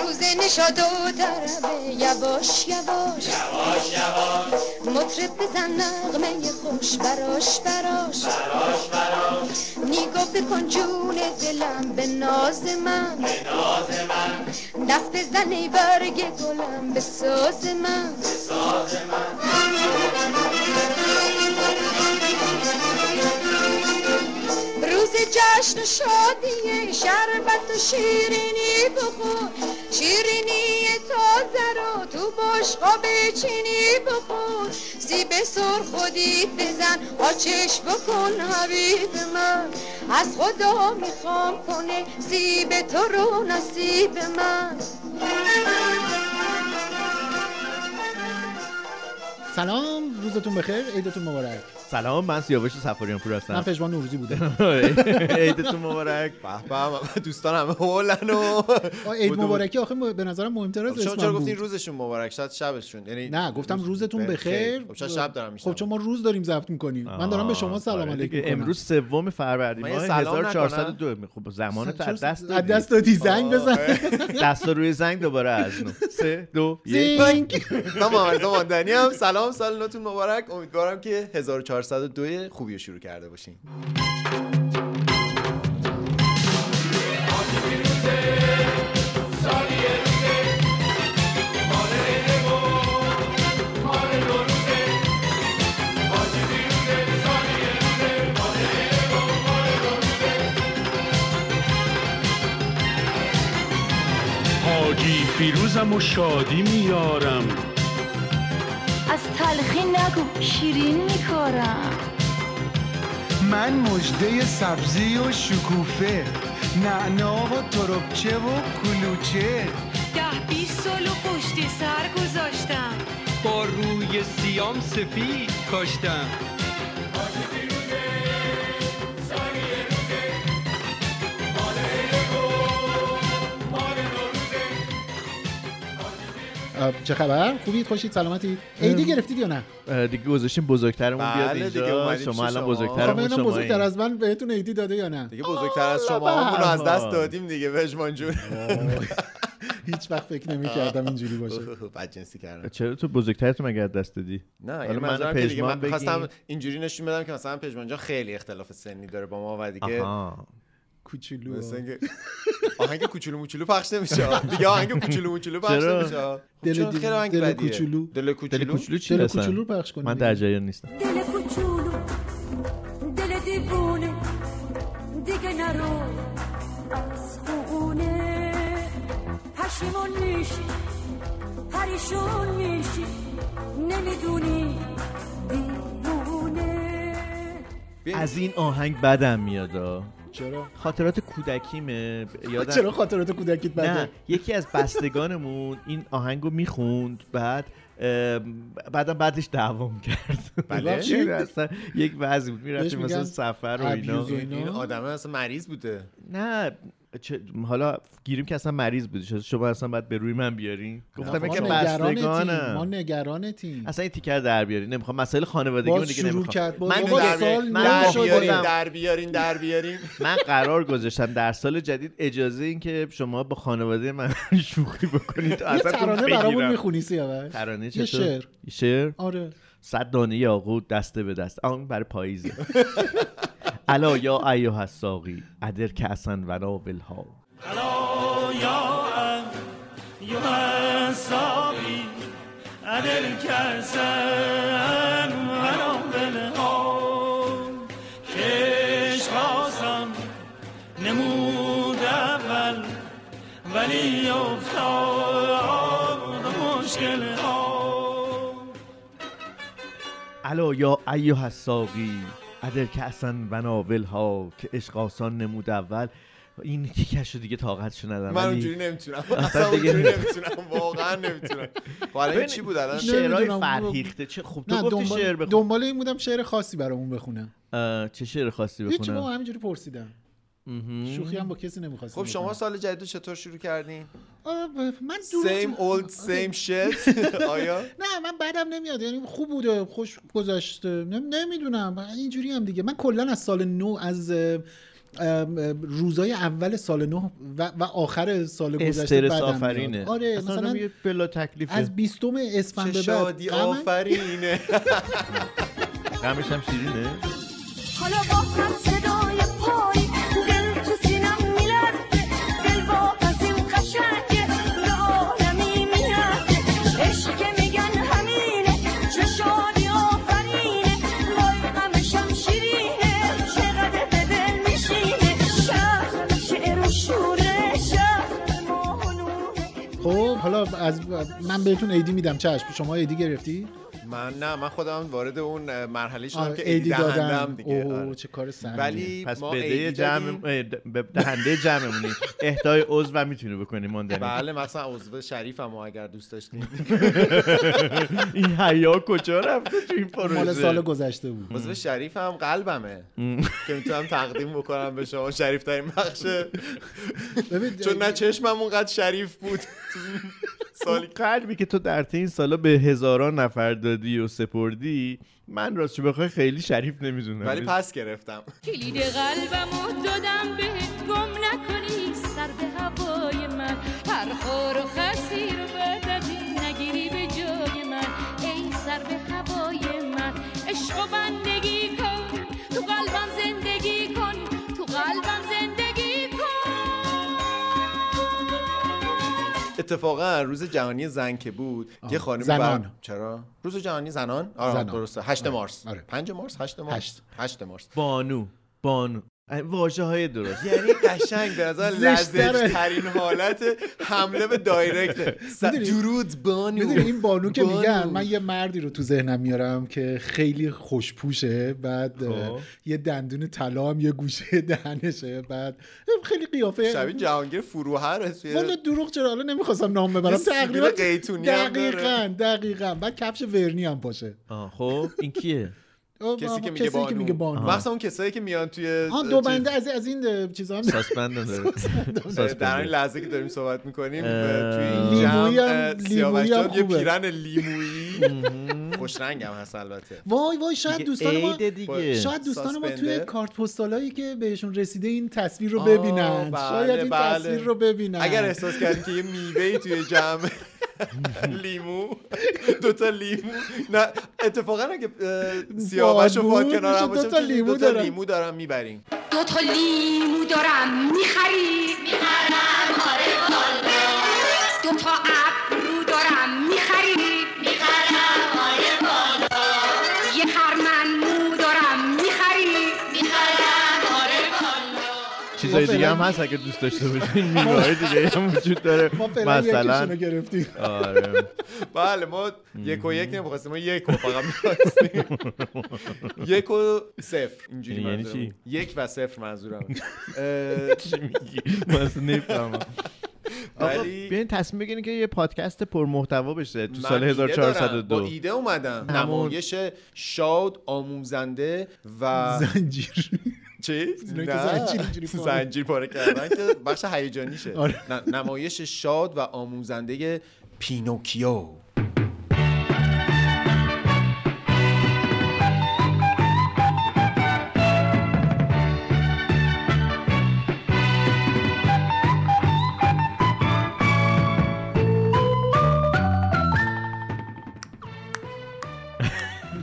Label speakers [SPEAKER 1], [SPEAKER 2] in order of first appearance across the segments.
[SPEAKER 1] روز نشاد و طربه یواش یواش
[SPEAKER 2] یواش یواش
[SPEAKER 1] مطرب بزن نغمه خوش براش براش
[SPEAKER 2] براش براش
[SPEAKER 1] نیگو بکن جون دلم به ناز من
[SPEAKER 2] به ناز من
[SPEAKER 1] دست بزن ای برگ گلم به ساز من
[SPEAKER 2] به ساز من
[SPEAKER 1] روز جشن و شادی شربت و شیرینی بخور شیرینی تازه رو تو بشقا بچینی بخور سیب سر خودی بزن آچش بکن حبیب من از خدا میخوام کنه سیب تو رو نصیب من
[SPEAKER 3] سلام روزتون بخیر عیدتون مبارک
[SPEAKER 4] سلام من سیاوش سفاریان پور
[SPEAKER 3] من
[SPEAKER 4] هستم
[SPEAKER 3] پژمان نوروزی بودم
[SPEAKER 4] عیدتون مبارک
[SPEAKER 5] به به، دوستان همه هولن و
[SPEAKER 3] آه، عید
[SPEAKER 5] بدون.
[SPEAKER 3] مبارکی آخه م- به نظرم مهمتر
[SPEAKER 4] خب،
[SPEAKER 3] از
[SPEAKER 5] خب شما
[SPEAKER 3] اسمم
[SPEAKER 5] چرا گفتین
[SPEAKER 3] بود
[SPEAKER 5] روزشون مبارک شاید شبشون یعنی
[SPEAKER 3] نه گفتم روزتون بخیر
[SPEAKER 5] خب چرا شب دارم میشم
[SPEAKER 3] خب چون ما روز داریم ضبط میکنیم من دارم به شما
[SPEAKER 4] آه،
[SPEAKER 3] سلام
[SPEAKER 4] آره
[SPEAKER 3] علیکم
[SPEAKER 4] دیگه.
[SPEAKER 3] می‌کنم.
[SPEAKER 4] امروز سوم فروردین
[SPEAKER 5] من یه
[SPEAKER 4] ماه
[SPEAKER 5] سلام نکنم؟
[SPEAKER 4] 1402 خب زمان تو از دست
[SPEAKER 3] از
[SPEAKER 4] دادی
[SPEAKER 3] دست دادی زنگ بزن
[SPEAKER 5] آره.
[SPEAKER 4] دست رو روی زنگ دوباره از نو سه دو یک
[SPEAKER 3] زنگ
[SPEAKER 5] من محمد رضا ماندنی هم سلام سال نوتون مبارک امیدوارم که 1402 خوبی رو شروع کرده باشین
[SPEAKER 6] حاجی فیروزم و شادی میارم
[SPEAKER 7] از تلخی نگو شیرین میکارم
[SPEAKER 8] من مژده سبزی و شکوفه نعنا و تربچه و کلوچه
[SPEAKER 7] ده بیست سال و پشت سر گذاشتم
[SPEAKER 9] با روی سیام سفید کاشتم
[SPEAKER 3] آه، چه خبر خوبید خوشید سلامتید عیدی گرفتید یا نه
[SPEAKER 4] اه، دیگه گذاشتیم بزرگترمون بیاد
[SPEAKER 5] بله دیگه،
[SPEAKER 4] اینجا
[SPEAKER 5] اومدیم
[SPEAKER 4] شما
[SPEAKER 5] پیش
[SPEAKER 4] الان
[SPEAKER 5] شما.
[SPEAKER 3] خب
[SPEAKER 4] بزرگترمون
[SPEAKER 3] ببینم
[SPEAKER 4] شما
[SPEAKER 3] بزرگتر از من بهتون عیدی داده یا نه
[SPEAKER 5] دیگه بزرگتر از شما همون رو از دست دادیم دیگه بجمان جون
[SPEAKER 3] هیچ وقت فکر نمی‌کردم اینجوری باشه
[SPEAKER 5] بدجنسی کردم
[SPEAKER 4] چرا تو بزرگترتون مگه از دست دادی
[SPEAKER 5] نه
[SPEAKER 4] حالا
[SPEAKER 5] یعنی
[SPEAKER 4] منو
[SPEAKER 5] منظورم که دیگه
[SPEAKER 4] پژمان
[SPEAKER 5] من
[SPEAKER 4] بگین.
[SPEAKER 5] خواستم اینجوری نشون بدم که مثلا پژمان جان خیلی اختلاف سنی داره با ما و دیگه
[SPEAKER 4] آها
[SPEAKER 3] کوچولو
[SPEAKER 5] مثل اینکه آهنگ کوچولو موچولو پخش نمیشه دیگه آهنگ کوچولو موچولو پخش
[SPEAKER 4] چرا؟
[SPEAKER 5] نمیشه خب
[SPEAKER 3] دل
[SPEAKER 5] چون
[SPEAKER 3] دی-
[SPEAKER 5] خیلی آهنگ
[SPEAKER 3] دل
[SPEAKER 5] بدیه.
[SPEAKER 3] کوچولو.
[SPEAKER 5] دل
[SPEAKER 4] دل
[SPEAKER 5] کوچولو
[SPEAKER 4] کوچولو چی
[SPEAKER 3] دل
[SPEAKER 4] اصلا؟
[SPEAKER 3] کوچولو پخش کنیم
[SPEAKER 4] من در جریان نیستم
[SPEAKER 7] دل کوچولو دل دیوونه دیگه نرو از خونه پشیمون میشی پریشون میشی نمیدونی دیوونه
[SPEAKER 4] از این آهنگ بدم میاد آه.
[SPEAKER 3] چرا
[SPEAKER 4] خاطرات کودکیمه ب- یادم
[SPEAKER 3] خب، چرا خاطرات کودکیت
[SPEAKER 4] نه
[SPEAKER 3] بده
[SPEAKER 4] یکی از بستگانمون این آهنگ رو میخوند بعد ام، بعدم بعدش دعوام کرد
[SPEAKER 3] بله.
[SPEAKER 4] یعنی اصلا یک وضعی بود
[SPEAKER 3] بهش
[SPEAKER 4] میرفتیم
[SPEAKER 3] میگن
[SPEAKER 4] مثلا سفر و اینا
[SPEAKER 3] abuse و اینا.
[SPEAKER 5] این آدمه اصلا مریض بوده
[SPEAKER 4] نه چه- حالا گیریم که اصلا مریض بودی شاید شما اصلا باید به روی من بیارین گفتم
[SPEAKER 3] ما
[SPEAKER 4] که
[SPEAKER 3] نگرانتیم ما
[SPEAKER 4] بستگانم
[SPEAKER 3] نگرانتیم
[SPEAKER 4] اصلا این تیکر در بیارین نمیخوام مسائل خانوادگی
[SPEAKER 3] باز
[SPEAKER 4] من دیگه
[SPEAKER 3] شروع
[SPEAKER 4] نمیخوام
[SPEAKER 3] کرد. باز
[SPEAKER 4] من
[SPEAKER 3] بابا
[SPEAKER 4] در-
[SPEAKER 3] سال
[SPEAKER 4] من
[SPEAKER 3] نو
[SPEAKER 5] در
[SPEAKER 3] شده.
[SPEAKER 5] بیارین
[SPEAKER 4] خودم-
[SPEAKER 5] در بیارین در بیارین
[SPEAKER 4] من قرار گذاشتم در سال جدید اجازه این که شما با خانواده من شوخی بکنید
[SPEAKER 3] یه
[SPEAKER 4] ازتون
[SPEAKER 3] ترانه
[SPEAKER 4] بگیرم.
[SPEAKER 3] برامون میخونی سیاوش
[SPEAKER 4] ترانه چطور؟
[SPEAKER 3] یه شعر
[SPEAKER 4] شعر
[SPEAKER 3] آره
[SPEAKER 4] صد دانه یاقوت دسته به دست آن برای پاییزه الا یا ایها الساقی ادر کاسن و ها
[SPEAKER 6] الا یا ام یا ساقی عدل کسن مرا بلها کش خواستم نمود اول ولی افتاد مشکل ها
[SPEAKER 4] الا یا ایها الساقی ادر کاسن و ها که عشق آسان نمود اول این کیکش رو دیگه طاقتش ندارم
[SPEAKER 5] من
[SPEAKER 4] ولی
[SPEAKER 5] اونجوری نمیتونم اصلا اونجوری نمیتونم واقعا نمیتونم خب الان این
[SPEAKER 4] ببین،
[SPEAKER 5] چی بود الان
[SPEAKER 4] شعرهای
[SPEAKER 3] نمی‌دونم.
[SPEAKER 4] فرهیخته چه خب
[SPEAKER 3] نه
[SPEAKER 4] تو گفتی شعر
[SPEAKER 3] دنبال,
[SPEAKER 4] بخون
[SPEAKER 3] دنبال این بودم شعر خاصی برامون بخونه
[SPEAKER 4] اه، چه شعر خاصی
[SPEAKER 3] هیچ
[SPEAKER 4] بخونم
[SPEAKER 3] ما همینجوری پرسیدم شوخی هم با کسی نمیخواستم
[SPEAKER 5] خب شما سال جدید رو چطور شروع کردین
[SPEAKER 3] من
[SPEAKER 5] سیم
[SPEAKER 3] دروغ-
[SPEAKER 5] اولد
[SPEAKER 3] آره.
[SPEAKER 5] سیم شت آیا
[SPEAKER 3] نه من بعدم نمیاد یعنی خوب بوده خوش گذشته نمیدونم اینجوری هم دیگه من کلا از سال نو از اه، ام، ام، روزای اول سال نو و, و آخر سال گذشته
[SPEAKER 4] استرس
[SPEAKER 3] بدم میاد.
[SPEAKER 4] آفرینه
[SPEAKER 3] آره
[SPEAKER 4] اصلا
[SPEAKER 3] مثلا
[SPEAKER 4] یه بلا تکلیفه
[SPEAKER 3] از بیستم اسفند
[SPEAKER 5] چه
[SPEAKER 3] به بعد
[SPEAKER 5] شادی
[SPEAKER 3] غمم
[SPEAKER 5] آفرینه
[SPEAKER 4] غمش هم شیرینه
[SPEAKER 7] حالا با هم صدای پای دل تو سینم میلرزه دل با این قشنگه به عالمی میرسه عشق که میگن همینه چه شادی آفرینه وای غمشم شیرینه چقدر به دل میشینه شهر شعر و شوره شهر ما هنونه
[SPEAKER 3] خب حالا از من بهتون ایدی میدم چشم شما ایدی گرفتی
[SPEAKER 5] من نه من خودم وارد اون اه، مرحله شدم
[SPEAKER 3] آره،
[SPEAKER 5] که ایدی دهندم
[SPEAKER 3] دادن
[SPEAKER 5] دیگه
[SPEAKER 3] اوه
[SPEAKER 5] آره.
[SPEAKER 3] چه کار سنگینه
[SPEAKER 5] ولی
[SPEAKER 4] پس
[SPEAKER 5] ما
[SPEAKER 4] بده
[SPEAKER 5] ایدی
[SPEAKER 4] جمع
[SPEAKER 5] دادیم
[SPEAKER 4] اه، د- به دهنده جمعمونی اهدای عضو هم میتونی بکنی
[SPEAKER 3] یعنی
[SPEAKER 4] ماندنی
[SPEAKER 5] بله مثلا عضو شریفم و اگر دوست داشتین
[SPEAKER 4] این حیا کجا رفته تو این
[SPEAKER 3] مال سال
[SPEAKER 4] پروژه
[SPEAKER 3] گذشته بود
[SPEAKER 5] عضو شریفم قلبمه که میتونم تقدیم بکنم به شما شریف ترین بخشه
[SPEAKER 3] ببین
[SPEAKER 5] چون نه چشمم اونقدر شریف بود سالی
[SPEAKER 4] قلبی که تو در طی این سالا به هزاران نفر دادی و سپردی من راستش بخوای خیلی شریف نمیزونم
[SPEAKER 5] ولی پس گرفتم
[SPEAKER 7] کلید قلبمو دادم به گم نکنی سر به هوای من هر خور و خسی رو بعد از این نگیری به جای من ای سر به هوای من عشق و بندگی کن تو قلبم زندگی کن تو قلبم زندگی کن
[SPEAKER 5] اتفاقا روز جهانی زن که بود
[SPEAKER 3] آه.
[SPEAKER 5] یه خانم
[SPEAKER 3] زنان.
[SPEAKER 5] چرا روز جهانی زنان آره
[SPEAKER 3] زنان.
[SPEAKER 5] درسته 8 مارس
[SPEAKER 3] آره.
[SPEAKER 5] 5 مارس 8 مارس
[SPEAKER 3] هشت.
[SPEAKER 5] 8 مارس
[SPEAKER 4] بانو بانو واژه های درست
[SPEAKER 5] یعنی قشنگ به نظر
[SPEAKER 3] زشتره.
[SPEAKER 5] لذت ترین حالت حمله به دایرکت س-
[SPEAKER 3] می‌دونی-
[SPEAKER 5] درود بانو
[SPEAKER 3] میدونی این بانو که
[SPEAKER 5] بانو.
[SPEAKER 3] میگن من یه مردی رو تو ذهنم میارم که خیلی خوشپوشه
[SPEAKER 5] خب.
[SPEAKER 3] بعد اه، یه دندون طلا هم یه گوشه دهنشه بعد خیلی قیافه
[SPEAKER 5] شبیه جهانگیر فروهر
[SPEAKER 3] والا
[SPEAKER 5] توی
[SPEAKER 3] دروغ چرا حالا نمیخواستم نام ببرم
[SPEAKER 5] یه سیبیل
[SPEAKER 3] تقریبا
[SPEAKER 5] قیتونی هم داره.
[SPEAKER 3] دقیقا دقیقا بعد کفش ورنی هم باشه
[SPEAKER 4] آه، خب این کیه
[SPEAKER 3] آه،
[SPEAKER 5] کسی که میگه
[SPEAKER 3] کسی
[SPEAKER 5] بانو,
[SPEAKER 3] که میگه بانو
[SPEAKER 5] مخصوصا اون کسایی که میان توی
[SPEAKER 3] آه دو بنده از از این چیزا هم
[SPEAKER 4] ساسپند هم داره
[SPEAKER 5] چیز- در این
[SPEAKER 4] ساسپند.
[SPEAKER 5] لحظه که داریم صحبت میکنیم
[SPEAKER 4] اه.
[SPEAKER 5] توی این
[SPEAKER 4] لیمویی
[SPEAKER 5] جمع
[SPEAKER 3] هم-
[SPEAKER 5] اه،
[SPEAKER 3] لیمویی
[SPEAKER 5] سیاوش جان
[SPEAKER 3] هم
[SPEAKER 5] یه
[SPEAKER 3] خوبه.
[SPEAKER 5] پیرن لیمویی خوش رنگ هم هست البته
[SPEAKER 3] وای وای شاید دوستان ما
[SPEAKER 4] عیده دیگه
[SPEAKER 3] شاید دوستان ما توی
[SPEAKER 5] ساسپنده.
[SPEAKER 3] کارت پستالایی که بهشون رسیده این تصویر رو
[SPEAKER 5] آه،
[SPEAKER 3] ببینن
[SPEAKER 5] بله،
[SPEAKER 3] شاید این
[SPEAKER 5] بله.
[SPEAKER 3] تصویر رو ببینن
[SPEAKER 5] اگر احساس کردی که یه میوه توی جمع لیمو دوتا لیمو نه اتفاقا اگه اه، سیاوش و
[SPEAKER 3] فاد
[SPEAKER 5] فاد
[SPEAKER 3] بود،
[SPEAKER 5] کنار هم
[SPEAKER 3] میشه
[SPEAKER 5] باشیم
[SPEAKER 3] دوتا لیمو
[SPEAKER 5] دوتا
[SPEAKER 3] دارم.
[SPEAKER 5] لیمو دارم میبریم
[SPEAKER 7] دو تا لیمو دارم میخری میخرم آره دو تا ابرو دارم میخری میخرم آره یه خرمن مو دارم میخری میخرم
[SPEAKER 4] چیزای دیگه هم هست اگه دوست داشته باشین میوه‌های دیگه هم وجود داره
[SPEAKER 3] ما فعلا یکیشون رو
[SPEAKER 4] مثلا
[SPEAKER 3] گرفتیم
[SPEAKER 4] آره
[SPEAKER 5] بله ما یک و یک نمیخواستیم ما یک و فقط میخواستیم یک و صفر اینجوری
[SPEAKER 4] یعنی
[SPEAKER 5] منظورم
[SPEAKER 4] چی؟
[SPEAKER 5] یک و صفر منظورم اه،
[SPEAKER 4] چی میگی من اصلا نمی‌فهمم. آقا
[SPEAKER 5] ولی
[SPEAKER 4] خب، بیاین تصمیم بگیرین که یه پادکست پرمحتوا بشه تو
[SPEAKER 5] من
[SPEAKER 4] سال
[SPEAKER 5] ایده دارم. با
[SPEAKER 4] 1402
[SPEAKER 5] ایده اومدم
[SPEAKER 4] همون.
[SPEAKER 5] نمایش شاد آموزنده و
[SPEAKER 3] زنجیر
[SPEAKER 5] چی؟
[SPEAKER 3] اینایی که
[SPEAKER 5] نه.
[SPEAKER 3] زنجیر اینجوری پاره.
[SPEAKER 5] زنجیر پاره کردن که بخش هیجانیشه
[SPEAKER 3] آره.
[SPEAKER 5] ن- نمایش شاد و آموزنده پینوکیو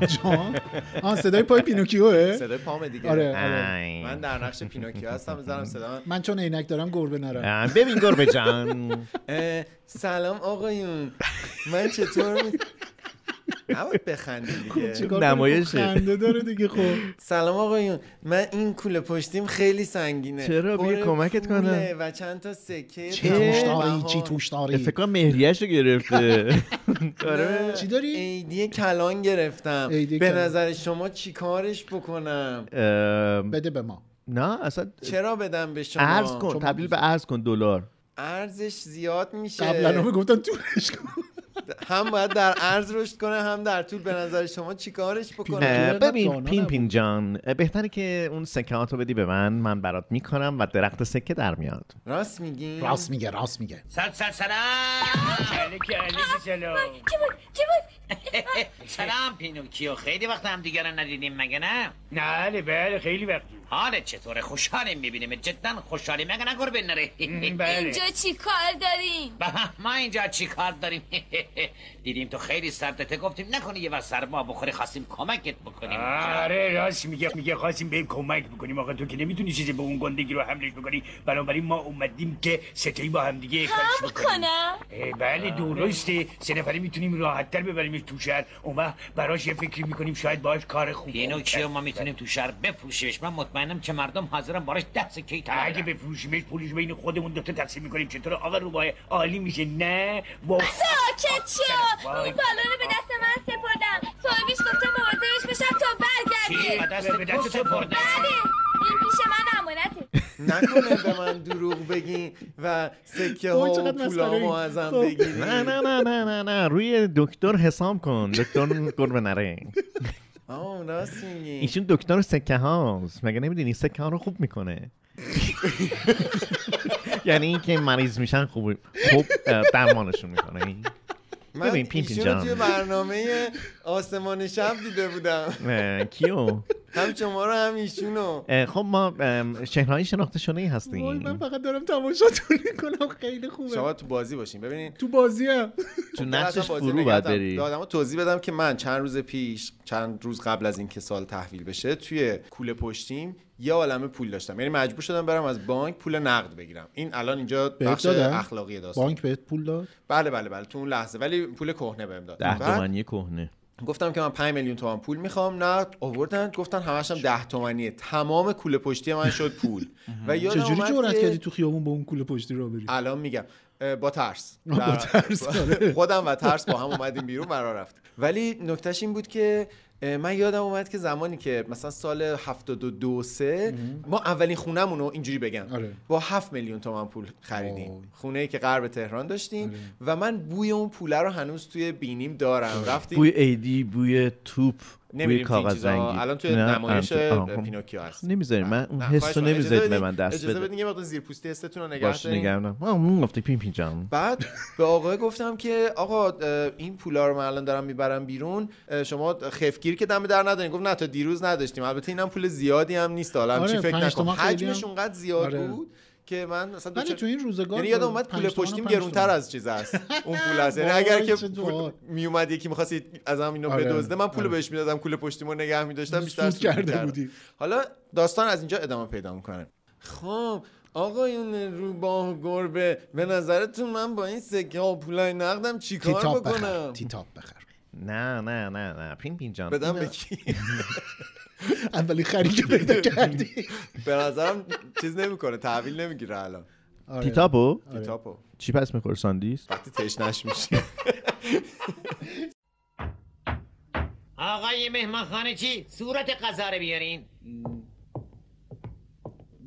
[SPEAKER 3] جان آه صدای پای پینوکیوه
[SPEAKER 5] صدای پام دیگه
[SPEAKER 3] آره آره
[SPEAKER 4] آی.
[SPEAKER 5] من در نقش پینوکیو هستم میذارم صدا من.
[SPEAKER 3] من چون عینک دارم گربه نرم
[SPEAKER 4] آه، ببین گربه جان
[SPEAKER 5] اه، سلام آقایون من چطور می... نباید بخندی دیگه
[SPEAKER 3] چیکار کنیم؟
[SPEAKER 4] نمایشه.
[SPEAKER 3] خب، خنده داره دیگه خب
[SPEAKER 5] سلام آقایون من این کوله پشتیم خیلی سنگینه
[SPEAKER 4] چرا؟ بیا
[SPEAKER 5] پر
[SPEAKER 4] کمکت
[SPEAKER 5] پوله
[SPEAKER 4] کنم.
[SPEAKER 5] و چند تا سکه
[SPEAKER 3] چی
[SPEAKER 5] تمام
[SPEAKER 3] توش داری
[SPEAKER 5] بها.
[SPEAKER 3] چی توش
[SPEAKER 4] فکر
[SPEAKER 3] داری
[SPEAKER 4] کنم مهریه‌شو گرفته آره
[SPEAKER 5] نه،
[SPEAKER 3] چی داری؟
[SPEAKER 5] عیدی کلان گرفتم
[SPEAKER 3] عیدی
[SPEAKER 5] به
[SPEAKER 3] کلان.
[SPEAKER 5] نظر شما چی کارش بکنم
[SPEAKER 4] ام،
[SPEAKER 3] بده به ما
[SPEAKER 4] نه اصلا
[SPEAKER 5] چرا بدم به شما
[SPEAKER 4] ارز کن تبدیل به ارز کن دلار
[SPEAKER 5] ارزش زیاد میشه
[SPEAKER 3] قبلا همه گفتن تورش کن
[SPEAKER 5] هم باید در ارز رشد کنه هم در طول به نظر شما چیکارش بکنه
[SPEAKER 4] اه،
[SPEAKER 3] اینقدر
[SPEAKER 5] آره.
[SPEAKER 4] ببین
[SPEAKER 3] دانا
[SPEAKER 4] پین
[SPEAKER 3] نبود.
[SPEAKER 4] پین جان اه، بهتره که اون سکهاتو بدی به من من برات میکنم و درخت سکه در میاد
[SPEAKER 5] راست میگی
[SPEAKER 3] راست میگه راست میگه
[SPEAKER 6] سد سد سلام علیک علیک سلام
[SPEAKER 7] کی بود کی بود
[SPEAKER 10] سلام پینوکیو خیلی وقت هم دیگر رو ندیدیم مگه نه
[SPEAKER 6] بله بله خیلی وقت
[SPEAKER 10] حالت چطوره خوشحالیم میبینیم جدا خوشحالی مگه نه گربه نره
[SPEAKER 6] بله
[SPEAKER 7] اینجا چی کار داریم
[SPEAKER 10] به، ما اینجا چی کار داریم دیدیم تو خیلی سردته گفتیم نکنی یه وقت سرما بخوری خواستیم کمکت بکنیم
[SPEAKER 6] آره راست میگه میگه خواستیم بهم کمک بکنیم آقا تو که نمیتونی چیزی به اون گندگی رو حملش بکنی بنابراین ما اومدیم که ستایی با همدیگه
[SPEAKER 7] هم
[SPEAKER 6] خرش بکنیم
[SPEAKER 7] کنم
[SPEAKER 6] اه، بله درسته سه نفری میتونیم راحتتر ببریمش تو شهر اون وقت براش یه فکری میکنیم شاید باهاش کار خوب
[SPEAKER 10] پینوکیو ما میتونیم تو شهر بفروشیمش من مطمئنم که مردم حاضرن باراش ده سکه تا
[SPEAKER 6] اگه بفروشیمش پولش بین خودمون دوتا تقسیم میکنیم چطور آقا روبای عالی میشه نه با
[SPEAKER 7] ساکت شو اون بالون به دست من سپردم صاحبیش گفته مواظبش بشم تا برگردی
[SPEAKER 10] به دست
[SPEAKER 6] به دست
[SPEAKER 10] تو
[SPEAKER 6] تو
[SPEAKER 10] سپرده
[SPEAKER 7] بله این پیش من امانته
[SPEAKER 5] نکنه به من دروغ بگین و سکه ها
[SPEAKER 3] وای،
[SPEAKER 5] و
[SPEAKER 3] چقدر مسخره‌ای.
[SPEAKER 5] پولامو ازم
[SPEAKER 3] خب.
[SPEAKER 5] بگیرین
[SPEAKER 4] نه نه نه نه نه نه روی دکتر حساب کن دکتر گربه نره
[SPEAKER 5] آه راست میگی
[SPEAKER 4] ایشون دکتر سکه هاست مگه نمیدونی سکه ها رو خوب میکنه یعنی اینکه مریض میشن خوب خوب اه، درمانشون میکنه
[SPEAKER 5] من
[SPEAKER 4] ببین، پین پین
[SPEAKER 5] ایشونو
[SPEAKER 4] جان.
[SPEAKER 5] توی برنامه آسمان شب دیده بودم
[SPEAKER 4] اه، کیو
[SPEAKER 5] هم شما رو هم ایشونو
[SPEAKER 4] اه، خب ما ام، چهرههای شناخته شده ای
[SPEAKER 3] وای من
[SPEAKER 4] هستیم
[SPEAKER 3] فقط دارم تماشاتون میکنم خیلی خوبه
[SPEAKER 5] شما تو بازی باشین ببینین
[SPEAKER 3] تو بازیه
[SPEAKER 4] تو
[SPEAKER 5] من اصلا
[SPEAKER 4] نقشش
[SPEAKER 5] بازی
[SPEAKER 4] فرو باید
[SPEAKER 5] نکردم.
[SPEAKER 4] بری
[SPEAKER 5] به آدم‌ها توضیح بدم که من چند روز پیش چند روز قبل از اینکه سال تحویل بشه توی کوله پشتیم یه عالمه پول داشتم یعنی مجبور شدم برم از بانک پول نقد بگیرم این الان اینجا
[SPEAKER 3] بهت
[SPEAKER 5] بخش
[SPEAKER 3] دادن؟
[SPEAKER 5] اخلاقی داستان
[SPEAKER 3] بانک بهت پول داد
[SPEAKER 5] بله بله بله تو اون لحظه ولی پول کهنه بهم داد
[SPEAKER 4] ده
[SPEAKER 5] بعد
[SPEAKER 4] تومنی کهنه
[SPEAKER 5] گفتم که من 5 میلیون تومن پول میخوام نقد آوردن گفتن همش هم 10 تومنیه تمام کوله پشتی من شد پول و یادم
[SPEAKER 3] چجوری
[SPEAKER 5] اومد
[SPEAKER 3] جرأت
[SPEAKER 5] که-
[SPEAKER 3] کردی تو خیابون با اون کوله پشتی را بری
[SPEAKER 5] الان میگم اه، با ترس
[SPEAKER 3] با ترس، آره.
[SPEAKER 5] خودم و ترس با هم اومدیم بیرون برا رفت ولی نکتهش این بود که اه، من یادم اومد که زمانی که مثلا سال 72 سه ما اولین خونمون رو اینجوری بگم
[SPEAKER 3] آره.
[SPEAKER 5] با 7 میلیون تومن پول
[SPEAKER 3] وای. آره.
[SPEAKER 5] خریدیم خونه ای که غرب تهران داشتیم و من بوی اون پوله رو هنوز توی بینیم دارم
[SPEAKER 3] آره.
[SPEAKER 5] رفتیم
[SPEAKER 4] بوی ایدی بوی توپ بوی
[SPEAKER 5] نمی‌ریم تو این
[SPEAKER 4] کاغذ
[SPEAKER 5] چیزا.
[SPEAKER 4] رنگی
[SPEAKER 5] الان توی
[SPEAKER 4] نه،
[SPEAKER 5] نمایش
[SPEAKER 4] الان تو- آه، خب.
[SPEAKER 5] پینوکیو هست
[SPEAKER 4] نمی‌ذاریم. من اون
[SPEAKER 5] نه،
[SPEAKER 4] حس
[SPEAKER 5] خواهش
[SPEAKER 4] رو
[SPEAKER 5] می‌کنم.
[SPEAKER 4] نمی‌ذارید به
[SPEAKER 5] اجازه
[SPEAKER 4] من
[SPEAKER 5] بدین-
[SPEAKER 4] دست
[SPEAKER 5] اجازه
[SPEAKER 4] بده.
[SPEAKER 5] بدین یه مقدار زیر پوستتون رو نگه
[SPEAKER 4] باش
[SPEAKER 5] دارین.
[SPEAKER 4] نگرم اون گفته پین پین جان
[SPEAKER 5] بعد به آقای گفتم که آقا اه، این پولا رو من الان دارم میبرم بیرون اه، شما خفگیر که دم در ندارین گفت نه تا دیروز نداشتیم البته اینم پول زیادی هم نیست حالا
[SPEAKER 3] آره،
[SPEAKER 5] چی فکر
[SPEAKER 3] پنج
[SPEAKER 5] نکن
[SPEAKER 3] تومن خیلی هم-
[SPEAKER 5] حجمش اونقدر زیاد
[SPEAKER 3] آره.
[SPEAKER 5] بود که من مثلا
[SPEAKER 3] ولی
[SPEAKER 5] دوچار-
[SPEAKER 3] تو این روزگار
[SPEAKER 5] یعنی یادم اومد پول
[SPEAKER 3] پنج تومن و
[SPEAKER 5] پشتیم
[SPEAKER 3] پنج
[SPEAKER 5] گرونتر
[SPEAKER 3] تومن.
[SPEAKER 5] از چیز است اون پول است یعنی
[SPEAKER 3] وای،
[SPEAKER 5] اگر که
[SPEAKER 3] چه
[SPEAKER 5] پول
[SPEAKER 3] دعا.
[SPEAKER 5] می اومد یکی می‌خواست از هم اینو
[SPEAKER 3] آره،
[SPEAKER 5] بدزده من پول
[SPEAKER 3] آره.
[SPEAKER 5] بهش میدادم پول پشتیمو نگه می‌داشتم بیشتر
[SPEAKER 3] سود
[SPEAKER 5] سود
[SPEAKER 3] کرده
[SPEAKER 5] می‌کردم.
[SPEAKER 3] بودی.
[SPEAKER 5] حالا داستان از اینجا ادامه پیدا میکنه خب آقایون روباه گربه به نظرتون من با این سکه ها و پولای نقدم چیکار
[SPEAKER 3] تیتاب بخر
[SPEAKER 5] بکنم
[SPEAKER 3] تیتاب بخر
[SPEAKER 4] نه نه نه نه پین پین جان
[SPEAKER 5] بدم به کی
[SPEAKER 3] اولین خرید که پیدا کردی
[SPEAKER 5] به نظرم چیز نمیکنه تحویل نمیگیره الان
[SPEAKER 3] آره.
[SPEAKER 4] تیتاپو
[SPEAKER 5] کتابو
[SPEAKER 4] چی پس میخور ساندیس
[SPEAKER 5] وقتی تشنش میشه
[SPEAKER 10] آقای مهمانخانه چی صورت غذا رو بیارین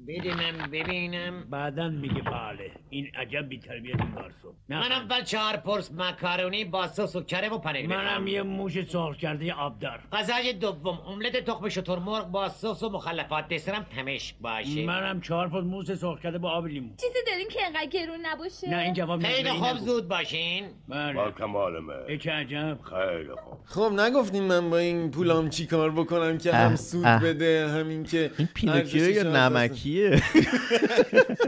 [SPEAKER 10] بدونم ببینم
[SPEAKER 6] بعدا میگه بله این عجب بی تربیت گارسون
[SPEAKER 10] من اول چهار پرس مکارونی با سس و کره و پنیر
[SPEAKER 6] منم
[SPEAKER 10] بدم.
[SPEAKER 6] یه موش سرخ کرده آبدار
[SPEAKER 10] غذای دوم املت تخم شتر مرغ با سس و مخلفات دسرم تمش باشه
[SPEAKER 6] منم چهار پود موش سرخ کرده با آب لیمو
[SPEAKER 7] چیزی داریم که انقدر گرون نباشه
[SPEAKER 6] نه این جواب
[SPEAKER 10] خیلی
[SPEAKER 6] نظری
[SPEAKER 10] خوب
[SPEAKER 6] نگو.
[SPEAKER 10] زود باشین
[SPEAKER 6] بله ای چه عجب
[SPEAKER 5] خب نگفتین من با این پولام چیکار بکنم که هم
[SPEAKER 4] اه،
[SPEAKER 5] سود
[SPEAKER 4] اه.
[SPEAKER 5] بده همین که
[SPEAKER 4] این پینوکیو
[SPEAKER 5] ارزشش
[SPEAKER 4] یا
[SPEAKER 5] هم ازش-
[SPEAKER 4] نمکیه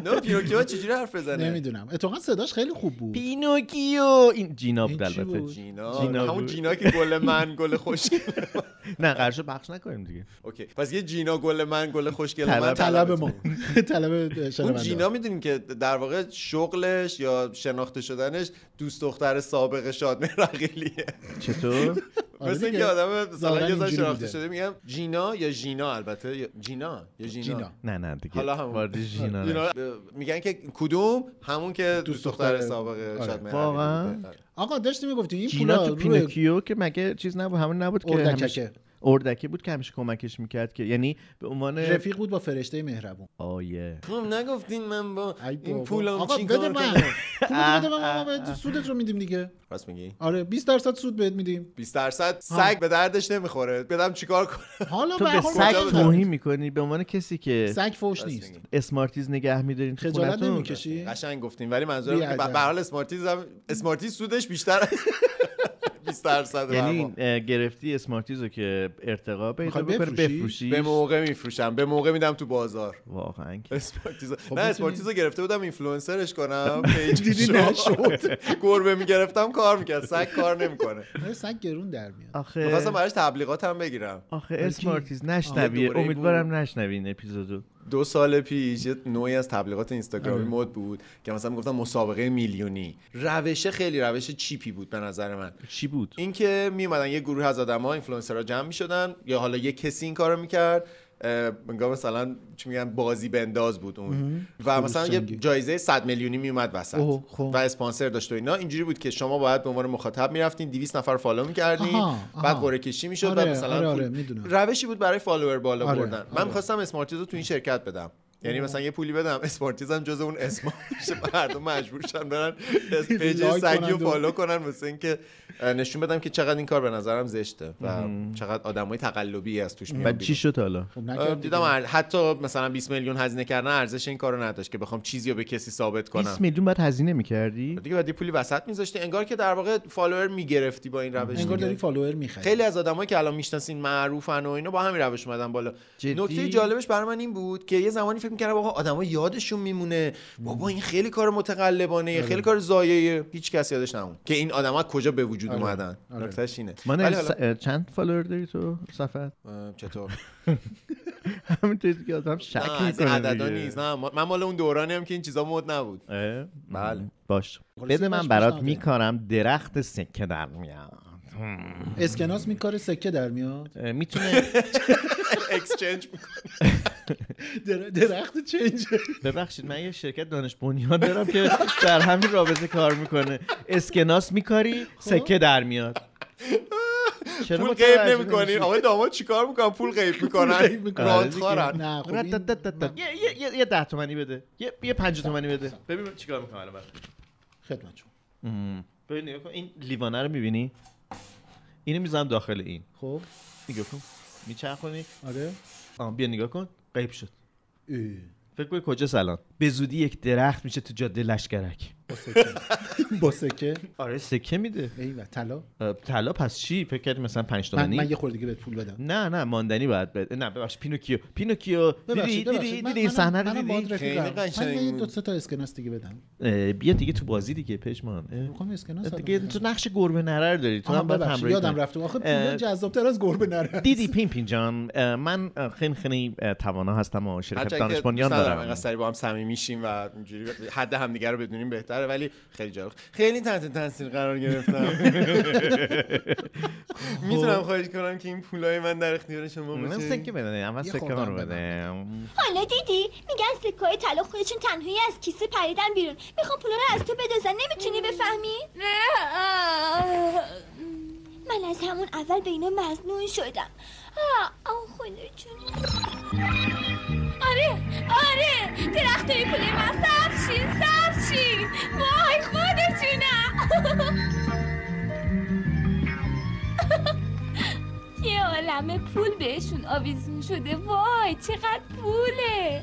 [SPEAKER 5] نه پینوکیو چجوری حرف بزنه
[SPEAKER 3] نمیدونم اتفاقا صداش خیلی خوب بود
[SPEAKER 4] پینوکیو این جینا بود
[SPEAKER 3] این چی
[SPEAKER 4] البته
[SPEAKER 3] بود؟
[SPEAKER 5] جینا
[SPEAKER 4] جینا
[SPEAKER 5] همون
[SPEAKER 4] بود.
[SPEAKER 5] جینا که گل من گل خوشگل من.
[SPEAKER 4] نه قرشو بخش نکنیم دیگه
[SPEAKER 5] اوکی پس یه جینا گل من گل خوشگل
[SPEAKER 4] طلب-
[SPEAKER 5] من
[SPEAKER 3] طلب
[SPEAKER 5] طلبتونه.
[SPEAKER 3] ما طلب
[SPEAKER 5] اون
[SPEAKER 3] شنونده
[SPEAKER 5] جینا میدونیم که در واقع شغلش یا شناخته شدنش دوست دختر سابق شادمه رقیلیه
[SPEAKER 4] چطور
[SPEAKER 3] آره
[SPEAKER 5] مثل
[SPEAKER 3] دیگه.
[SPEAKER 5] اینکه آدم
[SPEAKER 3] ظاهراً
[SPEAKER 5] مثلا یه ذره
[SPEAKER 3] اینجوری
[SPEAKER 5] شناخته
[SPEAKER 3] بوده.
[SPEAKER 5] شده میگم جینا یا ژینا البته یا- جینا یا
[SPEAKER 3] جینا. آره.
[SPEAKER 5] ژینا
[SPEAKER 4] نه نه دیگه
[SPEAKER 5] حالا همون.
[SPEAKER 4] وارد ژینا نشو.
[SPEAKER 5] جینا، اه، میگن که کدوم همون که دوست دختر
[SPEAKER 3] دختر-
[SPEAKER 5] سابق
[SPEAKER 3] آره.
[SPEAKER 5] شادمه
[SPEAKER 4] واقعاً؟
[SPEAKER 5] رقیلی بوده. آره.
[SPEAKER 3] آقا داشتی میگفتی این
[SPEAKER 4] جینا
[SPEAKER 3] پولا
[SPEAKER 4] تو
[SPEAKER 3] روی
[SPEAKER 4] پینوکیو که مگه چیز نبود همون نبود که
[SPEAKER 3] اردککه
[SPEAKER 4] همش- اردکه بود که همیشه کمکش میکرد که یعنی به عنوان
[SPEAKER 3] رفیق بود با فرشته مهربون
[SPEAKER 4] آیه
[SPEAKER 5] خب نگفتین من با
[SPEAKER 3] ای
[SPEAKER 5] این
[SPEAKER 3] بابا.
[SPEAKER 5] پولام
[SPEAKER 3] آقا
[SPEAKER 5] چی
[SPEAKER 3] بده
[SPEAKER 5] کار
[SPEAKER 3] من
[SPEAKER 5] کنم
[SPEAKER 3] پولتو بده من ما به سودت رو میدیم دیگه
[SPEAKER 5] راست میگی
[SPEAKER 3] آره 20 درصد سود بهت میدیم
[SPEAKER 5] 20 درصد سگ به دردش نمیخوره بدم چیکار کنم
[SPEAKER 3] حالا
[SPEAKER 4] تو
[SPEAKER 3] به
[SPEAKER 4] به
[SPEAKER 3] هر حال
[SPEAKER 4] سگ
[SPEAKER 3] خودت
[SPEAKER 5] بدم؟
[SPEAKER 4] توهین میکنی به عنوان کسی که
[SPEAKER 3] سگ فوش
[SPEAKER 5] راست
[SPEAKER 3] نیست
[SPEAKER 5] میگی.
[SPEAKER 4] اسمارتیز نگه میدارین تو
[SPEAKER 3] خجالت
[SPEAKER 4] خونتون؟
[SPEAKER 3] نمیکشی
[SPEAKER 5] قشنگ گفتین ولی منظورم اینه که
[SPEAKER 3] بی‌ادب.
[SPEAKER 5] به هر حال اسمارتیز هم اسمارتیز سودش بیشتر 20 درصد
[SPEAKER 4] یعنی اه، گرفتی اسمارتیز رو که ارتقا پیدا
[SPEAKER 3] میخوای
[SPEAKER 4] بکنه
[SPEAKER 3] بفروشی؟
[SPEAKER 4] بفروشی
[SPEAKER 5] به موقع میفروشم به موقع میدم تو بازار
[SPEAKER 4] واقعا که-
[SPEAKER 5] اسپارتیزا
[SPEAKER 3] خب
[SPEAKER 5] نه
[SPEAKER 3] می‌تونی-
[SPEAKER 5] اسپارتیزا گرفته بودم اینفلوئنسرش کنم پیج
[SPEAKER 3] دیدی
[SPEAKER 5] شد.
[SPEAKER 3] نشد.
[SPEAKER 5] گربه میگرفتم کار میکرد سگ کار نمیکنه
[SPEAKER 3] آره، سگ گرون در میاد
[SPEAKER 4] آخه
[SPEAKER 5] میخواستم براش تبلیغات هم بگیرم
[SPEAKER 4] آخه
[SPEAKER 3] ولی
[SPEAKER 4] اسمارتیز
[SPEAKER 5] آخه
[SPEAKER 4] نشنوی
[SPEAKER 5] دوره
[SPEAKER 4] امیدوارم نشنوی این اپیزودو
[SPEAKER 5] دو سال پیش یه نوعی از تبلیغات
[SPEAKER 3] آره.
[SPEAKER 5] اینستاگرامی مد بود که مثلا میگفتم مسابقه میلیونی روشه خیلی روش چیپی بود به نظر من
[SPEAKER 4] چی بود
[SPEAKER 5] اینکه میومدن یه گروه از آدم‌ها اینفلوئنسرها جمع میشدن یا حالا یه کسی این کارو میکرد انگار مثلا چی میگن بازی بنداز بود اون و مثلا یه
[SPEAKER 3] سنگی.
[SPEAKER 5] جایزه 100 میلیونی میومد وسط
[SPEAKER 3] اوه، خب.
[SPEAKER 5] و اسپانسر داشت و اینا اینجوری بود که شما باید به عنوان مخاطب میرفتین 200 نفر فالو میکردین
[SPEAKER 3] آها، آها.
[SPEAKER 5] بعد قرعه کشی میشد
[SPEAKER 3] آره،
[SPEAKER 5] بعد مثلا
[SPEAKER 3] آره،
[SPEAKER 5] پول-
[SPEAKER 3] آره، میدونم.
[SPEAKER 5] روشی بود برای فالوور بالا
[SPEAKER 3] آره،
[SPEAKER 5] بردن من
[SPEAKER 3] آره.
[SPEAKER 5] میخواستم اسمارتیز رو تو این شرکت بدم یعنی مثلا یه پولی بدم اسمارتیزم جز اون اسما بشه مردم مجبورشن برن اس- پیج
[SPEAKER 3] لایک
[SPEAKER 5] سگی
[SPEAKER 3] کنن
[SPEAKER 5] رو
[SPEAKER 3] و-
[SPEAKER 5] فالو کنن واسه اینکه اه، نشون بدم که چقدر این کار به نظرم زشته و چقدر آدمای تقلبی از توش میاد
[SPEAKER 4] بعد چی شد حالا
[SPEAKER 3] خب
[SPEAKER 5] بیرون. اه،
[SPEAKER 3] نکرد
[SPEAKER 5] دیدم
[SPEAKER 3] دیگه.
[SPEAKER 5] ار- حتی مثلا 20 میلیون هزینه کردن ارزش این کارو نداشت که بخوام چیزی رو به کسی ثابت
[SPEAKER 4] 20
[SPEAKER 5] کنم
[SPEAKER 4] میلیون بعد هزینه میکردی
[SPEAKER 5] دیگه بعد یه پولی وسط میذاشتی انگار که در واقع فالوور میگرفتی با این روش
[SPEAKER 3] انگار
[SPEAKER 5] دیگه.
[SPEAKER 3] داری فالوور میخری
[SPEAKER 5] خیلی از آدمایی که الان میشناسین معروفن و اینا با همین روش اومدن بالا
[SPEAKER 4] جدی؟
[SPEAKER 5] نکته جالبش برای من این بود که یه زمانی فکر می‌کردم آقا آدما یادشون میمونه بابا این خیلی کار متقلبانه خیلی کار ضایعه هیچ کس یادش نمون که این آدما از کجا به وجود
[SPEAKER 3] آره.
[SPEAKER 5] اومدن
[SPEAKER 3] آره.
[SPEAKER 5] نکتهش اینه
[SPEAKER 4] من
[SPEAKER 5] ولی حالا-
[SPEAKER 4] چند فالوور داری تو صفحت
[SPEAKER 5] اه، چطور
[SPEAKER 4] همینطوری که آدم شک
[SPEAKER 5] نه از این
[SPEAKER 4] میکنه
[SPEAKER 5] عددا نیست نه ما- من مال اون دورانی هم که این چیزا مد نبود بله.
[SPEAKER 4] باش
[SPEAKER 3] خلاصه
[SPEAKER 4] بده
[SPEAKER 3] باش
[SPEAKER 4] من برات
[SPEAKER 3] پیشنهاده.
[SPEAKER 4] میکارم درخت سکه در میاد
[SPEAKER 3] اسکناس میکاره سکه در میاد
[SPEAKER 4] اه، میتونه
[SPEAKER 5] اکسچنج
[SPEAKER 3] در- درخت چنج
[SPEAKER 4] ببخشید من یه شرکت دانش بنیان دارم که در همین رابطه کار میکنه اسکناس میکاری سکه در میاد چرا
[SPEAKER 5] پول
[SPEAKER 4] متوجه
[SPEAKER 5] غیب نمی‌کنین
[SPEAKER 4] نمی‌شی؟
[SPEAKER 5] آقا داماد چیکار میکنن پول غیب
[SPEAKER 3] غیب
[SPEAKER 5] میکنن
[SPEAKER 3] می‌کنن.
[SPEAKER 5] راحت خارن
[SPEAKER 3] نه خب
[SPEAKER 4] رد-
[SPEAKER 3] این-
[SPEAKER 4] رد- رد- رد. یه- یه- یه- یه ده تومنی بده یه یه پنج تومنی بده ببین من چیکار میکنم الان
[SPEAKER 3] خدمت شما
[SPEAKER 4] ببین نگاه کن این لیوانه رو میبینی اینو میزنم داخل این
[SPEAKER 3] خب
[SPEAKER 4] نگاه کن میچرخونی
[SPEAKER 3] آره
[SPEAKER 4] آه بیا نگاه کن غیب شد
[SPEAKER 3] اه.
[SPEAKER 4] فکر کنی کجا الان به زودی یک درخت میشه تو جاده لشکرک
[SPEAKER 3] با سکه
[SPEAKER 4] آره سکه میده
[SPEAKER 3] ای و طلا
[SPEAKER 4] اه، طلا پس چی فکر کردی مثلا پنج
[SPEAKER 3] من, من
[SPEAKER 4] تومنی
[SPEAKER 3] یه خورده دیگه بهت پول بدم
[SPEAKER 4] نه نه ماندنی باید بده نه ببخش پینوکیو پینوکیو دیدی
[SPEAKER 3] ببخشید،
[SPEAKER 4] دیدی
[SPEAKER 3] ببخشید. من-
[SPEAKER 4] دیدی این
[SPEAKER 3] منم-
[SPEAKER 4] صحنه رو
[SPEAKER 3] منم باهات
[SPEAKER 4] دیدی
[SPEAKER 3] رفیقم.
[SPEAKER 5] خیلی قشنگ
[SPEAKER 3] من یه
[SPEAKER 5] بود.
[SPEAKER 3] دو سه تا اسکناس دیگه بدم
[SPEAKER 4] اه، بیا دیگه تو بازی دیگه پشمان اه.
[SPEAKER 3] میخوام اسکناس الان
[SPEAKER 4] دیگه
[SPEAKER 3] بدم.
[SPEAKER 4] تو نقش گربه نره رو داری تو
[SPEAKER 3] آها،
[SPEAKER 4] هم باید
[SPEAKER 3] ببخشید.
[SPEAKER 4] همراهی
[SPEAKER 3] یادم
[SPEAKER 4] کنی.
[SPEAKER 3] رفته آخه
[SPEAKER 4] اه.
[SPEAKER 3] پول جذابتر از گربه نره
[SPEAKER 4] دیدی پین پین جان اه، من اه، خیلی خیلی اه، توانا هستم و شرکت
[SPEAKER 5] هرچند که
[SPEAKER 4] دانش
[SPEAKER 5] دوست
[SPEAKER 4] بنیان
[SPEAKER 5] ندارم اینقدر
[SPEAKER 4] دارم
[SPEAKER 5] سری با هم صمیمی میشیم و اینجوری حد همدیگه رو بدونیم بهتره ولی خیلی جالب خیلی تحت تاثیر قرار گرفتم
[SPEAKER 4] خب.
[SPEAKER 5] میتونم خواهش کنم که این پولای من در اختیار شما
[SPEAKER 4] من
[SPEAKER 5] باشه
[SPEAKER 4] سکه بده اول
[SPEAKER 3] یه
[SPEAKER 4] سکه ها
[SPEAKER 3] خوردم
[SPEAKER 4] رو
[SPEAKER 3] به
[SPEAKER 4] بده
[SPEAKER 7] حالا دیدی میگن سکه های طلا خودشون تنهایی از کیسه پریدن بیرون میخوام پولا رو از تو بدزن نمیتونی بفهمی من از همون اول به اینا مزنون شدم آه آه، خدا جون آره آره درخت های پول من سبز شین سبز شین وای خودتونم یه عالم پول بهشون آویزون شده وای چقدر پوله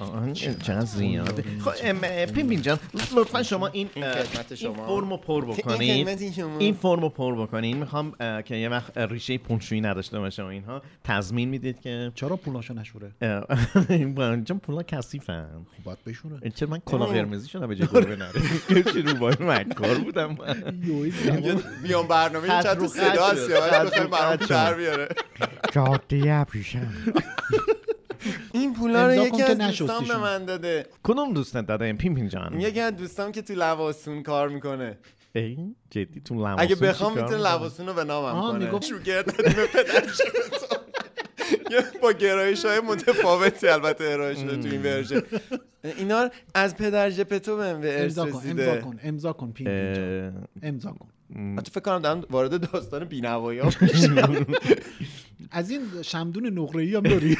[SPEAKER 4] آه، چقدر زیاده خب ام، اه، پین پین جان لطفا شما این
[SPEAKER 5] این
[SPEAKER 4] اه،
[SPEAKER 5] خدمت
[SPEAKER 4] این
[SPEAKER 5] شما.
[SPEAKER 4] فرم رو پر
[SPEAKER 5] این
[SPEAKER 4] بکنید
[SPEAKER 5] خدمت شما.
[SPEAKER 4] این فرم رو پر بکنید میخوام اه، که یه وقت اه، ریشه پونشویی نداشته باشه و اینها تضمین میدید که
[SPEAKER 3] چرا پولاشو نشوره
[SPEAKER 4] اه، چون پولا کثیفن
[SPEAKER 3] خب باید بشوره
[SPEAKER 4] چرا من کلا قرمزی شدم به جای گربه نره چه روبای مکار بودم من.
[SPEAKER 3] یوی، زمان.
[SPEAKER 5] بیام برنامه یه
[SPEAKER 4] خط
[SPEAKER 5] چند تا
[SPEAKER 4] رو
[SPEAKER 5] صدا
[SPEAKER 4] خط
[SPEAKER 5] از
[SPEAKER 4] شد.
[SPEAKER 5] سیاوش
[SPEAKER 4] خط
[SPEAKER 5] بخوایم
[SPEAKER 4] رو
[SPEAKER 5] برام
[SPEAKER 4] خط
[SPEAKER 5] در
[SPEAKER 4] شد.
[SPEAKER 5] بیاره
[SPEAKER 4] جاده پیشم
[SPEAKER 5] این پولا رو
[SPEAKER 3] امضا
[SPEAKER 5] یکی
[SPEAKER 3] کن
[SPEAKER 5] از
[SPEAKER 3] که
[SPEAKER 5] دوستام به
[SPEAKER 3] نشستیشون.
[SPEAKER 5] من داده
[SPEAKER 4] کدوم دوستت داده پین پین جان
[SPEAKER 5] یکی از دوستام که تو لواسون کار میکنه
[SPEAKER 4] ای جدی تو لماسون
[SPEAKER 5] اگه بخوام
[SPEAKER 4] چیکار
[SPEAKER 5] میتونه
[SPEAKER 4] می‌کنی؟
[SPEAKER 5] لواسون رو به
[SPEAKER 3] آه،
[SPEAKER 5] نامم کنه
[SPEAKER 3] میگفت-
[SPEAKER 5] شوگر ندیم به پدرش برسم. یه با گرایش های متفاوتی البته ارائه شده تو این ورژن اینا از پدر جپتو به ام وی ارث
[SPEAKER 3] امضا کن امضا
[SPEAKER 5] رسیده
[SPEAKER 3] کن امضا کن پین پین جان.
[SPEAKER 4] اه،
[SPEAKER 3] امضا کن
[SPEAKER 5] حتی فکر کنم دارم وارد داستان بی‌نوایی ها میشم
[SPEAKER 3] از این شمدون نقره ای هم داری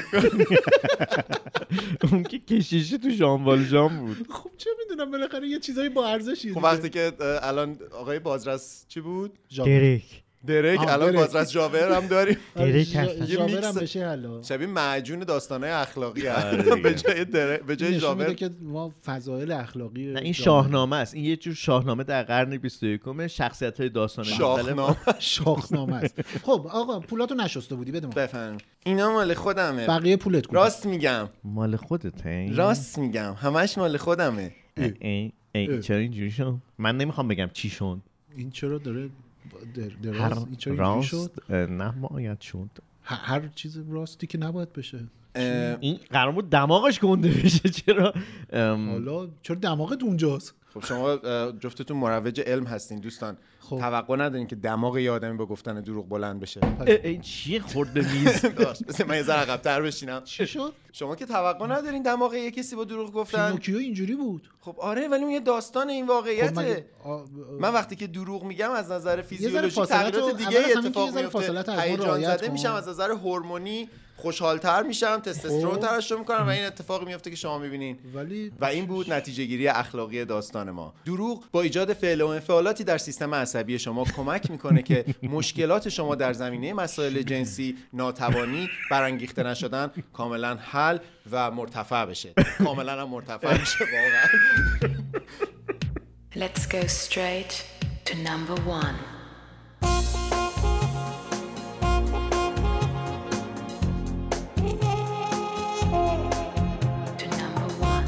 [SPEAKER 4] اون که کشیشی تو جانبال جان بود
[SPEAKER 3] خب چه میدونم بالاخره یه چیزایی با ارزشی
[SPEAKER 5] خب وقتی که اه، الان آقای بازرس چی بود
[SPEAKER 11] دریک
[SPEAKER 5] درک
[SPEAKER 3] آه،
[SPEAKER 5] الان
[SPEAKER 3] درک.
[SPEAKER 5] بازرس جاور هم داریم
[SPEAKER 11] دیره
[SPEAKER 3] کردن
[SPEAKER 11] کردن.
[SPEAKER 5] یه میکس-
[SPEAKER 3] هم آره، بشه حالا
[SPEAKER 5] شبیه معجون داستانه اخلاقی
[SPEAKER 4] آره
[SPEAKER 5] هم
[SPEAKER 4] دیگه.
[SPEAKER 5] به جای دره- به جای
[SPEAKER 3] نشون میده
[SPEAKER 5] جاور
[SPEAKER 3] که ما فضایل اخلاقی
[SPEAKER 4] نه
[SPEAKER 3] جامعه-
[SPEAKER 4] این شاهنامه است این یه جور شاهنامه در قرن 21 شخصیت های داستان مختلف
[SPEAKER 5] شاخنا
[SPEAKER 3] شاخنامه است خب آقا پولاتو نشسته بودی بده ما
[SPEAKER 5] بفهم اینا مال خودمه
[SPEAKER 3] بقیه پولت کن
[SPEAKER 5] بله. راست میگم
[SPEAKER 4] مال خودته
[SPEAKER 5] راست میگم همش مال خودمه
[SPEAKER 4] ای, ای,
[SPEAKER 3] اه.
[SPEAKER 4] ای چرا اینجوری شد من نمیخوام بگم چی شد
[SPEAKER 3] این چرا داره در
[SPEAKER 4] هر
[SPEAKER 3] دراز این چرا اینجوری شد
[SPEAKER 4] راست اه، نباید شد
[SPEAKER 3] ه- هر چیز راستی که نباید بشه
[SPEAKER 5] اه،
[SPEAKER 4] این قرار بود دماغش گنده بشه چرا ام،
[SPEAKER 3] حالا چرا دماغت اونجاست
[SPEAKER 5] خب شما اه، جفتتون مروج علم هستین دوستان
[SPEAKER 3] خب.
[SPEAKER 5] توقع ندارین که دماغ یه آدمی با گفتن دروغ بلند بشه
[SPEAKER 4] اه، اه، این چیه خورد به میز
[SPEAKER 5] داشت بس من یه ذره عقب‌تر بشینم
[SPEAKER 3] چی شد
[SPEAKER 5] شما که توقع ندارین دماغ یه کسی با دروغ گفتن
[SPEAKER 3] پینوکیو اینجوری بود
[SPEAKER 5] خب آره ولی اون یه داستان این
[SPEAKER 3] خب
[SPEAKER 5] واقعیته
[SPEAKER 3] مگه- آ- آ-
[SPEAKER 5] من وقتی که دروغ میگم از نظر فیزیولوژی
[SPEAKER 3] فاصلت
[SPEAKER 5] تغییرات
[SPEAKER 3] رو-
[SPEAKER 5] دیگه
[SPEAKER 3] اول از همه که یه
[SPEAKER 5] اتفاق
[SPEAKER 3] ذره فاصلت
[SPEAKER 5] میفته
[SPEAKER 3] رو از ما
[SPEAKER 5] هیجان
[SPEAKER 3] رعایت
[SPEAKER 5] زده
[SPEAKER 3] کن.
[SPEAKER 5] میشم از نظر هورمونی خوشحالتر میشم تستوسترون
[SPEAKER 3] خب.
[SPEAKER 5] ترشح میکنم و این اتفاقی میفته که شما میبینین
[SPEAKER 3] ولی
[SPEAKER 5] و این بود نتیجه گیری اخلاقی داستان ما دروغ با ایجاد فعل و انفعالاتی در سیستم عصبی شما کمک میکنه که مشکلات شما در زمینه مسائل جنسی ناتوانی برانگیخته نشدن کاملا حل و مرتفع بشه کاملا هم مرتفع میشه واقعا
[SPEAKER 7] Let's go straight to number one. To number one.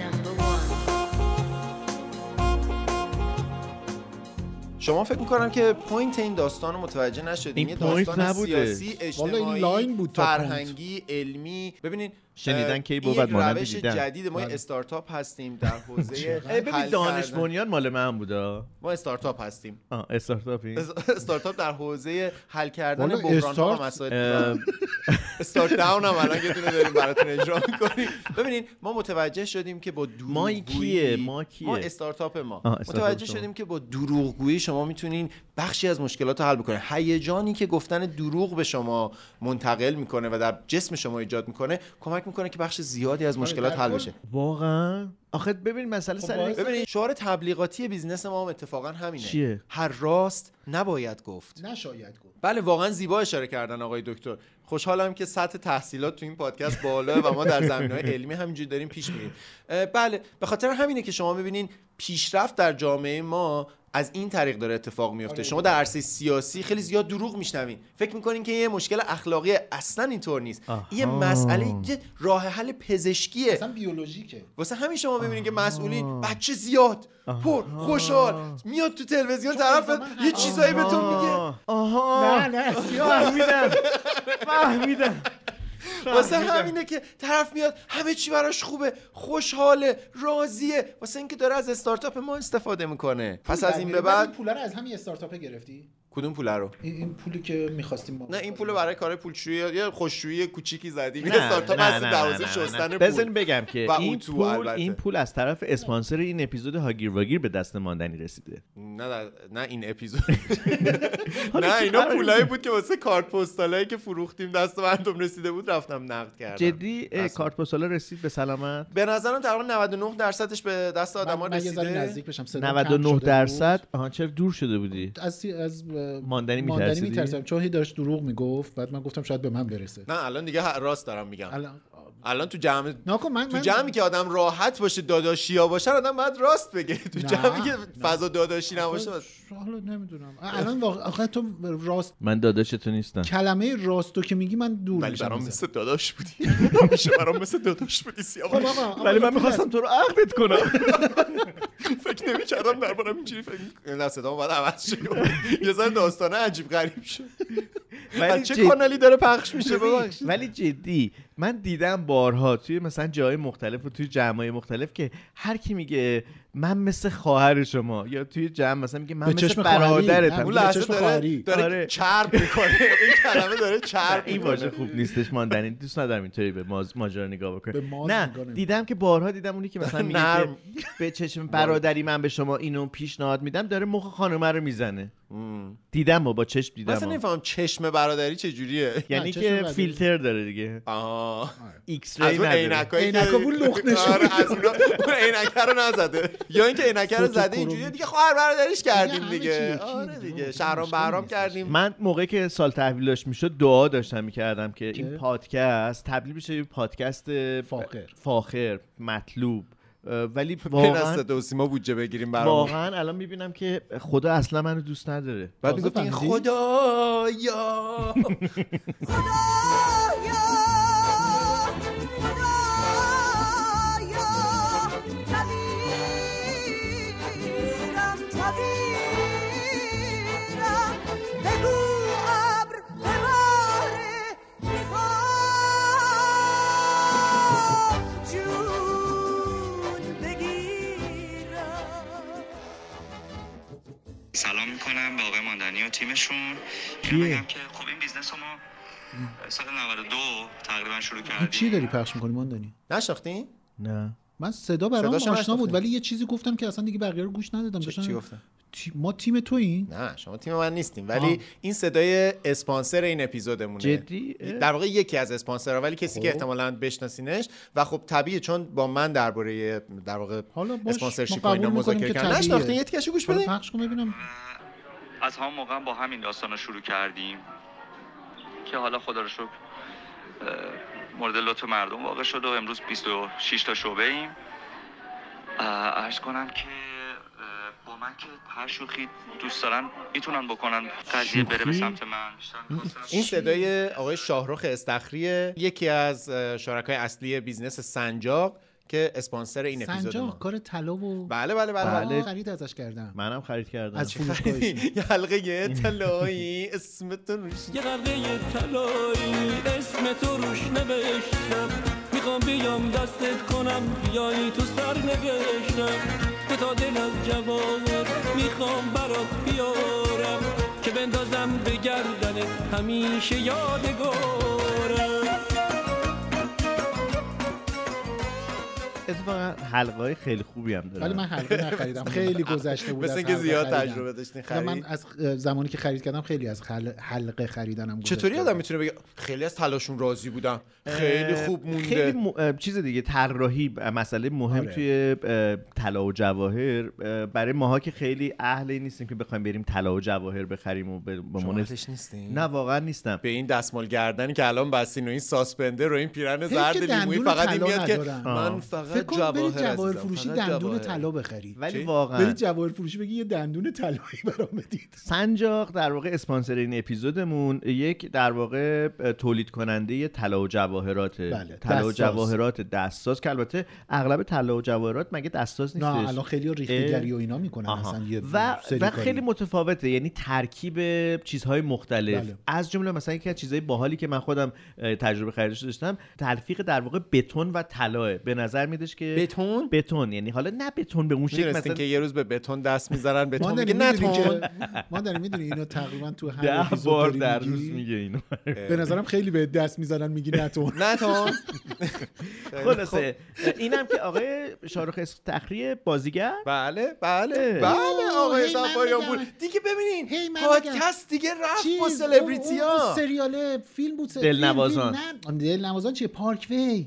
[SPEAKER 7] Number one.
[SPEAKER 5] شما فکر میکنم که پوینت این داستان رو متوجه نشدیم
[SPEAKER 4] این
[SPEAKER 5] یه
[SPEAKER 4] پوینت
[SPEAKER 5] داستان
[SPEAKER 4] نبوده.
[SPEAKER 5] سیاسی
[SPEAKER 3] والا این
[SPEAKER 5] اجتماعی
[SPEAKER 3] لاین بود تا
[SPEAKER 5] فرهنگی علمی ببینین
[SPEAKER 4] شنیدن
[SPEAKER 5] اه،
[SPEAKER 4] کی
[SPEAKER 5] این
[SPEAKER 4] بود
[SPEAKER 5] یک
[SPEAKER 4] مانند
[SPEAKER 5] روش
[SPEAKER 4] دیدن.
[SPEAKER 5] جدید ما یه
[SPEAKER 3] بله.
[SPEAKER 5] استارتاپ هستیم در حوزه
[SPEAKER 4] اه، ببین
[SPEAKER 5] حل
[SPEAKER 4] دانش
[SPEAKER 5] کردن.
[SPEAKER 4] بنیان مال من بودا
[SPEAKER 5] ما استارتاپ هستیم
[SPEAKER 4] آه استارتاپی
[SPEAKER 5] اس- استارتاپ در حوزه حل کردن
[SPEAKER 3] والا
[SPEAKER 5] بحران ها
[SPEAKER 3] استارت-
[SPEAKER 5] و مسائل
[SPEAKER 4] اه،
[SPEAKER 5] استارت داون هم الان یه دونه داریم براتون اجرا می‌کنیم ببینین ما متوجه شدیم که با دروغ
[SPEAKER 4] ما کیه؟ ما کیه؟
[SPEAKER 5] ما استارتاپ ما
[SPEAKER 4] آه، استارتاپ
[SPEAKER 5] متوجه
[SPEAKER 4] شما.
[SPEAKER 5] شدیم که با دروغگویی شما میتونین بخشی از مشکلات رو حل بکنین هیجانی که گفتن دروغ به شما منتقل میکنه و در جسم شما ایجاد میکنه کمک میکنه که بخش زیادی
[SPEAKER 4] آره،
[SPEAKER 5] از مشکلات
[SPEAKER 3] در
[SPEAKER 5] حل
[SPEAKER 3] کل-
[SPEAKER 5] بشه
[SPEAKER 4] واقعا آخه ببین مسئله سر
[SPEAKER 3] خب باعث-
[SPEAKER 4] نیست.
[SPEAKER 5] ببینید شعار تبلیغاتی بیزنس ما هم اتفاقا همینه
[SPEAKER 4] چیه؟
[SPEAKER 5] هر راست نباید گفت
[SPEAKER 3] نشاید گفت
[SPEAKER 5] بله واقعا زیبا اشاره کردن آقای دکتر خوشحالم که سطح تحصیلات تو این پادکست بالا و ما در زمینه علمی همینجوری داریم پیش میریم اه، بله به خاطر همینه که شما میبینین پیشرفت در جامعه ما از این طریق داره اتفاق میفته شما در عرصه سیاسی خیلی زیاد دروغ میشنوین فکر میکنین که یه مشکل اخلاقی اصلا اینطور نیست
[SPEAKER 4] آها.
[SPEAKER 5] یه مسئله که راه حل پزشکیه
[SPEAKER 3] اصلا بیولوژیکه
[SPEAKER 5] واسه همین شما میبینین که مسئولین بچه زیاد پر خوشحال میاد تو تلویزیون طرف یه چیزایی بهتون میگه
[SPEAKER 4] آها آها.
[SPEAKER 3] نه، نه.
[SPEAKER 4] فهمیدم فهمیدم
[SPEAKER 5] واسه همینه که طرف میاد همه چی براش خوبه خوشحاله راضیه واسه اینکه داره از استارتاپ ما استفاده میکنه
[SPEAKER 4] خب،
[SPEAKER 5] پس از این به بعد
[SPEAKER 3] پول رو از همین استارتاپ گرفتی
[SPEAKER 5] کدوم پول رو
[SPEAKER 3] این این پولی که میخواستیم ما
[SPEAKER 5] نه این پول رو برای کار پولشویی یه خوششویی کوچیکی زدی
[SPEAKER 4] نه،
[SPEAKER 5] این استارتاپ
[SPEAKER 4] نه،
[SPEAKER 5] هست
[SPEAKER 4] نه،
[SPEAKER 5] دوازه
[SPEAKER 4] نه، نه،
[SPEAKER 5] شستن
[SPEAKER 4] نه.
[SPEAKER 5] پول
[SPEAKER 4] بزن بگم که
[SPEAKER 5] و
[SPEAKER 4] این
[SPEAKER 5] اتو
[SPEAKER 4] پول
[SPEAKER 5] البته.
[SPEAKER 4] این پول از طرف اسپانسر این اپیزود هاگیر واگیر به دست ماندنی رسیده
[SPEAKER 5] نه در- نه این اپیزود نه
[SPEAKER 4] حالا چی
[SPEAKER 5] اینا
[SPEAKER 4] قراره؟
[SPEAKER 5] پولایی بود که واسه کارت پستالایی که فروختیم دست مردم رسیده بود رفتم نقد کردم
[SPEAKER 4] جدی اه،
[SPEAKER 5] اصلا.
[SPEAKER 4] کارت پستالا رسید به سلامت
[SPEAKER 5] به نظرم تقریبا 99 درصدش به دست آدما
[SPEAKER 3] من, من یه ذره
[SPEAKER 5] رسیده
[SPEAKER 3] نزدیک بشم صدا کم
[SPEAKER 4] 99
[SPEAKER 3] شده
[SPEAKER 4] درصد آها چرا دور شده بودی
[SPEAKER 3] بود. از از اه،
[SPEAKER 4] ماندنی
[SPEAKER 3] ماندنی
[SPEAKER 4] می‌ترسیدی؟
[SPEAKER 3] میترسم چون هی داشت دروغ میگفت بعد من گفتم شاید به من برسه
[SPEAKER 5] نه الان دیگه هر- راست دارم میگم
[SPEAKER 3] الان
[SPEAKER 5] الان تو جمع
[SPEAKER 3] ناکن من
[SPEAKER 5] تو
[SPEAKER 3] من-
[SPEAKER 5] جمعی که آدم راحت باشه داداشیا باشن آدم باید راست بگه تو
[SPEAKER 3] نه،
[SPEAKER 5] جمعی که
[SPEAKER 3] نه.
[SPEAKER 5] فضا داداشی نباشه باید-
[SPEAKER 3] حالا نمیدونم الان واقعا آخه تو راست
[SPEAKER 4] من داداش تو نیستم
[SPEAKER 3] کلمه راستو که میگی من دور
[SPEAKER 5] ولی
[SPEAKER 3] میشم
[SPEAKER 5] برام
[SPEAKER 3] ازت.
[SPEAKER 5] مثل داداش بودی میشه برام مثل داداش بودی
[SPEAKER 3] خب
[SPEAKER 5] سیاوش
[SPEAKER 3] آقا، آقا،
[SPEAKER 4] ولی
[SPEAKER 3] یه
[SPEAKER 4] من
[SPEAKER 3] پول
[SPEAKER 4] میخواستم تو رو عقدت کنم
[SPEAKER 5] فکر نمی‌کردم دربارم اینجوری فکر می‌کنم. نه صدام باید عوض شد یه ذره داستانه عجیب غریب شد
[SPEAKER 4] ولی
[SPEAKER 5] از چه
[SPEAKER 4] جدی-
[SPEAKER 5] کانالی داره پخش میشه ببخشید
[SPEAKER 4] ولی جدی من دیدم بارها توی مثلا جای مختلف و توی جمعای مختلف که هر کی میگه من مثل خواهر شما یا توی جمع مثلا میگه من
[SPEAKER 3] به
[SPEAKER 4] مثل
[SPEAKER 3] چشم خواهری. نه،
[SPEAKER 4] برادرتم
[SPEAKER 5] اون
[SPEAKER 3] یه
[SPEAKER 5] لحظه
[SPEAKER 3] چشم
[SPEAKER 5] داره,
[SPEAKER 3] خواهری.
[SPEAKER 5] داره
[SPEAKER 4] آره.
[SPEAKER 5] چرب میکنه این کلمه داره چرب
[SPEAKER 4] این
[SPEAKER 5] میکنه
[SPEAKER 4] واژه خوب نیستش ماندنی دوست ندارم اینطوری به ماز- ماجرا نگاه بکنه
[SPEAKER 3] به ماز
[SPEAKER 4] نه
[SPEAKER 3] نگاه نمی-
[SPEAKER 4] دیدم که بارها دیدم اونی که مثلا میگه که
[SPEAKER 5] نرم.
[SPEAKER 4] به چشم برادری من به شما اینو پیشنهاد میدم داره مخ خانمه رو میزنه دیدم و با چشم دیدم
[SPEAKER 5] مثلا
[SPEAKER 4] ها.
[SPEAKER 5] نفهم چشم برادری چجوریه
[SPEAKER 4] یعنی
[SPEAKER 3] نه، چشم
[SPEAKER 4] که
[SPEAKER 3] بعدی.
[SPEAKER 4] فیلتر داره دیگه
[SPEAKER 5] آه
[SPEAKER 4] ایکس
[SPEAKER 5] از
[SPEAKER 4] ری
[SPEAKER 5] اون
[SPEAKER 4] نداره
[SPEAKER 5] عینکایی که-
[SPEAKER 3] عینکا بود لخت نشون
[SPEAKER 5] آره، از اونا- اون عینکه رو نزده یا اینکه عینکه رو زده اینجوریه دیگه خواهر برادریش کردیم
[SPEAKER 3] همه چی
[SPEAKER 5] دیگه
[SPEAKER 3] یکی
[SPEAKER 5] آره
[SPEAKER 3] دیگه.
[SPEAKER 5] دیگه
[SPEAKER 3] آه،
[SPEAKER 5] شهرام
[SPEAKER 3] مشکل
[SPEAKER 5] بهرام
[SPEAKER 3] نیستش.
[SPEAKER 5] کردیم
[SPEAKER 4] من موقعی که سال تحویلش میشد دعا داشتم میکردم که این پادکست تبدیل بشه به پادکست
[SPEAKER 3] فاخر.
[SPEAKER 4] فاخر مطلوب اه، ولی
[SPEAKER 5] پین
[SPEAKER 4] واقعا
[SPEAKER 5] از صدا و سیما بودجه بگیریم برامون
[SPEAKER 4] واقعا الان میبینم که خدا اصلا منو دوست نداره
[SPEAKER 5] بعد میگفتیم
[SPEAKER 3] فهمیدی؟
[SPEAKER 5] خدایا
[SPEAKER 7] خدایا خدایا کبیرم کبیرم بگو ابر بباره میخوام جون بگیرم
[SPEAKER 11] سلام میکنم به آقای ماندنی و تیمشون اینو بگم که خب این بیزنس رو ما سال 92 تقریبا شروع
[SPEAKER 3] این
[SPEAKER 11] کردیم
[SPEAKER 3] چی داری پخش میکنی ماندنی
[SPEAKER 5] نشناختین
[SPEAKER 4] نه
[SPEAKER 3] من صدا برام
[SPEAKER 5] صداشو
[SPEAKER 3] آشنا بود
[SPEAKER 5] نشناختم.
[SPEAKER 3] ولی یه چیزی گفتم که اصلا دیگه بقیه رو گوش ندادم
[SPEAKER 5] چی-
[SPEAKER 3] داشتم
[SPEAKER 5] چی گفتم
[SPEAKER 3] تی- ما تیم تو این
[SPEAKER 5] نه شما تیم من نیستیم ولی این صدای اسپانسر این اپیزودمونه
[SPEAKER 4] جدی؟ اه.
[SPEAKER 5] در واقع یکی از اسپانسرها ولی کسی
[SPEAKER 3] خب.
[SPEAKER 5] که احتمالاً بشناسینش و خب طبیعه چون با من درباره در واقع
[SPEAKER 3] حالا باش،
[SPEAKER 5] اسپانسرشیپ و
[SPEAKER 3] ما قبول
[SPEAKER 5] اینا
[SPEAKER 3] می‌کنیم
[SPEAKER 5] مذاکره
[SPEAKER 3] که
[SPEAKER 5] کردن
[SPEAKER 3] طبیعیه.
[SPEAKER 5] نشناختین یه تیکش گوش
[SPEAKER 3] حالا
[SPEAKER 5] بدین
[SPEAKER 3] پخش کن ببینم
[SPEAKER 11] از همون موقع با همین داستان رو شروع کردیم که حالا خدا رو شکر اه، مورد لطف مردم واقع شد و امروز 26 تا شعبه ایم اه، عرض کنم که اه، با من که هر شوخی دوست دارن میتونن بکنن قضیه بره به سمت من بیشتر می‌خواستم-
[SPEAKER 5] این صدای آقای شاهرخ استخریه یکی از اه، شرکای اصلی بیزنس سنجاق که اسپانسر این اپیزود
[SPEAKER 3] سنجاق
[SPEAKER 5] ما
[SPEAKER 3] کار طلا و
[SPEAKER 5] بله بله بله, بله.
[SPEAKER 3] آه، خرید ازش کردم
[SPEAKER 4] منم خرید کردم
[SPEAKER 3] از فروشگاهش
[SPEAKER 5] یه حلقه طلایی اسمتون روش
[SPEAKER 9] یه قلقه تلایی اسم تو روش نوشتم میخوام بیام دستت کنم بیای تو سر نوشتم تو تا دل از جواب میخوام برات بیارم که بندازم به گردنت همیشه یادگارم
[SPEAKER 4] اتفاقا حلقه های خیلی خوبی هم داره
[SPEAKER 3] ولی من حلقه نخریدم خیلی گذشته بود
[SPEAKER 5] مثل
[SPEAKER 3] از
[SPEAKER 5] اینکه
[SPEAKER 3] حلقه
[SPEAKER 5] زیاد
[SPEAKER 3] خریدن.
[SPEAKER 5] تجربه داشتین
[SPEAKER 3] نه، من
[SPEAKER 5] خرید.
[SPEAKER 3] از اه، زمانی که خرید کردم خیلی از خل- حلقه خریدنم گذشته
[SPEAKER 5] چطوری
[SPEAKER 3] بود.
[SPEAKER 5] آدم میتونه بگه خیلی از تلاشون راضی بودم خیلی خوب مونده
[SPEAKER 4] خیلی م... اه، چیز دیگه طراحی ب- مسئله مهم
[SPEAKER 3] آره.
[SPEAKER 4] توی اه، طلا و جواهر اه، برای ماها که خیلی اهل این نیستیم که بخوایم بریم طلا و جواهر بخریم و به به عنوان-
[SPEAKER 5] نیستین
[SPEAKER 4] نه واقعا نیستم
[SPEAKER 5] به این دستمال گردنی که الان بستین و این ساسپنده رو این پیرن
[SPEAKER 3] که
[SPEAKER 5] زرد لیمویی
[SPEAKER 3] دندون
[SPEAKER 5] فقط این
[SPEAKER 3] طلا
[SPEAKER 5] میاد که
[SPEAKER 3] ندارن.
[SPEAKER 5] من
[SPEAKER 4] آه.
[SPEAKER 3] فکر
[SPEAKER 5] فقط
[SPEAKER 3] کن
[SPEAKER 5] جواهر
[SPEAKER 3] بری جواهر
[SPEAKER 5] عزیزم،
[SPEAKER 3] فروشی
[SPEAKER 5] فقط
[SPEAKER 3] دندون
[SPEAKER 5] جواهر.
[SPEAKER 3] طلا بخری
[SPEAKER 4] ولی
[SPEAKER 5] چی؟
[SPEAKER 4] واقعا
[SPEAKER 3] بری جواهر فروشی بگی یه دندون طلایی برام بدید
[SPEAKER 4] سنجاق در واقع اسپانسر این اپیزودمون یک در واقع تولید کننده طلا و جواهرات
[SPEAKER 3] بله،
[SPEAKER 4] طلا و
[SPEAKER 3] دستساز.
[SPEAKER 4] جواهرات دستساز که البته اغلب طلا و جواهرات مگه دستساز نیستش
[SPEAKER 3] نه الان خیلی ریختگری و
[SPEAKER 4] اه.
[SPEAKER 3] اینا میکنن
[SPEAKER 4] آها.
[SPEAKER 3] اصلا یه
[SPEAKER 4] و,
[SPEAKER 3] سری
[SPEAKER 4] و
[SPEAKER 3] کاری.
[SPEAKER 4] خیلی متفاوته یعنی ترکیب چیزهای مختلف
[SPEAKER 3] بله.
[SPEAKER 4] از جمله مثلا یکی از چیزهای باحالی که من خودم اه، تجربه خریدش داشتم تلفیق در واقع بتون و طلاه به نظر میدش که
[SPEAKER 5] بتون
[SPEAKER 4] بتون یعنی حالا نه بتون به اون شکل
[SPEAKER 5] میدونستین
[SPEAKER 4] مثلا
[SPEAKER 5] که یه روز به بتون دست میذارن
[SPEAKER 3] ما
[SPEAKER 5] بتون میگه
[SPEAKER 3] داریم
[SPEAKER 5] نه
[SPEAKER 3] میدونی
[SPEAKER 5] تون
[SPEAKER 3] که ما داریم میدونی اینو تقریبا تو هر
[SPEAKER 4] ده
[SPEAKER 3] اپیزود
[SPEAKER 4] بار
[SPEAKER 3] داری
[SPEAKER 4] در
[SPEAKER 3] میگی.
[SPEAKER 4] روز میگه اینو
[SPEAKER 3] به نظرم خیلی به دست میزنن میگی نه تو
[SPEAKER 5] نه تون
[SPEAKER 4] خلاصه خب. اینم که آقای شارخ تخریه بازیگر
[SPEAKER 5] بله بله
[SPEAKER 4] اه.
[SPEAKER 5] بله آقای
[SPEAKER 3] هی من
[SPEAKER 5] صفاریان
[SPEAKER 3] بگم.
[SPEAKER 5] بود دیگه
[SPEAKER 3] هی
[SPEAKER 5] ببینین
[SPEAKER 3] من
[SPEAKER 5] پادکست دیگه رفت با سلبریتی ها
[SPEAKER 3] سریال فیلم بود
[SPEAKER 4] دلنوازان.
[SPEAKER 3] فیلم، فیلم، نه دلنوازان چیه پارک وی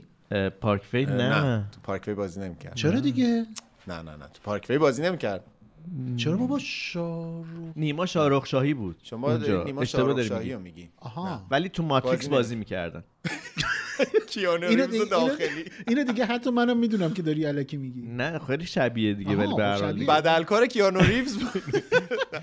[SPEAKER 4] پارک فی نه
[SPEAKER 5] تو پارکوی بازی نمیکرد
[SPEAKER 3] چرا دیگه
[SPEAKER 5] نه نه نه تو پارکوی بازی نمیکرد
[SPEAKER 3] چرا بابا شارو
[SPEAKER 4] نیما شارخ شاهی بود
[SPEAKER 5] شما
[SPEAKER 4] اونجا.
[SPEAKER 5] نیما
[SPEAKER 4] اشتباه
[SPEAKER 5] شاهرخ
[SPEAKER 4] داری
[SPEAKER 5] شاهی
[SPEAKER 4] میگی.
[SPEAKER 5] رو میگی
[SPEAKER 3] آها
[SPEAKER 4] ولی تو
[SPEAKER 5] بازی
[SPEAKER 4] ماتریکس
[SPEAKER 5] نمی-
[SPEAKER 4] بازی میکردن
[SPEAKER 5] کیانو
[SPEAKER 3] اینو
[SPEAKER 5] ریوز
[SPEAKER 3] دیگه-
[SPEAKER 5] داخلی
[SPEAKER 3] اینو دیگه حتی منم میدونم که داری علکی میگی
[SPEAKER 4] نه خیلی شبیه دیگه
[SPEAKER 3] آها،
[SPEAKER 4] ولی به هر
[SPEAKER 3] خب
[SPEAKER 4] حال
[SPEAKER 3] شبیه.
[SPEAKER 4] دیگه.
[SPEAKER 5] بدلکار کیانو ریوز بود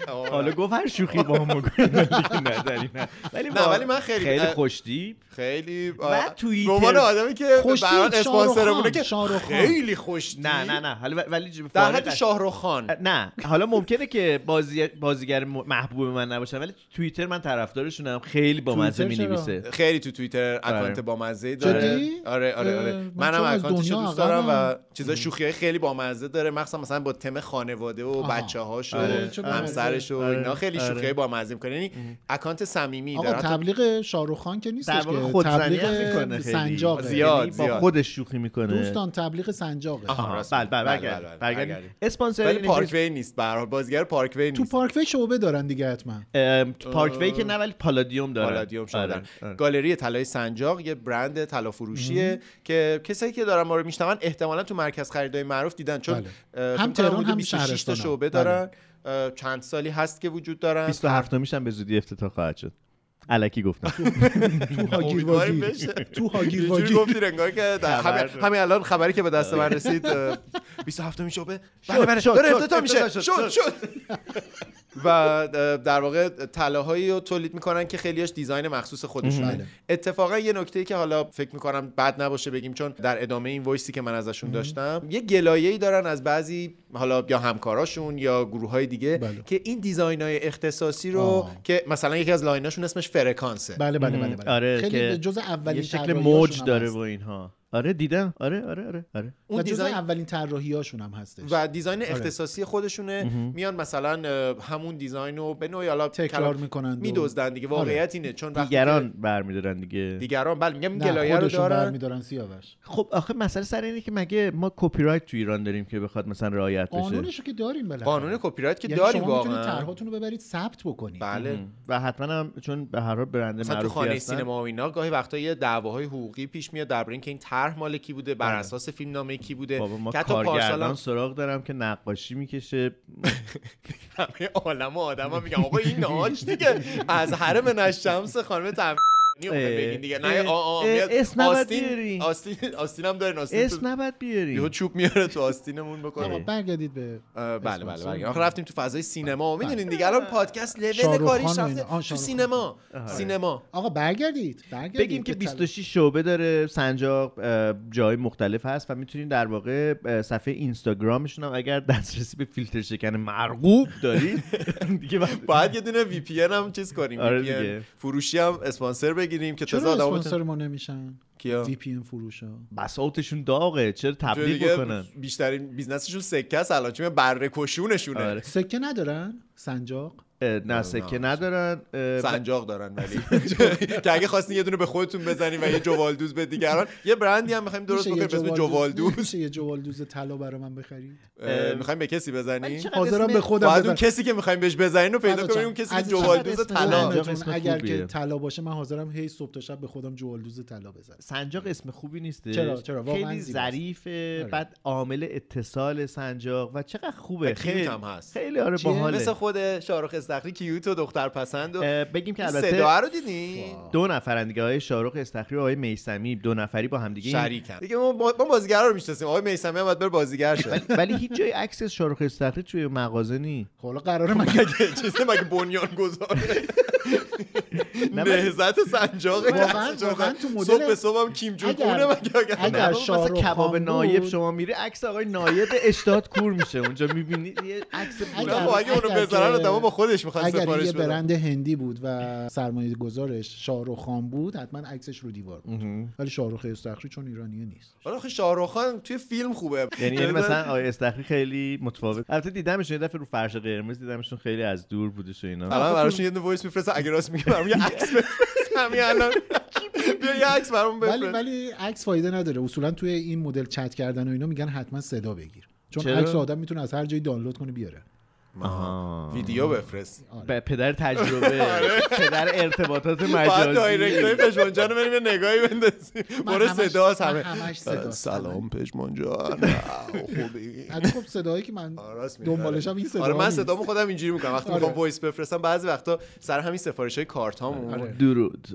[SPEAKER 4] حالا گفت هر شوخی با هم بکنیم نداری نه ولی
[SPEAKER 5] نه،
[SPEAKER 4] با-
[SPEAKER 5] ولی من خیلی-
[SPEAKER 4] خیلی
[SPEAKER 5] اه،
[SPEAKER 4] خوشتی
[SPEAKER 5] خیلی
[SPEAKER 4] و توییتر.
[SPEAKER 5] به عنوان آدمی که
[SPEAKER 3] خوشتیب،
[SPEAKER 5] بران اسپانسرمونه
[SPEAKER 3] شاهرخ
[SPEAKER 5] که
[SPEAKER 3] خان، شاهرخ خان.
[SPEAKER 5] خیلی خوش
[SPEAKER 4] نه نه نه حالا ولی ج-
[SPEAKER 5] در
[SPEAKER 4] فارغ
[SPEAKER 5] حد
[SPEAKER 4] از-
[SPEAKER 5] شاهرخ خان
[SPEAKER 4] نه حالا ممکنه که بازی بازیگر م- محبوب من نباشن ولی تو توییتر من طرفدارشونم خیلی با مزه
[SPEAKER 3] توییتر چرا؟
[SPEAKER 4] مینویسه
[SPEAKER 5] خیلی تو توییتر اکانت
[SPEAKER 4] آره.
[SPEAKER 5] با بامزه داره
[SPEAKER 3] جدی؟
[SPEAKER 5] آره آره
[SPEAKER 3] اه، من
[SPEAKER 5] آره منم
[SPEAKER 3] چون از
[SPEAKER 5] اکانتش رو
[SPEAKER 3] دنیا
[SPEAKER 5] دوست دارم و
[SPEAKER 3] عقبم.
[SPEAKER 5] چیزا شوخی خیلی بامزه داره مخصوصا مثلا با تم خانواده و
[SPEAKER 3] آها.
[SPEAKER 5] بچه‌هاش و
[SPEAKER 3] آره، چه بامزه.
[SPEAKER 5] همسرش و اینا خیلی
[SPEAKER 4] آره.
[SPEAKER 5] شوخی بامزه میکنه یعنی اکانت صمیمی
[SPEAKER 3] آقا
[SPEAKER 5] داره حتی
[SPEAKER 3] تبلیغ شاهرخ خان که نیستش
[SPEAKER 4] در واقع
[SPEAKER 3] که
[SPEAKER 4] خودزنی هم می‌کنه
[SPEAKER 3] تبلیغ
[SPEAKER 4] خیلی.
[SPEAKER 3] سنجاقه
[SPEAKER 5] زیاد
[SPEAKER 4] یعنی با
[SPEAKER 5] زیاد
[SPEAKER 4] خودش شوخی میکنه
[SPEAKER 3] دوستان تبلیغ سنجاقه
[SPEAKER 4] آها
[SPEAKER 5] راست
[SPEAKER 4] بله
[SPEAKER 5] میگی.
[SPEAKER 4] بله
[SPEAKER 5] بله، بله،
[SPEAKER 4] برگرد
[SPEAKER 5] بله،
[SPEAKER 4] برگرد
[SPEAKER 5] برگردیم.
[SPEAKER 4] اسپانسر
[SPEAKER 5] ولی
[SPEAKER 4] این اپیزود-
[SPEAKER 5] پارکوی نیست به هر حال بازیگر پارکوی
[SPEAKER 3] تو
[SPEAKER 5] نیست
[SPEAKER 3] پارکوی شعبه دارن دیگه حتما
[SPEAKER 4] ام، تو پارکوی که نه ولی پالادیوم داره
[SPEAKER 5] پالادیوم شدن
[SPEAKER 4] آره، آره.
[SPEAKER 5] گالری طلای سنجاق یه برند طلا فروشیه که کسایی که دارن ما رو میشنون احتمالا تو مرکز خریدای معروف دیدن چون
[SPEAKER 3] بله.
[SPEAKER 5] اه،
[SPEAKER 3] هم
[SPEAKER 5] فکر کنم
[SPEAKER 3] تهران،
[SPEAKER 5] حدود
[SPEAKER 3] هم بله.
[SPEAKER 5] 26 تا
[SPEAKER 3] شهرستان.
[SPEAKER 5] شعبه دارن اه، چند سالی هست که وجود دارن
[SPEAKER 4] 27 میشم به زودی افتتاح خواهد شد الکی گفتم
[SPEAKER 3] تو هاگیر
[SPEAKER 5] امیدواریم
[SPEAKER 3] واگیر.
[SPEAKER 5] بشه.
[SPEAKER 3] تو هاگیر
[SPEAKER 5] یه جوری
[SPEAKER 3] واگیر
[SPEAKER 5] گفتین انگار که در
[SPEAKER 4] خبر
[SPEAKER 5] همین
[SPEAKER 4] شد.
[SPEAKER 5] همین الان خبری که به دست من رسید اه، 27 می شعبه بله بله
[SPEAKER 4] شد،
[SPEAKER 5] داره
[SPEAKER 4] شد،
[SPEAKER 5] افتتاح میشه
[SPEAKER 4] افتتاح شد،
[SPEAKER 5] شد شد و اه، در واقع طلاهایی رو تولید میکنن که خیلیاش دیزاین مخصوص خودشونه
[SPEAKER 3] بله.
[SPEAKER 5] اتفاقا یه نکته که حالا فکر میکنم بد نباشه بگیم چون در ادامه این وایسی که من ازشون داشتم یه گلایه ای دارن از بعضی حالا یا همکاراشون یا گروه های دیگه
[SPEAKER 3] بله.
[SPEAKER 5] که این دیزاین های اختصاصی رو
[SPEAKER 3] آه.
[SPEAKER 5] که مثلا یکی از لایناشون اسمش فرکانسه
[SPEAKER 3] بله بله بله بله
[SPEAKER 4] آره که
[SPEAKER 3] خیلی جز اولین
[SPEAKER 4] یه شکل
[SPEAKER 3] طراحی‌هاشون
[SPEAKER 4] موج
[SPEAKER 3] هم
[SPEAKER 4] داره
[SPEAKER 3] هست.
[SPEAKER 4] و اینها آره دیدم آره آره آره آره
[SPEAKER 5] اون
[SPEAKER 3] و جز
[SPEAKER 5] دیزاین
[SPEAKER 3] اولین طراحی‌هاشون هم هستش
[SPEAKER 5] و دیزاین
[SPEAKER 3] آره.
[SPEAKER 5] اختصاصی خودشونه میان مثلا اه، همون دیزاین رو به نوعی حالا
[SPEAKER 3] تکرار آره. میکنن
[SPEAKER 5] میدوزدن دیگه واقعیت اینه چون وقتی
[SPEAKER 4] دیگران
[SPEAKER 5] که-
[SPEAKER 4] برمیدارن دیگه
[SPEAKER 5] دیگران بله میگم این
[SPEAKER 3] نه
[SPEAKER 5] گلایه رو
[SPEAKER 3] خودشون
[SPEAKER 5] دارن
[SPEAKER 3] برمیدارن سیاوش
[SPEAKER 4] خب آخه مسئله سر اینه که مگه ما کپی رایت تو ایران داریم که بخواد مثلا رعایت بشه
[SPEAKER 3] قانونشو که داریم بالاخره
[SPEAKER 5] قانون کپی رایت که
[SPEAKER 3] یعنی
[SPEAKER 5] داریم
[SPEAKER 3] شما میتونید
[SPEAKER 5] واقعا
[SPEAKER 3] طرحاتون رو ببرید ثبت بکنید
[SPEAKER 5] بله
[SPEAKER 4] و حتما هم چون به هر حال برند
[SPEAKER 5] مثلا تو
[SPEAKER 4] معروفی
[SPEAKER 5] خانه
[SPEAKER 4] هستن
[SPEAKER 5] سینما و اینا گاهی وقتا یه دعواهای حقوقی پیش میاد در این که این طرح مال کی بوده بر اساس فیلم نامه کی بوده
[SPEAKER 4] بله. بابا ما
[SPEAKER 5] که حتی پارسال
[SPEAKER 4] کارگردان
[SPEAKER 5] هم
[SPEAKER 4] سراغ دارم که نقاشی میکشه
[SPEAKER 5] همه عالم و آدم هم میگن آقا این ناج دیگه از حرم نشمس خانم تم بگین دیگه نه
[SPEAKER 4] اه،
[SPEAKER 5] آ آ
[SPEAKER 4] اه،
[SPEAKER 5] میاد
[SPEAKER 4] اسم نباید بیاری.
[SPEAKER 5] آستین آستین آستین هم دارین آستین تو-
[SPEAKER 4] اسم نباید
[SPEAKER 5] یهو
[SPEAKER 4] بیاری
[SPEAKER 5] چوب میاره تو آستینمون
[SPEAKER 3] آقا
[SPEAKER 5] بکنه
[SPEAKER 3] برگردید به
[SPEAKER 5] اه، بله بله
[SPEAKER 3] اسپانسر.
[SPEAKER 5] بله آخه رفتیم تو فضای سینما
[SPEAKER 4] بله،
[SPEAKER 5] و میدونین دیگه الان پادکست لول
[SPEAKER 3] شاهرخ خان
[SPEAKER 5] کاریش
[SPEAKER 3] و
[SPEAKER 5] رفته
[SPEAKER 3] اینا. آه،
[SPEAKER 5] تو
[SPEAKER 3] شاهرخ خان.
[SPEAKER 5] سینما
[SPEAKER 4] آره.
[SPEAKER 5] سینما
[SPEAKER 3] آقا برگردید برگردید
[SPEAKER 4] بگیم که
[SPEAKER 3] به
[SPEAKER 4] 26 شعبه داره سنجاق اه، جای مختلف هست و میتونین در واقع اه، صفحه اینستاگرامشون هم اگر دسترسی به فیلتر شکن مرغوب دارید دیگه بعد-
[SPEAKER 5] باید یه دونه وی پی هم چیز کنیم
[SPEAKER 4] آره
[SPEAKER 5] VPN.
[SPEAKER 4] دیگه.
[SPEAKER 5] فروشی هم اسپانسر بگیریم که
[SPEAKER 3] طلا.
[SPEAKER 5] تازه
[SPEAKER 3] چرا
[SPEAKER 5] آدم‌ها
[SPEAKER 3] اسپانسر ما نمیشن
[SPEAKER 5] کیا؟
[SPEAKER 3] وی پی ان فروشا
[SPEAKER 4] بساطشون داغه چرا
[SPEAKER 5] چون
[SPEAKER 4] تبلیغ
[SPEAKER 5] دیگه
[SPEAKER 4] بکنن
[SPEAKER 5] بیشترین بیزنسشون سکه است الان چون بره کشونشونه
[SPEAKER 4] آره.
[SPEAKER 3] سکه ندارن سنجاق
[SPEAKER 4] اه، نه سکه ندارن اه،
[SPEAKER 5] سنجاق دارن ولی که اگه خواستین یه دونه به خودتون بزنین و یه جوالدوز به دیگران یه برندی هم میخوایم درست
[SPEAKER 3] میشه یه
[SPEAKER 5] بکنیم به اسم
[SPEAKER 3] جوالدوز
[SPEAKER 5] جوالدوز
[SPEAKER 3] میشه یه جوالدوز طلا برای من بخرید
[SPEAKER 5] میخوایم به کسی
[SPEAKER 4] ولی
[SPEAKER 5] بزنی
[SPEAKER 4] چقدر
[SPEAKER 3] حاضرم
[SPEAKER 4] اسم-
[SPEAKER 3] به خودم
[SPEAKER 5] باید اون
[SPEAKER 3] ببرم
[SPEAKER 5] کسی که میخوایم بهش بزنین رو پیدا
[SPEAKER 3] فضا
[SPEAKER 5] کنیم
[SPEAKER 3] جان،
[SPEAKER 5] اون کسی که
[SPEAKER 3] از چقدر
[SPEAKER 5] جوالدوز
[SPEAKER 3] اسم
[SPEAKER 5] طلا
[SPEAKER 4] سنجاق
[SPEAKER 3] برندتون
[SPEAKER 4] اسم
[SPEAKER 3] اگر
[SPEAKER 4] خوبیه.
[SPEAKER 3] که طلا باشه من حاضرم هی صبح تا شب به خودم جوالدوز طلا بزنم
[SPEAKER 4] سنجاق اسم خوبی نیست
[SPEAKER 3] چرا، چرا، واقعاً
[SPEAKER 4] خیلی
[SPEAKER 3] زیباست.
[SPEAKER 4] ظریفه
[SPEAKER 3] آره.
[SPEAKER 4] بعد عامل اتصال سنجاق و چقدر خوبه
[SPEAKER 5] و کیوت
[SPEAKER 4] خیلی
[SPEAKER 5] هم هست.
[SPEAKER 4] خیلی آره
[SPEAKER 3] چیه؟
[SPEAKER 4] باحاله
[SPEAKER 5] مثل خود شاهرخ استخری کیوت و دختر پسند و
[SPEAKER 4] اه، بگیم که
[SPEAKER 5] صدا
[SPEAKER 4] البته
[SPEAKER 5] رو دیدین
[SPEAKER 4] دو نفرن دیگه آقای شاهرخ استخری و آقای میسمی دو نفری با هم دیگه این-
[SPEAKER 5] شریکن دیگه ما با- ما بازیگرا رو میشناسیم آقای میسمی هم باید بره بازیگر شه
[SPEAKER 4] ولی هیچ جای عکس از شاهرخ استخری توی مغازه نی
[SPEAKER 3] خب، حالا قراره من که
[SPEAKER 5] چیزی مگه بنیان گذاره
[SPEAKER 4] نه، ولی-
[SPEAKER 5] نهزت سنجاق
[SPEAKER 3] واقعاً- واقعاً تو مدل-
[SPEAKER 5] صبح به صبح هم کیم جون
[SPEAKER 3] اگر-
[SPEAKER 5] اونه مگه اگر-
[SPEAKER 3] اگر-
[SPEAKER 5] نه.
[SPEAKER 4] نه، بابا،
[SPEAKER 3] شاهرخ
[SPEAKER 4] یعنی مثلا کباب
[SPEAKER 3] خان
[SPEAKER 4] نایب
[SPEAKER 3] بود.
[SPEAKER 4] شما میری عکس آقای نایب اشتاد کور میشه اونجا میبینی یه عکس
[SPEAKER 3] اگر-
[SPEAKER 5] نه، خب اگه اونو
[SPEAKER 3] اگر
[SPEAKER 5] بذارن
[SPEAKER 3] که-
[SPEAKER 5] آدم‌ها با خودش میخوان
[SPEAKER 3] اگر
[SPEAKER 5] سفارش
[SPEAKER 3] یه
[SPEAKER 5] بدن
[SPEAKER 3] برند هندی بود و سرمایه گذارش شاهرخ خان بود حتما عکسش رو دیوار بود ولی شاهرخ استخری چون ایرانیه نیست
[SPEAKER 5] آره آخه شاهرخ خان توی فیلم خوبه
[SPEAKER 4] یعنی یعنی مثلا آقای استخری خیلی متفاوت البته دیدمشون یه دفعه رو فرش قرمز دیدمشون خیلی از دور بودش و اینا
[SPEAKER 5] الان براشون یه دونه وایس میفرسته اگه راست میگه برام یه عکس بفرست همین الان بیا یه عکس برام
[SPEAKER 3] ولی
[SPEAKER 5] بفرست
[SPEAKER 3] ولی عکس فایده نداره اصولا توی این مدل چت کردن و اینا میگن حتما صدا بگیر چون
[SPEAKER 4] چرا؟
[SPEAKER 3] عکس آدم میتونه از هر جایی دانلود کنه بیاره
[SPEAKER 5] آها. ویدیو بفرست
[SPEAKER 4] ب- پدر تجربه پدر ارتباطات
[SPEAKER 5] بعد
[SPEAKER 4] مجازی
[SPEAKER 5] دایرکتای پشمانجان رو بریم یه نگاهی بندازیم
[SPEAKER 3] من
[SPEAKER 5] برو
[SPEAKER 3] همش-
[SPEAKER 5] صداست
[SPEAKER 3] من
[SPEAKER 5] همه
[SPEAKER 3] همش صداست.
[SPEAKER 5] سلام پشمانجان آه، خوبی
[SPEAKER 3] از خب صدایی که من
[SPEAKER 5] آره، راست میگی،
[SPEAKER 3] دنبالشم
[SPEAKER 5] آره.
[SPEAKER 3] این صدا
[SPEAKER 5] آره من صدامو خودم اینجوری میکنم وقتی
[SPEAKER 3] آره.
[SPEAKER 5] میخوام وایس بفرستم بعضی وقتا سر همین سفارش های کارت هامون
[SPEAKER 4] درود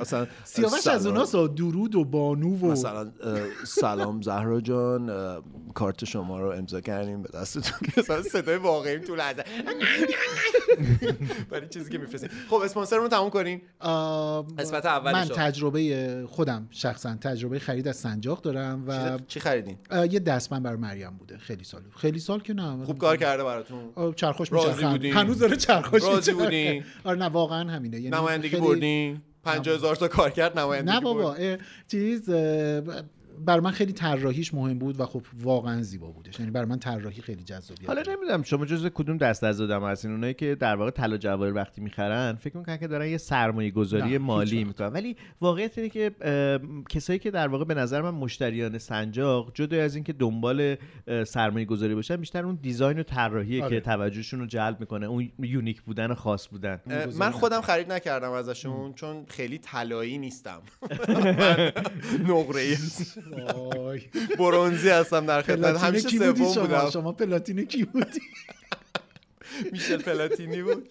[SPEAKER 5] مثلا
[SPEAKER 3] آره. سیاوش از
[SPEAKER 5] سلام.
[SPEAKER 3] اوناست ها، درود و بانو و
[SPEAKER 5] مثلا اه، سلام زهرا جان اه، کارت شما رو امضا کردیم به دستتون مثلا صدای واقعیم تو لحظه برای چیزی که میفرستیم خب اسپانسرمون تموم کنیم
[SPEAKER 3] آم،
[SPEAKER 5] قسمت اولش
[SPEAKER 3] من
[SPEAKER 5] رو.
[SPEAKER 3] تجربه خودم شخصا تجربه خرید از سنجاق دارم و
[SPEAKER 5] چی خریدین
[SPEAKER 3] آه، یه دستبند برای مریم بوده خیلی سال خیلی سال که نه خب،
[SPEAKER 5] خوب کار کرده براتون
[SPEAKER 3] آه، چرخوش
[SPEAKER 5] راضی
[SPEAKER 3] میچرخم
[SPEAKER 5] بودین؟
[SPEAKER 3] هنوز داره چرخوش
[SPEAKER 5] راضی
[SPEAKER 3] می‌چرخه.
[SPEAKER 5] بودین؟
[SPEAKER 3] آره نه واقعا همینه یعنی
[SPEAKER 5] نمایندگی
[SPEAKER 3] خیلی-
[SPEAKER 5] بردین 50000 تا کار کرد نماینده
[SPEAKER 3] نه بابا اه، چیز اه، ب- بر من خیلی طراحیش مهم بود و خب واقعا زیبا بودش یعنی بر من طراحی خیلی جذابیت
[SPEAKER 4] حالا نمیدونم شما جز کدوم دسته از آدم هستین اونایی که در واقع طلا جواهر وقتی میخرن فکر میکنن که دارن یه سرمایه
[SPEAKER 3] نه،
[SPEAKER 4] گذاری
[SPEAKER 3] هیچ
[SPEAKER 4] مالی
[SPEAKER 3] وقت.
[SPEAKER 4] میکنن ولی واقعیت اینه که ام، کسایی که در واقع به نظر من مشتریان سنجاق جدا از اینکه دنبال اه، سرمایه گذاری باشن بیشتر اون دیزاین و طراحیه
[SPEAKER 3] آره.
[SPEAKER 4] که توجهشون رو جلب میکنه اون یونیک بودن و خاص بودن
[SPEAKER 5] اه، من خودم خرید نکردم ازشون چون خیلی طلایی نیستم نقره ای
[SPEAKER 3] وای.
[SPEAKER 5] برونزی هستم در خدمت
[SPEAKER 3] پلاتین
[SPEAKER 5] همیشه
[SPEAKER 3] کی بودی
[SPEAKER 5] سوم
[SPEAKER 3] شما
[SPEAKER 5] بودم
[SPEAKER 3] شما پلاتین کی بودی
[SPEAKER 5] میشل پلاتینی بود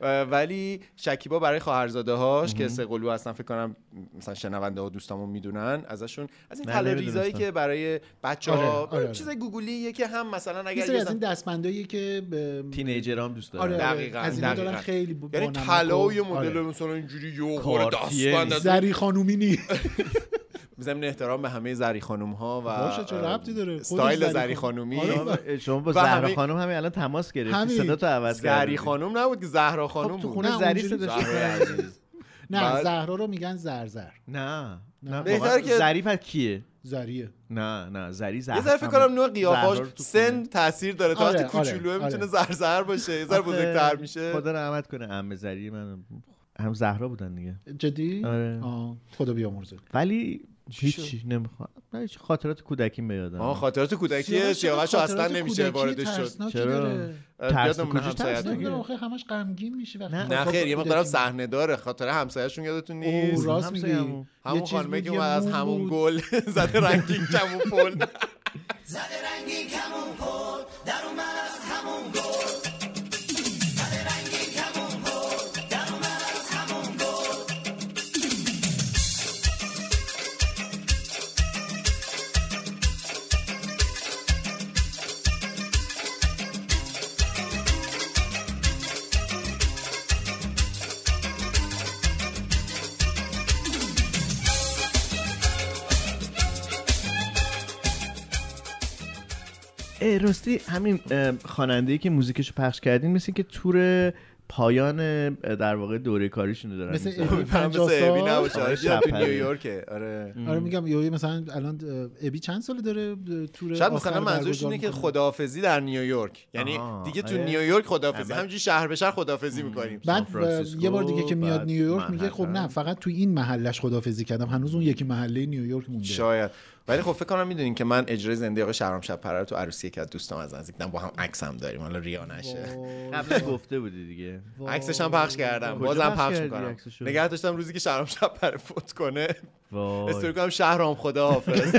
[SPEAKER 5] اه، ولی شکیبا برای خواهرزاده هاش که سه قلو هستن فکر کنم مثلا شنونده ها دوستامون میدونن ازشون از این
[SPEAKER 4] نه،
[SPEAKER 5] طلا
[SPEAKER 4] نمی‌دونستم.
[SPEAKER 5] ریزایی که برای بچه
[SPEAKER 3] آره،
[SPEAKER 5] ها
[SPEAKER 3] آره، آره.
[SPEAKER 5] چیز گوگلیه که هم مثلا
[SPEAKER 3] یه
[SPEAKER 5] اگر
[SPEAKER 3] سری
[SPEAKER 5] یه
[SPEAKER 3] از این
[SPEAKER 5] زن-
[SPEAKER 3] دستبندایی که به-
[SPEAKER 4] تینیجرام دوست دارن
[SPEAKER 3] آره
[SPEAKER 5] دقیقاً،
[SPEAKER 3] دقیقاً از اینا دارن
[SPEAKER 5] دقیقاً.
[SPEAKER 3] خیلی با
[SPEAKER 5] یعنی
[SPEAKER 3] نمک
[SPEAKER 5] طلا
[SPEAKER 3] و-
[SPEAKER 5] و یه مدل
[SPEAKER 3] آره.
[SPEAKER 5] مثلا اینجوری یوغور
[SPEAKER 4] کارتیه
[SPEAKER 5] دستبند
[SPEAKER 4] نیست.
[SPEAKER 5] از
[SPEAKER 3] زری خانومی نی
[SPEAKER 5] ضمن احترام به همه زری خانوم ها و
[SPEAKER 3] باشه، چه ربطی داره؟ خودش
[SPEAKER 5] استایل
[SPEAKER 3] زری
[SPEAKER 5] زری
[SPEAKER 3] خانم.
[SPEAKER 5] خانومی
[SPEAKER 3] آره.
[SPEAKER 4] شما- شما با
[SPEAKER 5] و
[SPEAKER 4] زهرا
[SPEAKER 5] همه-
[SPEAKER 4] خانم همین الان تماس گرفتی
[SPEAKER 3] همین.
[SPEAKER 4] صدا تو عوض
[SPEAKER 5] زری
[SPEAKER 4] کردی
[SPEAKER 5] خانوم نبود که زهرا خانوم
[SPEAKER 4] خب تو
[SPEAKER 5] بود
[SPEAKER 4] خونه
[SPEAKER 3] نه،
[SPEAKER 4] زری
[SPEAKER 3] اونجوری
[SPEAKER 4] صداش
[SPEAKER 5] زهرا
[SPEAKER 4] می‌کنن.
[SPEAKER 5] عزیز.
[SPEAKER 3] نه
[SPEAKER 5] بعد-
[SPEAKER 3] زهرا رو میگن زرزر
[SPEAKER 4] نه نه
[SPEAKER 5] بهتر
[SPEAKER 4] بهتر
[SPEAKER 5] که-
[SPEAKER 4] که ظریف از کیه
[SPEAKER 3] زریه
[SPEAKER 4] نه نه زری زهر
[SPEAKER 5] یه ذره فکر کنم نوع قیافاش سن تاثیر داره تا
[SPEAKER 3] آره،
[SPEAKER 5] وقتی
[SPEAKER 3] آره،
[SPEAKER 5] کوچولوه
[SPEAKER 3] آره.
[SPEAKER 5] میتونه زرزر باشه یه ذره بزرگتر میشه
[SPEAKER 4] خدا رحمت کنه عمه زری من هم زهرا بودن دیگه
[SPEAKER 3] جدی
[SPEAKER 4] آره.
[SPEAKER 3] آه، خدا بیامرزه
[SPEAKER 4] ولی هیچی نمیخوام نه هیچ خاطرات کودکی به یادم
[SPEAKER 5] آه خاطرات کودکی سیاوش اصلا نمیشه واردش شد
[SPEAKER 4] چرا؟
[SPEAKER 3] چرا
[SPEAKER 5] اه،
[SPEAKER 4] ترس
[SPEAKER 5] یادم اون
[SPEAKER 4] کوچیک ترس نمی‌دونم.
[SPEAKER 5] همسایه‌تون.
[SPEAKER 3] نمیدونم آخه همش غمگین میشی وقتی
[SPEAKER 4] نه،
[SPEAKER 5] نه
[SPEAKER 3] خاطرات
[SPEAKER 5] خیر یه مقدارم
[SPEAKER 3] کودکی.
[SPEAKER 5] صحنه داره خاطر همسایه‌شون یادتون
[SPEAKER 3] اوه،
[SPEAKER 5] نیست
[SPEAKER 3] راست میگی
[SPEAKER 4] همسایه‌مون.
[SPEAKER 3] یه
[SPEAKER 5] همون
[SPEAKER 3] چیز
[SPEAKER 5] خانمه
[SPEAKER 3] بود،
[SPEAKER 5] که
[SPEAKER 3] یه
[SPEAKER 5] اومد از
[SPEAKER 3] مون
[SPEAKER 5] همون
[SPEAKER 3] بود.
[SPEAKER 5] گل زده رنگین کمون پل
[SPEAKER 4] اه، راستی همین خواننده که موزیکشو پخش کردین مثل که تور پایان اه، در واقع دوره کاریشونو دارن
[SPEAKER 3] مثل
[SPEAKER 4] می‌ذارن.
[SPEAKER 3] ابی
[SPEAKER 5] مثل
[SPEAKER 3] 50
[SPEAKER 5] ابی نباشه
[SPEAKER 3] سال
[SPEAKER 5] آره،
[SPEAKER 4] آره،
[SPEAKER 5] دیدم تو
[SPEAKER 4] شپره.
[SPEAKER 5] نیویورکه آره
[SPEAKER 3] آره میگم یه مثلا الان ابی چند ساله داره تور
[SPEAKER 5] شاید
[SPEAKER 3] آخر
[SPEAKER 5] مثلا منظورش
[SPEAKER 3] برگزار
[SPEAKER 5] اینه که
[SPEAKER 3] می‌کنه؟
[SPEAKER 5] خداحافظی در نیویورک یعنی
[SPEAKER 4] آها،
[SPEAKER 5] دیگه تو
[SPEAKER 4] آره.
[SPEAKER 5] نیویورک خداحافظی
[SPEAKER 4] آره.
[SPEAKER 5] همینجوری شهر به شهر خداحافظی میکنیم
[SPEAKER 3] بعد
[SPEAKER 4] سانفرانسیسکو،
[SPEAKER 3] یه بار دیگه که میاد
[SPEAKER 4] بعد
[SPEAKER 3] نیویورک میگه خب
[SPEAKER 4] منهتن.
[SPEAKER 3] نه فقط تو این محلش خدافزی کردم هنوز اون یکی محله نیویورک مونده
[SPEAKER 5] شاید ولی خب فکر کنم میدونین که من اجرای زنده آقای شهرام شبپره رو تو عروسی یکی از دوستام از نزدیک دیدم، با هم عکس هم داریم حالا ریا
[SPEAKER 3] خب.
[SPEAKER 5] نشه
[SPEAKER 4] قبلا گفته بودی دیگه
[SPEAKER 5] عکسش هم پخش کردم
[SPEAKER 4] کجا
[SPEAKER 5] بازم
[SPEAKER 4] پخش
[SPEAKER 5] پخش
[SPEAKER 4] کردی
[SPEAKER 5] میکنم
[SPEAKER 4] عکسشو؟
[SPEAKER 5] نگه داشتم روزی که شهرام شبپره فوت کنه
[SPEAKER 4] وای.
[SPEAKER 5] استوری کنم شهرام خدا حافظ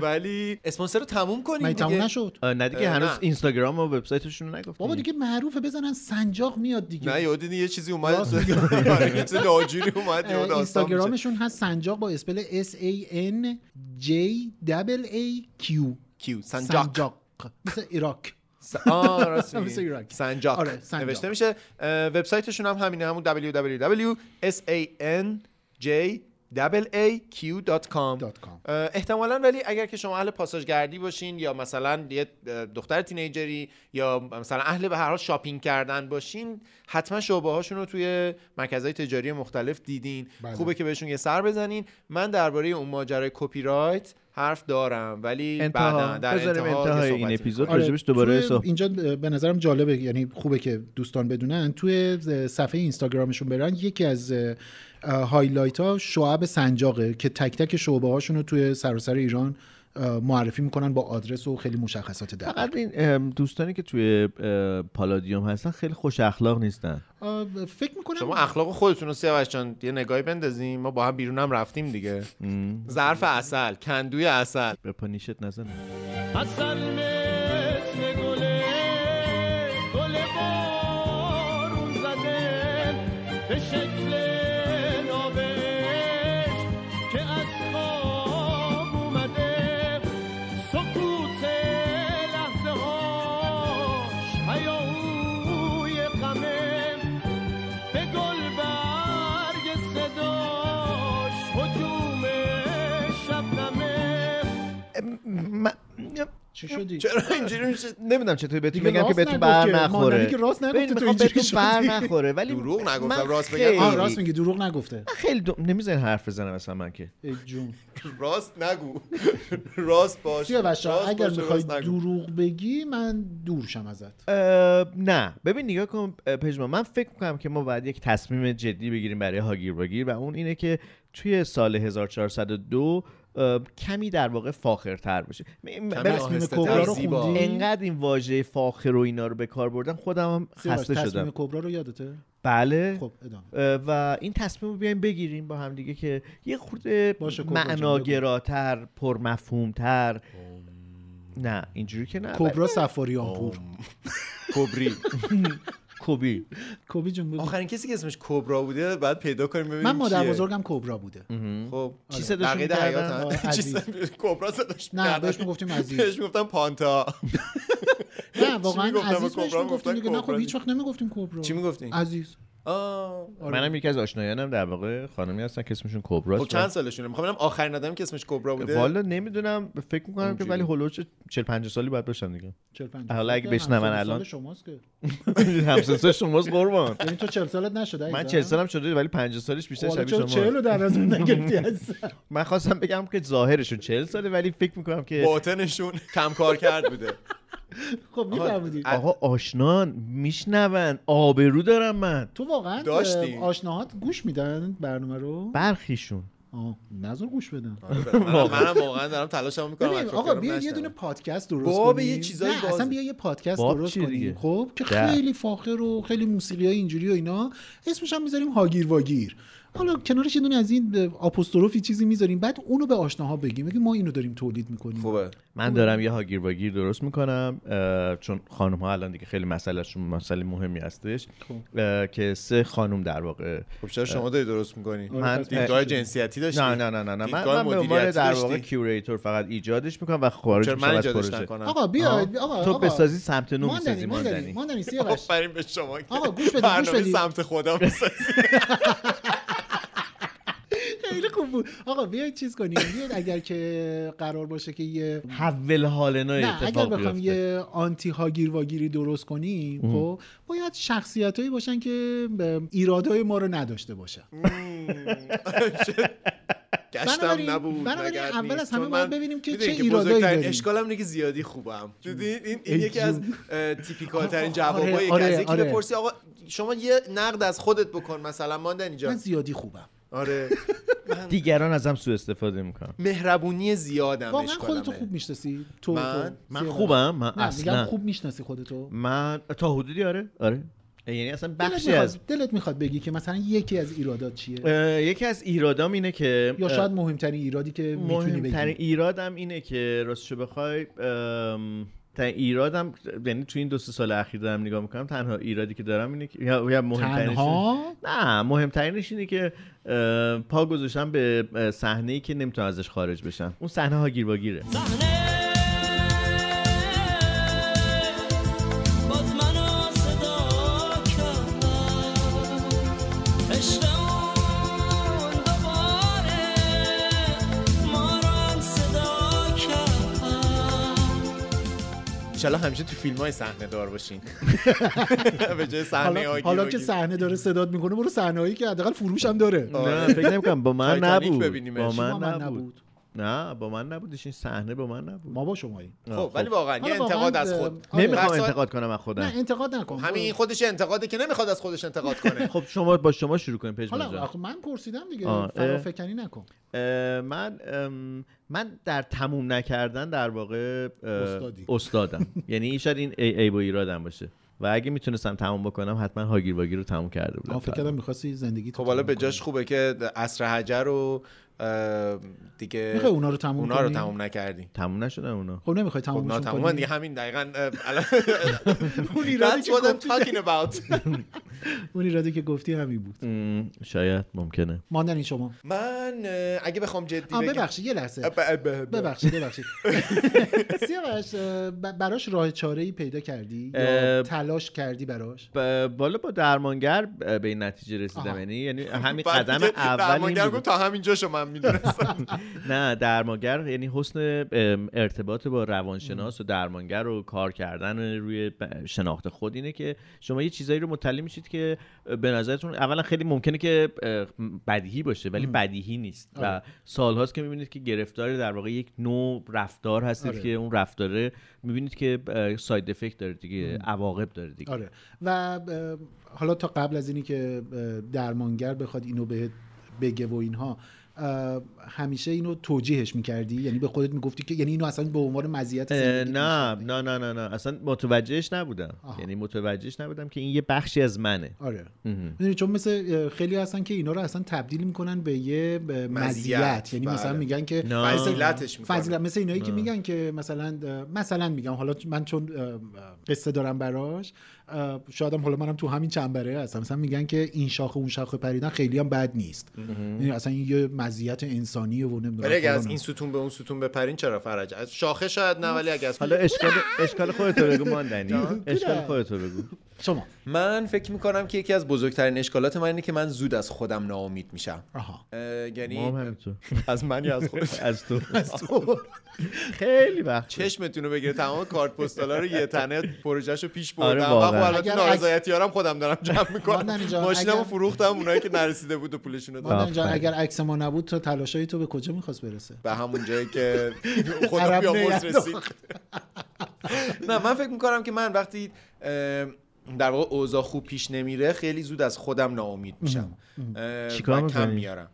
[SPEAKER 5] ولی اسپانسر رو تموم کنیم
[SPEAKER 3] من تموم
[SPEAKER 5] دیگه
[SPEAKER 3] نشد
[SPEAKER 4] آه، نه دیگه
[SPEAKER 5] اه،
[SPEAKER 4] هنوز
[SPEAKER 5] نه.
[SPEAKER 4] اینستاگرام و وبسایتشون رو نگفتیم
[SPEAKER 3] بابا دیگه معروفه بزنن سنجاق میاد
[SPEAKER 5] نه
[SPEAKER 3] دیگه
[SPEAKER 5] یهو دیدی یه چیزی اومد آره، یه چیز لاجوری اومد یهو
[SPEAKER 3] اه،
[SPEAKER 5] داستان میشه.
[SPEAKER 3] اینستاگرامشون هست سنجاق با اسپل S A N J A A Q
[SPEAKER 5] کیو سنجاق
[SPEAKER 3] مثل عراق
[SPEAKER 5] س- آه، راست
[SPEAKER 3] مثل
[SPEAKER 5] میگی.
[SPEAKER 3] ایران.
[SPEAKER 5] سنجاق
[SPEAKER 3] آره، سنجاق.
[SPEAKER 5] نوشته میشه اه، وبسایتشون هم همینه همون www.sanjaq.com
[SPEAKER 3] دات کام.
[SPEAKER 5] اه، احتمالا ولی اگر که شما اهل پاساژگردی باشین یا مثلا یه اه، دختر تینیجری یا مثلا اهل به هر حال شاپینگ کردن باشین حتما شعبه هاشون رو توی مرکزهای تجاری مختلف دیدین
[SPEAKER 3] بله.
[SPEAKER 5] خوبه که بهشون یه سر بزنین من درباره اون ماجرای کپی رایت حرف دارم ولی
[SPEAKER 4] انتها
[SPEAKER 5] بعدا در
[SPEAKER 4] بذاریم
[SPEAKER 5] انتها یه
[SPEAKER 4] انتهای این
[SPEAKER 5] صحبتی
[SPEAKER 4] اپیزود
[SPEAKER 3] آره،
[SPEAKER 4] خب، راجبش دوباره
[SPEAKER 3] توی
[SPEAKER 4] صحبت
[SPEAKER 3] اینجا به نظرم جالبه یعنی خوبه که دوستان بدونن توی صفحه اینستاگرامشون برن یکی از اه، هایلایت ها شعب سنجاقه که تک تک شعبه هاشون رو توی سراسر ایران اه، معرفی میکنن با آدرس و خیلی مشخصات دقیق
[SPEAKER 4] فقط این ام، دوستانی که توی اه، پالادیوم هستن خیلی خوش اخلاق نیستن
[SPEAKER 3] اه، فکر میکنم
[SPEAKER 5] شما اخلاق خودتون رو سیاوش جان یه نگاهی بندازیم ما با هم بیرون هم رفتیم دیگه ظرف اصل کندوی اصل
[SPEAKER 4] به پانیشت نزنه
[SPEAKER 9] اصل مثل گله گل بارون زده به شکل نابش که از خواب اومده سکوت لحظه هاش هیاهوی غمه به گل برگ صداش حجوم شبنمه
[SPEAKER 4] م- م-
[SPEAKER 3] چی شدی
[SPEAKER 5] چرا اینجوری میشه
[SPEAKER 4] نمیدونم چطوری بهتون
[SPEAKER 3] دیگه
[SPEAKER 4] بگم که
[SPEAKER 3] راست
[SPEAKER 4] بهتون
[SPEAKER 3] نگفت
[SPEAKER 4] بر
[SPEAKER 3] که.
[SPEAKER 4] نخوره
[SPEAKER 3] ماندنی که راست نگفته
[SPEAKER 4] ببین،
[SPEAKER 3] تو
[SPEAKER 4] میخوام
[SPEAKER 3] اینجوری
[SPEAKER 4] بهتون بر
[SPEAKER 3] شدی.
[SPEAKER 4] نخوره ولی
[SPEAKER 5] دروغ نگفتم،
[SPEAKER 4] من
[SPEAKER 5] راست بگم.
[SPEAKER 4] خیلی-
[SPEAKER 3] آه راست میگی دروغ نگفته
[SPEAKER 4] من خیلی دو... نمیزن حرف بزنم اصلا من که
[SPEAKER 3] ای جون
[SPEAKER 5] راست نگو راست باش
[SPEAKER 3] چیه بچه
[SPEAKER 5] راست
[SPEAKER 3] اگر
[SPEAKER 5] باش،
[SPEAKER 3] میخوای
[SPEAKER 5] راست نگو.
[SPEAKER 3] دروغ بگی من دورشم ازت
[SPEAKER 4] اه، نه ببین نگاه کن اه، پژمان من فکر میکنم که ما باید یک تصمیم جدی بگیریم برای هاگیر واگیر و اون اینه که توی سال 1402 اه، کمی در واقع فاخرتر باشه م- م- ببین،
[SPEAKER 5] آهسته‌تر،
[SPEAKER 3] تصمیم کبرا رو
[SPEAKER 5] زیبا.
[SPEAKER 3] خوندی
[SPEAKER 4] انقدر این واژه فاخر و اینا رو به کار بردن خودم هم
[SPEAKER 3] سیاوش،
[SPEAKER 4] خسته
[SPEAKER 3] تصمیم
[SPEAKER 4] شدم
[SPEAKER 3] کبرا رو یادته
[SPEAKER 4] بله
[SPEAKER 3] خب ادامه
[SPEAKER 4] اه، و این تصمیم رو بیایم بگیریم با هم دیگه که یه خورده
[SPEAKER 3] باشه، کبرا جان، بگو.
[SPEAKER 4] معناگراتر پرمفهومتر نه اینجوری که نه
[SPEAKER 5] بله.
[SPEAKER 3] کبرا سفاریانپور
[SPEAKER 5] کبری
[SPEAKER 4] کوبی
[SPEAKER 3] کوبی جون بگو.
[SPEAKER 5] آخرین کسی که اسمش کبرا بوده بعد پیدا کنیم ببینیم
[SPEAKER 3] من مادر
[SPEAKER 5] کیه.
[SPEAKER 3] بزرگم کبرا بوده
[SPEAKER 5] خب
[SPEAKER 4] چی صداشون
[SPEAKER 5] بقیه
[SPEAKER 4] کردن؟
[SPEAKER 5] حیات هم.
[SPEAKER 3] آه،
[SPEAKER 5] چی
[SPEAKER 3] عزیز.
[SPEAKER 5] صدا- کبرا صداش
[SPEAKER 3] نه،
[SPEAKER 5] کردن.
[SPEAKER 3] بهش میگفتیم عزیز.
[SPEAKER 5] بهش میگفتم پانتا
[SPEAKER 3] نه واقعا
[SPEAKER 5] میگفتم؟
[SPEAKER 3] عزیز بهش
[SPEAKER 5] کبرا
[SPEAKER 3] میگفتیم
[SPEAKER 5] میگفتن
[SPEAKER 3] دیگه نه خب
[SPEAKER 5] کبرا.
[SPEAKER 3] هیچ وقت نمیگفتیم کبرا
[SPEAKER 5] چی میگفتین
[SPEAKER 3] عزیز
[SPEAKER 5] آه.
[SPEAKER 3] آره.
[SPEAKER 4] منم یکی از آشنایانم در واقع خانمی هستن که اسمشون
[SPEAKER 5] خب
[SPEAKER 4] کبراست
[SPEAKER 5] چند سالشونه میخوام ببینم آخرین آدمی که اسمش کبرا بوده
[SPEAKER 4] والا نمیدونم فکر میکنم که
[SPEAKER 5] اونجوری.
[SPEAKER 4] ولی هلوش 40 50 سالی باید باشن دیگه
[SPEAKER 3] 40 50
[SPEAKER 4] حالا اگه
[SPEAKER 3] سال
[SPEAKER 4] بشنون
[SPEAKER 3] سال
[SPEAKER 4] الان.
[SPEAKER 3] شماست که
[SPEAKER 4] همسن شماست قربان
[SPEAKER 3] یعنی تو 40 سالت نشده
[SPEAKER 4] من 40 سالم شده ولی 50 سالش بیشتر
[SPEAKER 3] حالا
[SPEAKER 4] شبیه
[SPEAKER 3] چرا
[SPEAKER 4] شما
[SPEAKER 3] 40 رو در نظر نگرفتی عزیزم؟
[SPEAKER 4] من خواستم بگم که ظاهرشون 40 ساله ولی فکر میکنم که
[SPEAKER 5] باطنشون کمکار کرد بوده
[SPEAKER 3] خب میفهمیدی
[SPEAKER 4] آقا آشنان میشنون آبرو دارم من
[SPEAKER 3] تو واقعا
[SPEAKER 5] داشتی؟
[SPEAKER 3] اه، آشناهات گوش میدن برنامه رو
[SPEAKER 4] برخیشون
[SPEAKER 3] آه نظر گوش بدن
[SPEAKER 5] منم منم واقعا دارم تلاشمو میکنم
[SPEAKER 3] ببین آقا بیا یه دونه پادکست درست کنیم
[SPEAKER 5] باب یه چیزایی
[SPEAKER 3] نه
[SPEAKER 5] باز.
[SPEAKER 3] اصلا بیا یه پادکست
[SPEAKER 4] باب
[SPEAKER 3] درست
[SPEAKER 4] چیه
[SPEAKER 3] کنیم
[SPEAKER 4] دیگه؟
[SPEAKER 3] خب که
[SPEAKER 4] ده.
[SPEAKER 3] خیلی فاخر و خیلی موسیقی های اینجوری و اینا اسمش هم میذاریم هاگیر واگیر حالا کنارش یه دونه از این اه، آپوستروفی چیزی میذاریم بعد اونو به آشناها بگیم بگیم ما اینو داریم تولید میکنیم
[SPEAKER 5] خوبه
[SPEAKER 4] من دارم یه هاگیر واگیر درست میکنم چون خانم ها الان دیگه خیلی مسئلهشون مسئله مهمی هستش اه، که سه خانم در واقع
[SPEAKER 5] خب چرا شما داری درست میکنی
[SPEAKER 3] آره،
[SPEAKER 4] من-
[SPEAKER 5] دیدگاه جنسیتی داشتی
[SPEAKER 4] نه نه نه نه نه من,
[SPEAKER 5] دیدگاه
[SPEAKER 4] من به عنوان
[SPEAKER 5] مدیریتی
[SPEAKER 4] در
[SPEAKER 5] داشتی؟
[SPEAKER 4] واقع کیوریتور فقط ایجادش میکنم و خارج
[SPEAKER 5] چرا
[SPEAKER 4] میشم
[SPEAKER 5] من
[SPEAKER 4] از
[SPEAKER 5] ایجادش
[SPEAKER 4] پروژه
[SPEAKER 5] نکنم
[SPEAKER 3] آقا بیا آقا آقا
[SPEAKER 4] تو بسازی سمت نو
[SPEAKER 3] ماندنی
[SPEAKER 4] میسازی
[SPEAKER 3] ماندنی
[SPEAKER 4] ماندنی
[SPEAKER 3] ماندنی سیاوش
[SPEAKER 5] آفرین به شما
[SPEAKER 3] آقا، گوش بده، گوش
[SPEAKER 5] برنامه
[SPEAKER 3] بده.
[SPEAKER 5] سمت خدا می‌سازی.
[SPEAKER 3] خیلی خوب بود آقا بیاید چیز کنیم بیاید اگر که قرار باشه که یه
[SPEAKER 4] حول حالنا
[SPEAKER 3] نه اگر
[SPEAKER 4] اتفاق
[SPEAKER 3] بخوام
[SPEAKER 4] بیفته
[SPEAKER 3] یه آنتی هاگیر واگیری درست کنیم خب باید شخصیتایی باشن که ب- ایرادای ما رو نداشته باشن
[SPEAKER 5] گشتم
[SPEAKER 3] بنابراین-
[SPEAKER 5] نبود
[SPEAKER 3] بنابراین
[SPEAKER 5] مگر
[SPEAKER 3] اول
[SPEAKER 5] نیست.
[SPEAKER 3] از همه
[SPEAKER 5] چون
[SPEAKER 3] باید
[SPEAKER 5] من-
[SPEAKER 3] ببینیم که
[SPEAKER 5] می‌دونی
[SPEAKER 3] چه ایرادایی
[SPEAKER 5] بزرگترین
[SPEAKER 3] داریم.
[SPEAKER 5] اشکال هم اینه که زیادی خوبم دیدی این, این
[SPEAKER 3] ای
[SPEAKER 5] یکی از
[SPEAKER 3] جون.
[SPEAKER 5] تیپیکال ترین
[SPEAKER 3] آه، آه، آره،
[SPEAKER 5] جوابایی که
[SPEAKER 3] آره،
[SPEAKER 5] از یکی
[SPEAKER 3] آره.
[SPEAKER 5] بپرسی آقا شما یه نقد از خودت بکن مثلا ماندن اینجا
[SPEAKER 3] من زیادی خوبم
[SPEAKER 5] آره
[SPEAKER 4] دیگران ازم سوء استفاده میکنن
[SPEAKER 5] مهربونی زیادم
[SPEAKER 3] واقعا
[SPEAKER 5] اشکالمه.
[SPEAKER 3] خودتو خوب میشناسی تو
[SPEAKER 5] من؟
[SPEAKER 3] تو؟
[SPEAKER 4] من
[SPEAKER 3] سیاوش.
[SPEAKER 4] خوبم من
[SPEAKER 3] نه میگم
[SPEAKER 4] اصلا
[SPEAKER 3] خوب میشناسی خودتو
[SPEAKER 4] من تا حدودی آره آره یعنی اصلا
[SPEAKER 3] دلت
[SPEAKER 4] بخشی
[SPEAKER 3] میخواد-
[SPEAKER 4] از
[SPEAKER 3] دلت میخواد بگی که مثلا یکی از ایرادات چیه
[SPEAKER 4] اه، یکی از ایرادام اینه که
[SPEAKER 3] یا
[SPEAKER 4] اه،
[SPEAKER 3] شاید مهمترین ایرادی که میتونی
[SPEAKER 4] مهمترین
[SPEAKER 3] بگی
[SPEAKER 4] ایرادم اینه که راستشو بخوای ام، تنها ایرادم یعنی تو این دو سه سال اخیر دارم نگاه میکنم تنها ایرادی که دارم اینه که یا یا مهمترینش اینه-
[SPEAKER 3] تنها
[SPEAKER 4] نه مهمترینش اینه که اه، پا گذاشتم به صحنه ای که نمیتونم ازش خارج بشم اون صحنه ها گیر واگیره
[SPEAKER 9] باز منو صدا کردم عشقمون دوباره ما رو هم صدا کرد
[SPEAKER 5] انشالله همیشه تو فیلم های صحنه دار باشین به جای صحنه
[SPEAKER 3] حالا,
[SPEAKER 5] های
[SPEAKER 3] حالا که صحنه داره صداد میکنه برو صحنه هایی که حداقل فروش هم داره
[SPEAKER 4] آره. نه
[SPEAKER 5] آره.
[SPEAKER 4] فکر نمیکنم با من
[SPEAKER 5] تایتانیک
[SPEAKER 4] نبود
[SPEAKER 5] ببینیمش.
[SPEAKER 4] با
[SPEAKER 5] چی
[SPEAKER 3] با
[SPEAKER 4] من نبود نه با من نبودش این صحنه با من نبود
[SPEAKER 3] ما با شماییم
[SPEAKER 5] خب ولی واقعا یه
[SPEAKER 3] حالا واقعاً،
[SPEAKER 5] انتقاد از
[SPEAKER 3] اه،
[SPEAKER 5] خود
[SPEAKER 3] آره.
[SPEAKER 4] نمیخوام
[SPEAKER 5] بحثا-
[SPEAKER 4] انتقاد کنم از
[SPEAKER 3] نه
[SPEAKER 4] خودم
[SPEAKER 3] انتقاد نکن
[SPEAKER 5] همین این خودش انتقاده که نمیخواد از خودش انتقاد کنه
[SPEAKER 4] خب شما با شما شروع کنیم پژمان
[SPEAKER 3] حالا
[SPEAKER 4] جان.
[SPEAKER 3] آخه من پرسیدم
[SPEAKER 4] آه،
[SPEAKER 3] دیگه
[SPEAKER 4] اه.
[SPEAKER 3] فرافکنی نکن
[SPEAKER 4] اه، من ام، من در تموم نکردن در واقع اه،
[SPEAKER 3] استادی.
[SPEAKER 4] استادم یعنی این شاید این ای- عیب و ایرادم باشه و اگه میتونستم تموم بکنم حتما هاگیر واگیر رو تموم کرده بودم
[SPEAKER 3] آه، فکر کردم میخواستی زندگی
[SPEAKER 5] خب حالا به جاش خوبه که اصر حجر و اه، دیگه
[SPEAKER 3] میخوای اونا رو تموم
[SPEAKER 5] اونا رو
[SPEAKER 3] کنی؟
[SPEAKER 5] تموم نکردی
[SPEAKER 4] تموم نشدن اونا
[SPEAKER 3] خب نمیخوای
[SPEAKER 5] خب
[SPEAKER 3] تمومشون
[SPEAKER 5] ناتموم
[SPEAKER 3] کنی
[SPEAKER 5] دیگه همین دقیقا اه، الان-
[SPEAKER 3] اون ایرادی
[SPEAKER 5] That's
[SPEAKER 3] که
[SPEAKER 5] what I'm
[SPEAKER 3] گفتی.
[SPEAKER 5] talking about
[SPEAKER 3] اون ایرادی که گفتی همین بود
[SPEAKER 4] شاید ممکنه
[SPEAKER 3] ماندن این شما
[SPEAKER 5] من اه، اگه بخوام جدی
[SPEAKER 3] آه،
[SPEAKER 5] بگم
[SPEAKER 3] ببخشید یه لحظه
[SPEAKER 5] اه، بله، ب- ب- ب-
[SPEAKER 3] ببخشید ببخشید سیاوش اه، ب- براش راه چاره ای پیدا کردی
[SPEAKER 4] اه،
[SPEAKER 3] یا تلاش کردی براش
[SPEAKER 4] ب- بالا با درمانگر ب- به این نتیجه رسیدم
[SPEAKER 3] آها.
[SPEAKER 4] یعنی یعنی همین
[SPEAKER 5] بعد
[SPEAKER 4] قدم
[SPEAKER 5] دیگه
[SPEAKER 4] اول این
[SPEAKER 5] درمانگر
[SPEAKER 4] بود.
[SPEAKER 5] گفت تا همینجا شما من میدونستم
[SPEAKER 4] نه درمانگر یعنی حسن ام، ارتباط با روانشناس و درمانگر و کار کردن روی ب- شناخت خود اینه که شما یه چیزایی رو مطلع میشید که اه، به نظرتون اولا خیلی ممکنه که اه، بدیهی باشه ولی بدیهی نیست و
[SPEAKER 3] آره.
[SPEAKER 4] سالهاست که میبینید که گرفتار در واقع یک نوع رفتار هستید
[SPEAKER 3] آره.
[SPEAKER 4] که اون رفتاره میبینید که اه، ساید افکت داره دیگه عواقب داره دیگه
[SPEAKER 3] آره و اه، حالا تا قبل از اینی که اه، درمانگر بخواد اینو بهت بگه و اینها اه، همیشه اینو توجیهش میکردی یعنی به خودت میگفتی که یعنی اینو اصلا به عنوان مزیت
[SPEAKER 4] اه،
[SPEAKER 3] زندگیت
[SPEAKER 4] نه
[SPEAKER 3] می‌شناختی؟
[SPEAKER 4] نه نه نه نه اصلا متوجهش نبودم
[SPEAKER 3] آها.
[SPEAKER 4] یعنی متوجهش نبودم که این یه بخشی از منه
[SPEAKER 3] آره
[SPEAKER 4] مهم.
[SPEAKER 3] میدونی چون مثل اه، خیلی هستن که اینا رو اصلا تبدیل میکنن به یه به
[SPEAKER 5] مزیت،
[SPEAKER 3] مزیت, یعنی مثلا
[SPEAKER 5] بله.
[SPEAKER 3] میگن که
[SPEAKER 4] نه.
[SPEAKER 5] فضیلتش می‌کنن.
[SPEAKER 3] فضیلت مثل اینایی که میگن که مثلا اه، مثلا میگم حالا من چون اه، قصه دارم براش اه، شاید هم حالا منم تو همین چنبره هستم مثلا میگن که این شاخه اون شاخه پریدن خیلی هم بد نیست یعنی اصلا این یه مزیت انسانیه و نمیدونم
[SPEAKER 5] ولی آره، اگه از
[SPEAKER 3] فلانه.
[SPEAKER 5] این ستون به اون ستون بپرین چرا فرج از شاخه شاید نه ولی اگه از
[SPEAKER 4] حالا اشکال اشکال خودتو بگو ماندنی اشکال خودتو بگو
[SPEAKER 3] شما
[SPEAKER 5] من فکر میکنم که یکی از بزرگترین اشکالات من اینه که من زود از خودم ناامید میشم
[SPEAKER 3] آها
[SPEAKER 5] یعنی
[SPEAKER 4] ما هم همینطور
[SPEAKER 5] از من یا از خود
[SPEAKER 4] از تو خیلی وقت شد.
[SPEAKER 5] چشمتون رو بگیره تمام کارت پستالا رو یه تنه پروژهشو پیش
[SPEAKER 4] آره،
[SPEAKER 5] بردم و
[SPEAKER 4] واقعا.
[SPEAKER 5] خب البته
[SPEAKER 3] اگر
[SPEAKER 5] نارضایتی هارم خودم دارم جمع
[SPEAKER 3] ماندنی
[SPEAKER 5] میکنم
[SPEAKER 3] جان،
[SPEAKER 5] ماشینمو
[SPEAKER 3] اگر-
[SPEAKER 5] فروختم اونایی که نرسیده بود و پولشون رو دادم.
[SPEAKER 3] مادن جان
[SPEAKER 4] آفرین.
[SPEAKER 3] اگر عکس ما نبود تا تلاشای تو به کجا میخواست برسه
[SPEAKER 5] به همون جایی که خدا
[SPEAKER 3] عرب
[SPEAKER 5] بیامرز
[SPEAKER 3] نگرد.
[SPEAKER 5] رسید نه من فکر میکنم که من وقتی اه، در واقع اوضاع خوب پیش نمیره خیلی زود از خودم ناامید میشم
[SPEAKER 4] چیکار
[SPEAKER 5] و کم
[SPEAKER 4] می‌کنی؟
[SPEAKER 5] میارم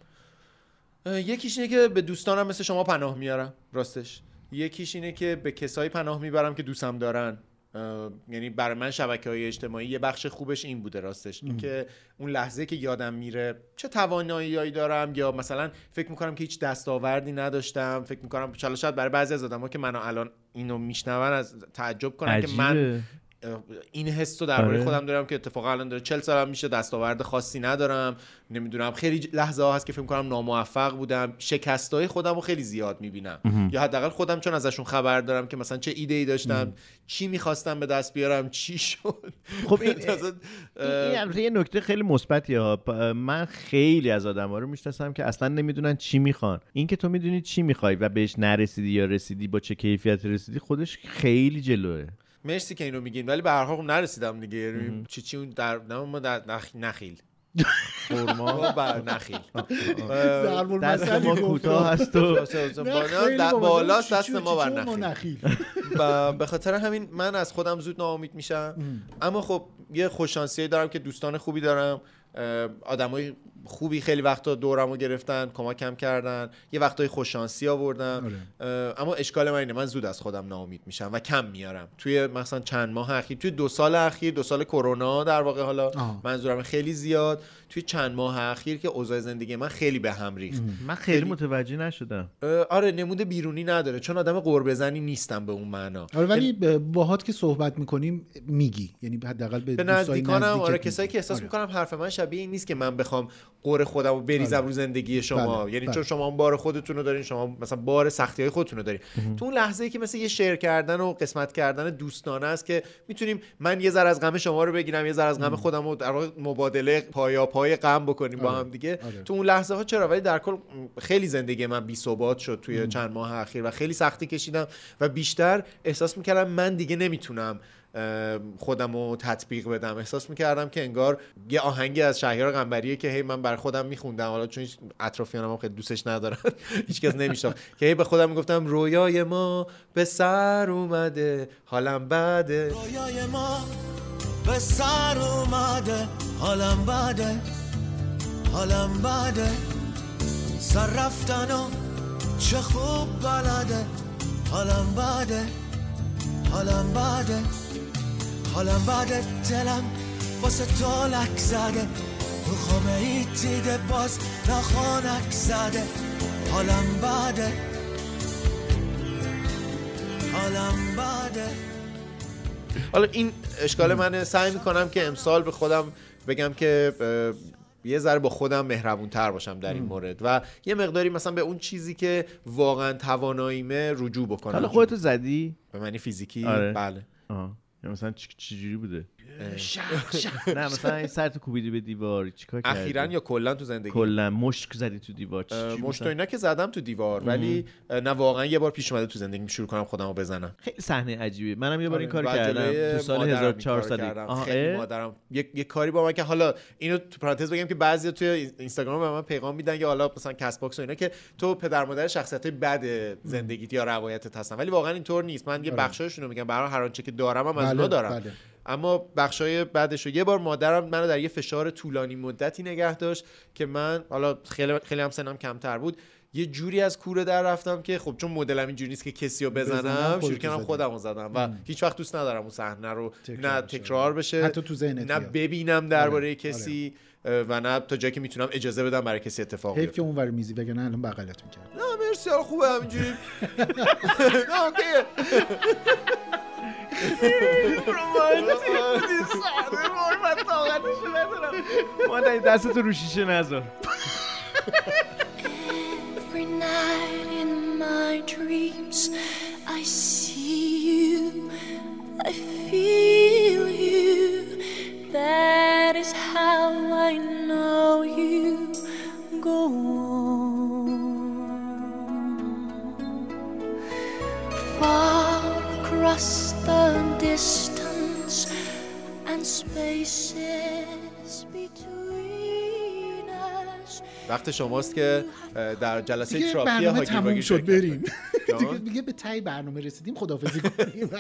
[SPEAKER 5] اه، یکیش اینه که به دوستانم مثل شما پناه میارم راستش یکیش اینه که به کسایی پناه میبرم که دوستم دارن اه، یعنی برای من شبکه های اجتماعی یه بخش خوبش این بوده راستش اینکه اون لحظه که یادم میره چه تواناییایی دارم یا مثلا فکر میکنم که هیچ دستاوردی نداشتم فکر میکنم چلا شاید برای بعضی از آدما که منو الان اینو میشنون از تعجب کنن که من
[SPEAKER 4] عجیبه
[SPEAKER 5] این حس رو درباره
[SPEAKER 4] آره.
[SPEAKER 5] خودم دارم که اتفاقا الان داره 40 سالم میشه دستاورد خاصی ندارم نمیدونم خیلی ج- لحظه ها هست که فکر کنم ناموفق بودم شکست های خودم رو خیلی زیاد میبینم یا حداقل خودم چون ازشون خبر دارم که مثلا چه ایده ای داشتم چی میخواستم به دست بیارم چی شد
[SPEAKER 4] خب این-
[SPEAKER 5] تازه،
[SPEAKER 4] این
[SPEAKER 5] اه،
[SPEAKER 4] این البته یه نکته خیلی مثبتیه ها پ- من خیلی از آدما رو میشناسم که اصلا نمیدونن چی میخوان این که تو میدونی چی میخوای و بهش نرسیدی یا رسیدی با چه کیفیت رسیدی خودش خیلی جلوه
[SPEAKER 5] مرسی که اینو میگین ولی به هر حال خب نرسیدم دیگه یعنی چی چی اون در نه ما در نخ... نخیل ما
[SPEAKER 4] خرما
[SPEAKER 5] بر نخیل
[SPEAKER 3] ضرب
[SPEAKER 4] دست
[SPEAKER 3] المثلی
[SPEAKER 4] ما
[SPEAKER 3] گفتم.
[SPEAKER 4] کوتاه هست و
[SPEAKER 3] نه،
[SPEAKER 5] با-
[SPEAKER 3] خیلی
[SPEAKER 5] در-
[SPEAKER 3] بابا.
[SPEAKER 5] بالاست
[SPEAKER 3] چی-
[SPEAKER 5] دست
[SPEAKER 3] چی-
[SPEAKER 5] ما
[SPEAKER 3] چی-
[SPEAKER 5] بر
[SPEAKER 3] چی- ما
[SPEAKER 5] نخیل
[SPEAKER 3] نخیل.
[SPEAKER 5] و به خاطر همین من از خودم زود ناامید میشم اما خب یه خوششانسی دارم که دوستان خوبی دارم اه، آدمای خوبی خیلی وقتا دورمو گرفتن کمکم کردن یه وقتای خوششانسی آوردم
[SPEAKER 3] آره.
[SPEAKER 5] اه، اما اشکال من اینه من زود از خودم ناامید میشم و کم میارم توی مثلا چند ماه اخیر توی دو سال اخیر دو سال کرونا در واقع حالا
[SPEAKER 3] آها.
[SPEAKER 5] منظورم خیلی زیاد توی چند ماه اخیر که اوضاع زندگی من خیلی به هم ریخت
[SPEAKER 4] من خیلی متوجه نشدم
[SPEAKER 5] اه، آره نمود بیرونی نداره چون آدم قربه زنی نیستم به اون معنا
[SPEAKER 3] آره ولی ب- باهات که صحبت میکنیم میگی یعنی حداقل به,
[SPEAKER 5] به
[SPEAKER 3] دوستای
[SPEAKER 5] نزدیکانم
[SPEAKER 3] نزدیکت
[SPEAKER 5] آره
[SPEAKER 3] میگی.
[SPEAKER 5] کسایی که احساس
[SPEAKER 3] آره.
[SPEAKER 5] میکنم حرف من شبیه این نیست که من بخوام قور خودم رو بریزم
[SPEAKER 3] بله.
[SPEAKER 5] رو زندگی شما
[SPEAKER 3] بله.
[SPEAKER 5] یعنی
[SPEAKER 3] بله.
[SPEAKER 5] چون شما هم بار خودتون رو دارین شما مثلا بار سختی های خودتون رو دارین تو اون لحظه ای که مثل یه شیر کردن و قسمت کردن دوستانه است که میتونیم من یه ذره از غم شما رو بگیرم یه ذره از غم خودم رو در واقع مبادله پایا پای غم بکنیم با هم دیگه
[SPEAKER 3] آره.
[SPEAKER 5] تو اون لحظه ها چرا ولی در کل خیلی زندگی من بی ثبات شد توی چند ماه اخیر و خیلی سختی کشیدم و بیشتر احساس میکردم من دیگه نمیتونم خودم رو تطبیق بدم احساس میکردم که انگار یه آهنگی از شهریار قنبریه که هی من بر خودم میخوندم حالا چون هیچ- اطرافیانم هم خیلی دوستش ندارن هیچکس نمیشناخت که هی به خودم میگفتم رویای ما به سر اومده حالم بده
[SPEAKER 12] رویای ما به سر اومده حالم بده حالم بده سر رفتن و چه خوب بلده حالم بده حالم بده حالم بده دلم واسه تو لک زده رو خامه ای دیده باز نخونک زده حالم بده حالم بده
[SPEAKER 5] حالا این اشکال منه سعی میکنم که امسال به خودم بگم که اه، یه ذره با خودم مهربون تر باشم در این مورد و یه مقداری مثلا به اون چیزی که واقعا تواناییمه رجوع بکنم
[SPEAKER 4] حالا خودتو زدی
[SPEAKER 5] به معنی فیزیکی
[SPEAKER 4] آره.
[SPEAKER 5] بله
[SPEAKER 4] آها. یا مثلا چ- چجوری بوده
[SPEAKER 5] شخ، شخ،
[SPEAKER 4] نه مثلا این سرتو کوبیدی به دیوار چیکار کردی
[SPEAKER 5] اخیرا یا کلا تو زندگی
[SPEAKER 4] کلا مشک زدی تو دیوار چی- چی
[SPEAKER 5] مشت و
[SPEAKER 4] مثلا؟
[SPEAKER 5] اینا که زدم تو دیوار ولی اه، نه واقعا یه بار پیش اومده تو زندگیم شروع کنم خودم رو بزنم
[SPEAKER 4] خیلی صحنه عجیبی منم یه بار این
[SPEAKER 5] آره.
[SPEAKER 4] کار
[SPEAKER 5] و جلوی
[SPEAKER 4] کردم تو سال
[SPEAKER 5] مادرم این کارو
[SPEAKER 4] 1400
[SPEAKER 5] کردم.
[SPEAKER 4] آها،
[SPEAKER 5] خیلی
[SPEAKER 4] اه؟
[SPEAKER 5] مادرم یه،, یه کاری با من که حالا اینو تو پرانتز بگم که بعضی توی این- اینستاگرام به من پیغام میدن که حالا مثلا کس باکس و اینا که تو پدر مادر شخصیت بد زندگیت یا روایتت هستن ولی واقعا اینطور نیست من یه
[SPEAKER 3] آره.
[SPEAKER 5] بخشایشونو میگم برای هر آنچه که دارم هم از
[SPEAKER 3] بله،
[SPEAKER 5] اونا دارم
[SPEAKER 3] بله.
[SPEAKER 5] اما بخشای بعدش رو یه بار مادرم منو در یه فشار طولانی مدتی نگه داشت که من حالا خیلی خیلی هم سنم کمتر بود یه جوری از کوره در رفتم که خب چون مدلم اینجوری نیست که کسی رو بزنم,
[SPEAKER 3] بزنم، خودتو
[SPEAKER 5] شروع کردم
[SPEAKER 3] زدی.
[SPEAKER 5] خودم رو زدم و هیچ وقت دوست ندارم اون صحنه رو نه
[SPEAKER 3] بشه.
[SPEAKER 5] تکرار بشه
[SPEAKER 3] حتی تو آره، ذهنت
[SPEAKER 5] نه
[SPEAKER 3] بیاد.
[SPEAKER 5] ببینم درباره کسی و نه تا جایی که میتونم اجازه بدم برای کسی اتفاق
[SPEAKER 3] آره. حیف که
[SPEAKER 5] بیفته
[SPEAKER 3] اونور میزی وگرنه الان بغلت میکرد
[SPEAKER 5] نه مرسی حالا خوبه همینجوری نه اوکیه
[SPEAKER 4] ما در دستت رو شیشه نذار
[SPEAKER 13] Every night in my dreams, I see you, I feel you. That is how I know you go on. Far across the distance and spaces between us.
[SPEAKER 5] وقت شماست که اه، در جلسه
[SPEAKER 3] دیگه
[SPEAKER 5] تراپی
[SPEAKER 3] برنامه
[SPEAKER 5] هاگیر
[SPEAKER 3] تموم
[SPEAKER 5] واگیر
[SPEAKER 3] شد
[SPEAKER 5] شرکت کنید.
[SPEAKER 3] بریم دیگه, دیگه به تای برنامه رسیدیم خدافزی کنیم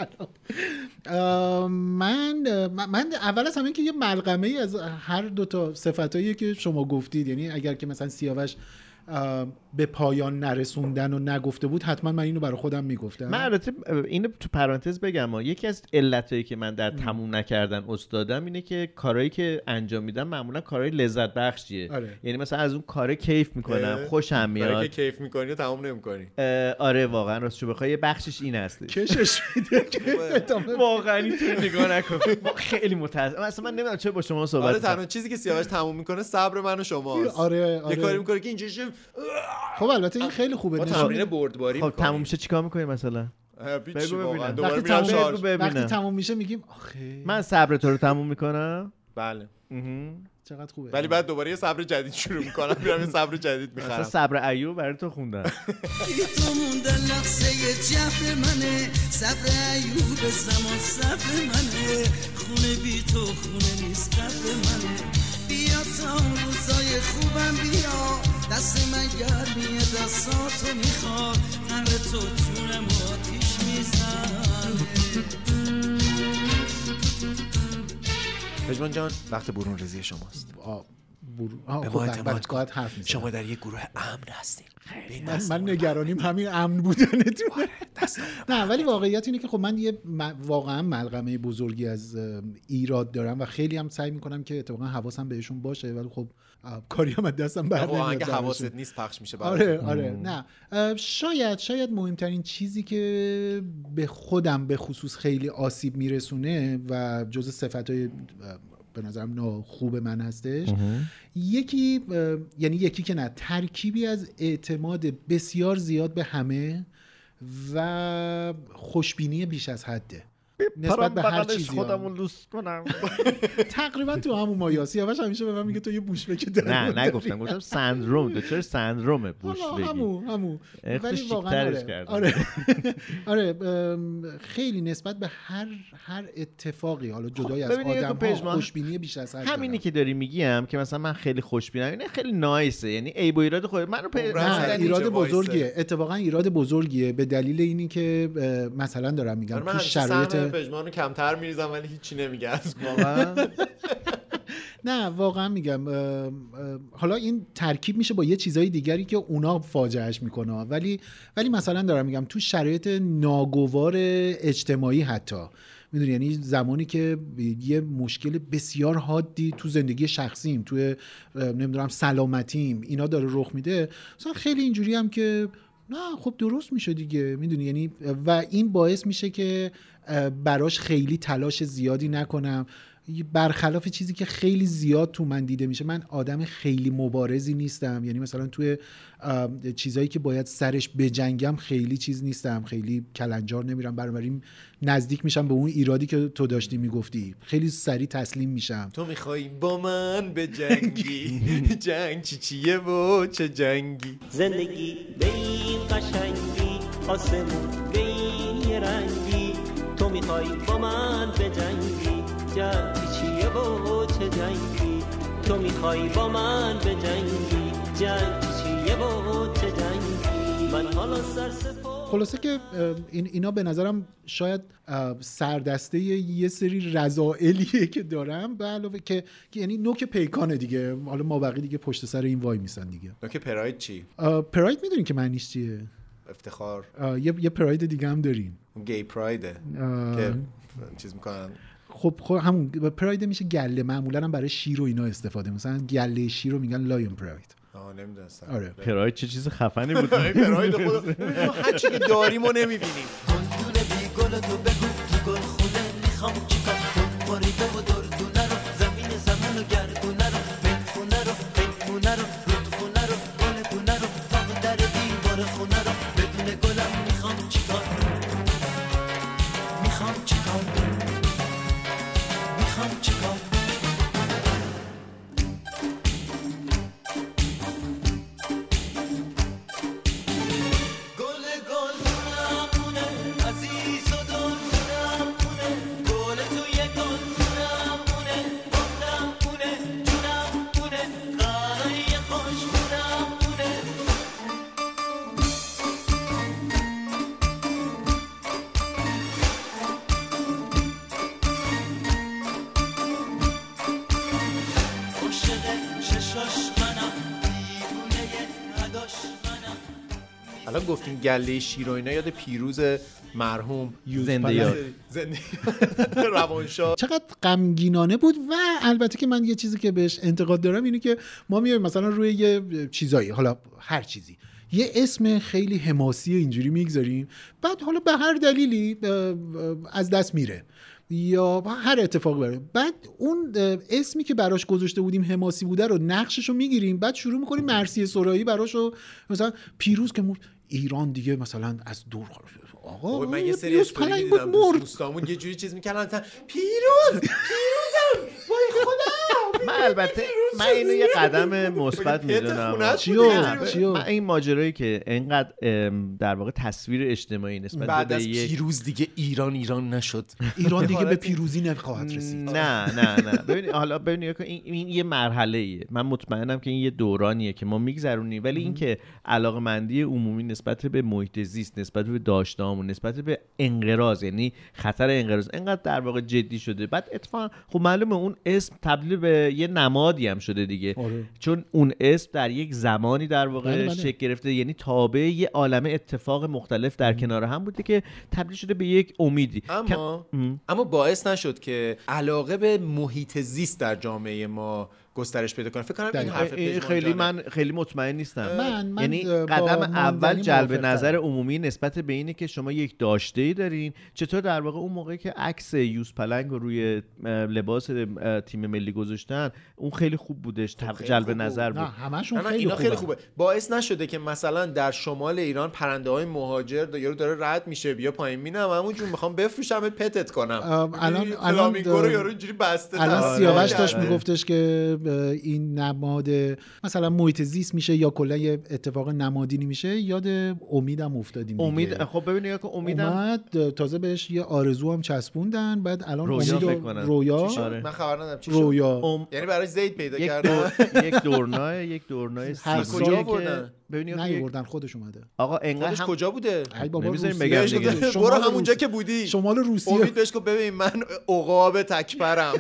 [SPEAKER 3] آه، من من اول از همه که یه ملغمه ای از هر دو تا صفتایی که شما گفتید یعنی اگر که مثلا سیاوش آه، به پایان نرسوندن و نگفته بود حتما من اینو برای خودم میگفتم
[SPEAKER 4] من البته اینو تو پرانتز بگم ها. یکی از علتهایی که من در تموم نکردن استادم اینه که کارهایی که انجام میدم معمولا کارهای لذت بخشیه
[SPEAKER 5] آره.
[SPEAKER 4] یعنی مثلا از اون کاره کیف میکنم
[SPEAKER 5] اه،
[SPEAKER 4] خوشم
[SPEAKER 5] برای
[SPEAKER 4] میاد
[SPEAKER 5] که کیف میکنی و تمام نمیکنی
[SPEAKER 4] اه، آره واقعا راستشو بخوای یه بخشش این هست
[SPEAKER 3] کشش میده
[SPEAKER 4] واقعا اینطوری نگاه نکن ما خیلی متاسفم اصلا من نمیدونم چرا با شما صحبت
[SPEAKER 5] آره
[SPEAKER 4] می‌کنم.
[SPEAKER 5] تنها چیزی که سیاوش تموم میکنه صبر من و شماست
[SPEAKER 3] آره، آره.
[SPEAKER 5] یه کاری میکنه که اینجوری شه،
[SPEAKER 3] خب البته این خیلی خوبه
[SPEAKER 5] ما
[SPEAKER 3] نشون-
[SPEAKER 5] تمرین بردباری
[SPEAKER 4] خب
[SPEAKER 5] میکنیم
[SPEAKER 4] تموم شه چیکار میکنی مثلا
[SPEAKER 5] بگو
[SPEAKER 4] بگو
[SPEAKER 5] واقعا
[SPEAKER 4] ببینم.
[SPEAKER 5] دوباره
[SPEAKER 4] وقتی
[SPEAKER 5] میرم
[SPEAKER 4] تموم-
[SPEAKER 5] شارژ.
[SPEAKER 4] بگو ببینم.
[SPEAKER 3] وقتی تموم میشه میگیم آخه
[SPEAKER 4] من صبر تو رو تموم میکنم
[SPEAKER 5] بله
[SPEAKER 3] چقدر خوبه
[SPEAKER 5] ولی بعد دوباره یه صبر جدید شروع میکنم میرم یه صبر جدید
[SPEAKER 4] مثلا
[SPEAKER 5] میخرم
[SPEAKER 4] صبر ایوب برای تو خوندم
[SPEAKER 14] بی تو موندن لحظه جبر منه صبر ایوب زمان صبر منه خونه بی تو خونه نیست قبر منه بیا تا اون روزای خوبم بیا دست من گرمیه دستاتو میخواد قرار تو جونم و آتیش میزنه
[SPEAKER 5] پژمان جان وقت برون ریزی شماست
[SPEAKER 3] آه، برو- آه،
[SPEAKER 5] به
[SPEAKER 3] خب،
[SPEAKER 5] ما
[SPEAKER 3] بعد-
[SPEAKER 5] اعتماد
[SPEAKER 3] بعد
[SPEAKER 5] کن.
[SPEAKER 3] باید حرف می‌زدم.
[SPEAKER 5] شما در یه گروه امن هستیم
[SPEAKER 3] من, من نگرانیم همین امن
[SPEAKER 5] آره،
[SPEAKER 3] بودنتونه نه ولی واقعیت اینه که خب من یه م- واقعا ملغمه بزرگی از ام، ایراد دارم و خیلی هم سعی میکنم که اتفاقا حواسم بهشون باشه ولی خب اه، کاری هم از دستم بر
[SPEAKER 5] خب، آهنگ
[SPEAKER 3] نمیاد براشون.
[SPEAKER 5] حواست نیست پخش میشه
[SPEAKER 3] آره آره نه اه، شاید شاید مهمترین چیزی که به خودم به خصوص خیلی آسیب میرسونه و جز صفت های به نظرم ناخوب من هستش یکی اه، یعنی یکی که نه ترکیبی از اعتماد بسیار زیاد به همه و خوشبینی بیش از حده نسبت به هر چیزی ها.
[SPEAKER 4] خودمون لوس کنم
[SPEAKER 3] تقریبا تو همون مایاسی همش همیشه به من میگه تو یه بوشبک درون
[SPEAKER 4] نه
[SPEAKER 3] داری.
[SPEAKER 4] نگفتم گفتم سندروم دچار سندرومه بوش
[SPEAKER 3] حالا
[SPEAKER 4] بگی
[SPEAKER 3] همون همون
[SPEAKER 4] اه، خود
[SPEAKER 3] ولی واقعا
[SPEAKER 4] شیک‌ترش
[SPEAKER 3] آره
[SPEAKER 4] کردم.
[SPEAKER 3] آره, آره ام، خیلی نسبت به هر هر اتفاقی حالا جدای از
[SPEAKER 4] ببینی، یه
[SPEAKER 3] آدم ها
[SPEAKER 4] خب، پژمان-
[SPEAKER 3] خوشبینی بیش از حد
[SPEAKER 4] همینی که داری میگیم که مثلا من خیلی خوشبینم اینه خیلی نایسه یعنی ای و ایراد خود من رو پی...
[SPEAKER 3] دارم. نه
[SPEAKER 4] مثلا
[SPEAKER 3] ایراد
[SPEAKER 4] اینجا وایسه.
[SPEAKER 3] بزرگیه اتفاقا ایراد بزرگیه به دلیل اینی که اه، مثلا دارم میگم
[SPEAKER 5] آره، من
[SPEAKER 3] تو
[SPEAKER 5] همیشه سهم
[SPEAKER 3] شرایط
[SPEAKER 5] پژمان رو کمتر میریزم ولی هیچی نمیگه از ما.
[SPEAKER 3] نه واقعا میگم ام، ام، حالا این ترکیب میشه با یه چیزای دیگری که اونا فاجعهش میکنه ولی ولی مثلا دارم میگم تو شرایط ناگوار اجتماعی حتی میدونی یعنی زمانی که یه مشکل بسیار حادی تو زندگی شخصیم توی اه، نمیدونم سلامتیم اینا داره رخ میده مثلا خیلی اینجوری هم که نه خب درست میشه دیگه میدونی یعنی و این باعث میشه که اه، براش خیلی تلاش زیادی نکنم برخلاف چیزی که خیلی زیاد تو من دیده میشه من آدم خیلی مبارزی نیستم یعنی مثلا توی ام، چیزایی که باید سرش بجنگم خیلی چیز نیستم خیلی کلنجار نمیرم بنابراین نزدیک میشم به اون ایرادی که تو داشتی میگفتی خیلی سریع تسلیم میشم
[SPEAKER 5] تو میخوای با من به جنگی جنگ چی چیه و چه جنگی
[SPEAKER 15] زندگی به این قشنگی آسمون به این یه رنگی تو میخوای با من به جنگی جنگی چیه و چه جنگی تو میخوای با من به جنگی جنگی چیه و چه جنگی من حالا سرسپا
[SPEAKER 3] خلاصه که اه، این اینا به نظرم شاید اه، سردسته یه سری رضائلیه که دارم به علاوه که که یعنی نوک پیکانه دیگه حالا ما بقیه دیگه پشت سر این وای میسن دیگه
[SPEAKER 5] نوک پراید چی
[SPEAKER 3] اه، پراید میدونین که معنیش چیه
[SPEAKER 5] افتخار
[SPEAKER 3] اه، یه, یه پراید دیگه هم داریم
[SPEAKER 5] گی پرایده
[SPEAKER 3] آه.
[SPEAKER 5] که چیز میکنن
[SPEAKER 3] خب خب همون پراید میشه گله معمولا هم برای شیر و اینا استفاده مثلا گله شیر رو میگن لایون پراید
[SPEAKER 5] آها نمیدونستم
[SPEAKER 3] آره.
[SPEAKER 4] پراید چه چیز خفنی بود
[SPEAKER 5] پراید خدا ببین، ما هر چی که داریم و نمیبینیم
[SPEAKER 12] گل تو بگو تو گل خونه میخوام چیکار تو بریده و دردونه رو زمین زمین و گردونه رو میخونه رو میخونه رو رودخونه رو گل گونه رو تا در دیوار خونه رو بدون گلم میخوام چیکار میخوام چیکار میخوام چیکار گل گل نمونه عزیز و دل نمونه گل توی گل نمونه گل نمونه جونم نمونه قراری خوش نمونه عاشق ششاش منم دیوونه نداش منم
[SPEAKER 5] الان گفتیم گله شیر و اینا یاد پیروز مرحوم
[SPEAKER 4] زنده یاد.
[SPEAKER 5] زنده یاد. روانشاد
[SPEAKER 3] چقدر غمگینانه بود و البته که من یه چیزی که بهش انتقاد دارم اینه که ما میایم مثلا روی یه چیزایی حالا هر چیزی یه اسم خیلی حماسی اینجوری میگذاریم بعد حالا به هر دلیلی اه، اه، از دست میره یا هر اتفاقی بره بعد اون اه، اسمی که براش گذاشته بودیم حماسی بوده رو نقشش رو میگیریم بعد شروع میکنیم مرسی سرایی براش رو مثلا پیروز که مرد ایران دیگه مثلا از دور خ- آقا
[SPEAKER 5] بابا، من یه سری
[SPEAKER 3] پیروز
[SPEAKER 5] استوری
[SPEAKER 3] پلنگ
[SPEAKER 5] می‌دیدم
[SPEAKER 3] بود مرد
[SPEAKER 5] دوست دوستامون یه جوری چیز میکردن مثلا پیروز پیروزم وای خدا
[SPEAKER 4] خب، من البته من اینو یه قدم مثبت میدونم
[SPEAKER 5] خونه‌ت بودی یه
[SPEAKER 3] جوری؟ چیو؟
[SPEAKER 4] من این ماجرایی که انقدر ام، در واقع تصویر اجتماعی نسبت
[SPEAKER 5] بعد
[SPEAKER 4] به
[SPEAKER 5] از
[SPEAKER 4] یک-
[SPEAKER 5] پیروز دیگه ایران ایران نشد
[SPEAKER 3] ایران دیگه به
[SPEAKER 5] حالت-
[SPEAKER 3] پیروزی نخواهد رسید
[SPEAKER 4] نه نه نه ببین حالا ببین نگاه کن، این, این یه مرحله ایه من مطمئنم که این یه دورانیه که ما میگذرونیم ولی اینکه علاقمندی عمومی نسبت به محیط زیست نسبت به داشتهامون نسبت به انقراض یعنی خطر انقراض انقدر در واقع جدی شده بعد اتفاقا خب معلومه اون اسم تبدیل به یه نمادی هم شده دیگه
[SPEAKER 3] آره.
[SPEAKER 4] چون اون اسم در یک زمانی در واقع
[SPEAKER 3] بله، بله.
[SPEAKER 4] شکل گرفته یعنی تابع یه عالمه اتفاق مختلف در کنار هم بوده که تبدیل شده به یک امیدی
[SPEAKER 5] اما اما باعث نشد که علاقه به محیط زیست در جامعه ما گسترش پیدا کنه فکر کنم این
[SPEAKER 4] دقیقاً.
[SPEAKER 5] حرف
[SPEAKER 4] این
[SPEAKER 5] پژمان
[SPEAKER 4] خیلی
[SPEAKER 5] جانه.
[SPEAKER 4] من خیلی مطمئن نیستم
[SPEAKER 3] من- من
[SPEAKER 4] یعنی
[SPEAKER 3] با
[SPEAKER 4] قدم
[SPEAKER 3] ماندنی
[SPEAKER 4] اول جلب
[SPEAKER 3] موافقم.
[SPEAKER 4] نظر عمومی نسبت به اینه که شما یک داشته ای دارین چطور در واقع اون موقعی که عکس یوز پلنگ رو روی اه، لباس اه، تیم ملی گذاشتن اون خیلی خوب بودش تب-
[SPEAKER 5] خب، خیلی
[SPEAKER 4] جلب
[SPEAKER 5] خوب بود.
[SPEAKER 4] نظر بود
[SPEAKER 3] نه همشون
[SPEAKER 5] نه، نه،
[SPEAKER 3] خیلی
[SPEAKER 5] اینا
[SPEAKER 3] خوبه,
[SPEAKER 5] خیلی خوبه باعث نشده که مثلا در شمال ایران پرنده های مهاجر دا- یارو داره رد میشه بیا پایین مینم همون جون میخوام بفروشم پتت کنم
[SPEAKER 3] ام، الان-
[SPEAKER 5] می‌دونی،
[SPEAKER 3] الان
[SPEAKER 5] فلامینگو رو
[SPEAKER 3] دا-
[SPEAKER 5] یارو اینجوری بسته
[SPEAKER 3] الان
[SPEAKER 5] طرف.
[SPEAKER 3] سیاوش
[SPEAKER 5] آره.
[SPEAKER 3] داشت
[SPEAKER 5] آره.
[SPEAKER 3] میگفتش که اه، این نماد مثلا محیط زیست میشه یا کلا یه اتفاق نمادینی میشه یاد امیدم افتادیم دیگه.
[SPEAKER 4] امید خب ببین نگاه کن امیدم
[SPEAKER 3] اومد اه، تازه بهش یه آرزو هم چسبوندن بعد الان
[SPEAKER 4] رویا
[SPEAKER 3] امید و-
[SPEAKER 4] فکر کنم.
[SPEAKER 3] رویا
[SPEAKER 4] چی شد؟ آره.
[SPEAKER 5] من خبر ندارم چی شد؟
[SPEAKER 3] رویا
[SPEAKER 4] ام-
[SPEAKER 5] یعنی برای زید پیدا
[SPEAKER 4] یک
[SPEAKER 5] کردن
[SPEAKER 4] دور- یک دورنای یک دورنای
[SPEAKER 3] هر
[SPEAKER 4] سیبیلیه
[SPEAKER 3] کجا
[SPEAKER 4] که-
[SPEAKER 5] بردن؟
[SPEAKER 4] ببین نگاه کن، یک-
[SPEAKER 3] نیوردن خودش اومده
[SPEAKER 4] آقا انقدر
[SPEAKER 5] خودش
[SPEAKER 4] هم-
[SPEAKER 5] کجا بوده
[SPEAKER 3] ای بابا
[SPEAKER 4] نمی‌ذاریم
[SPEAKER 3] روسیه.
[SPEAKER 4] بگم
[SPEAKER 5] بهش
[SPEAKER 4] دیگه.
[SPEAKER 5] گفته،
[SPEAKER 3] شمال
[SPEAKER 5] برو همونجا
[SPEAKER 3] روسیه.
[SPEAKER 5] که بودی
[SPEAKER 3] شمال روسیه
[SPEAKER 5] امید بهش گفت ببین من عقاب تکبرم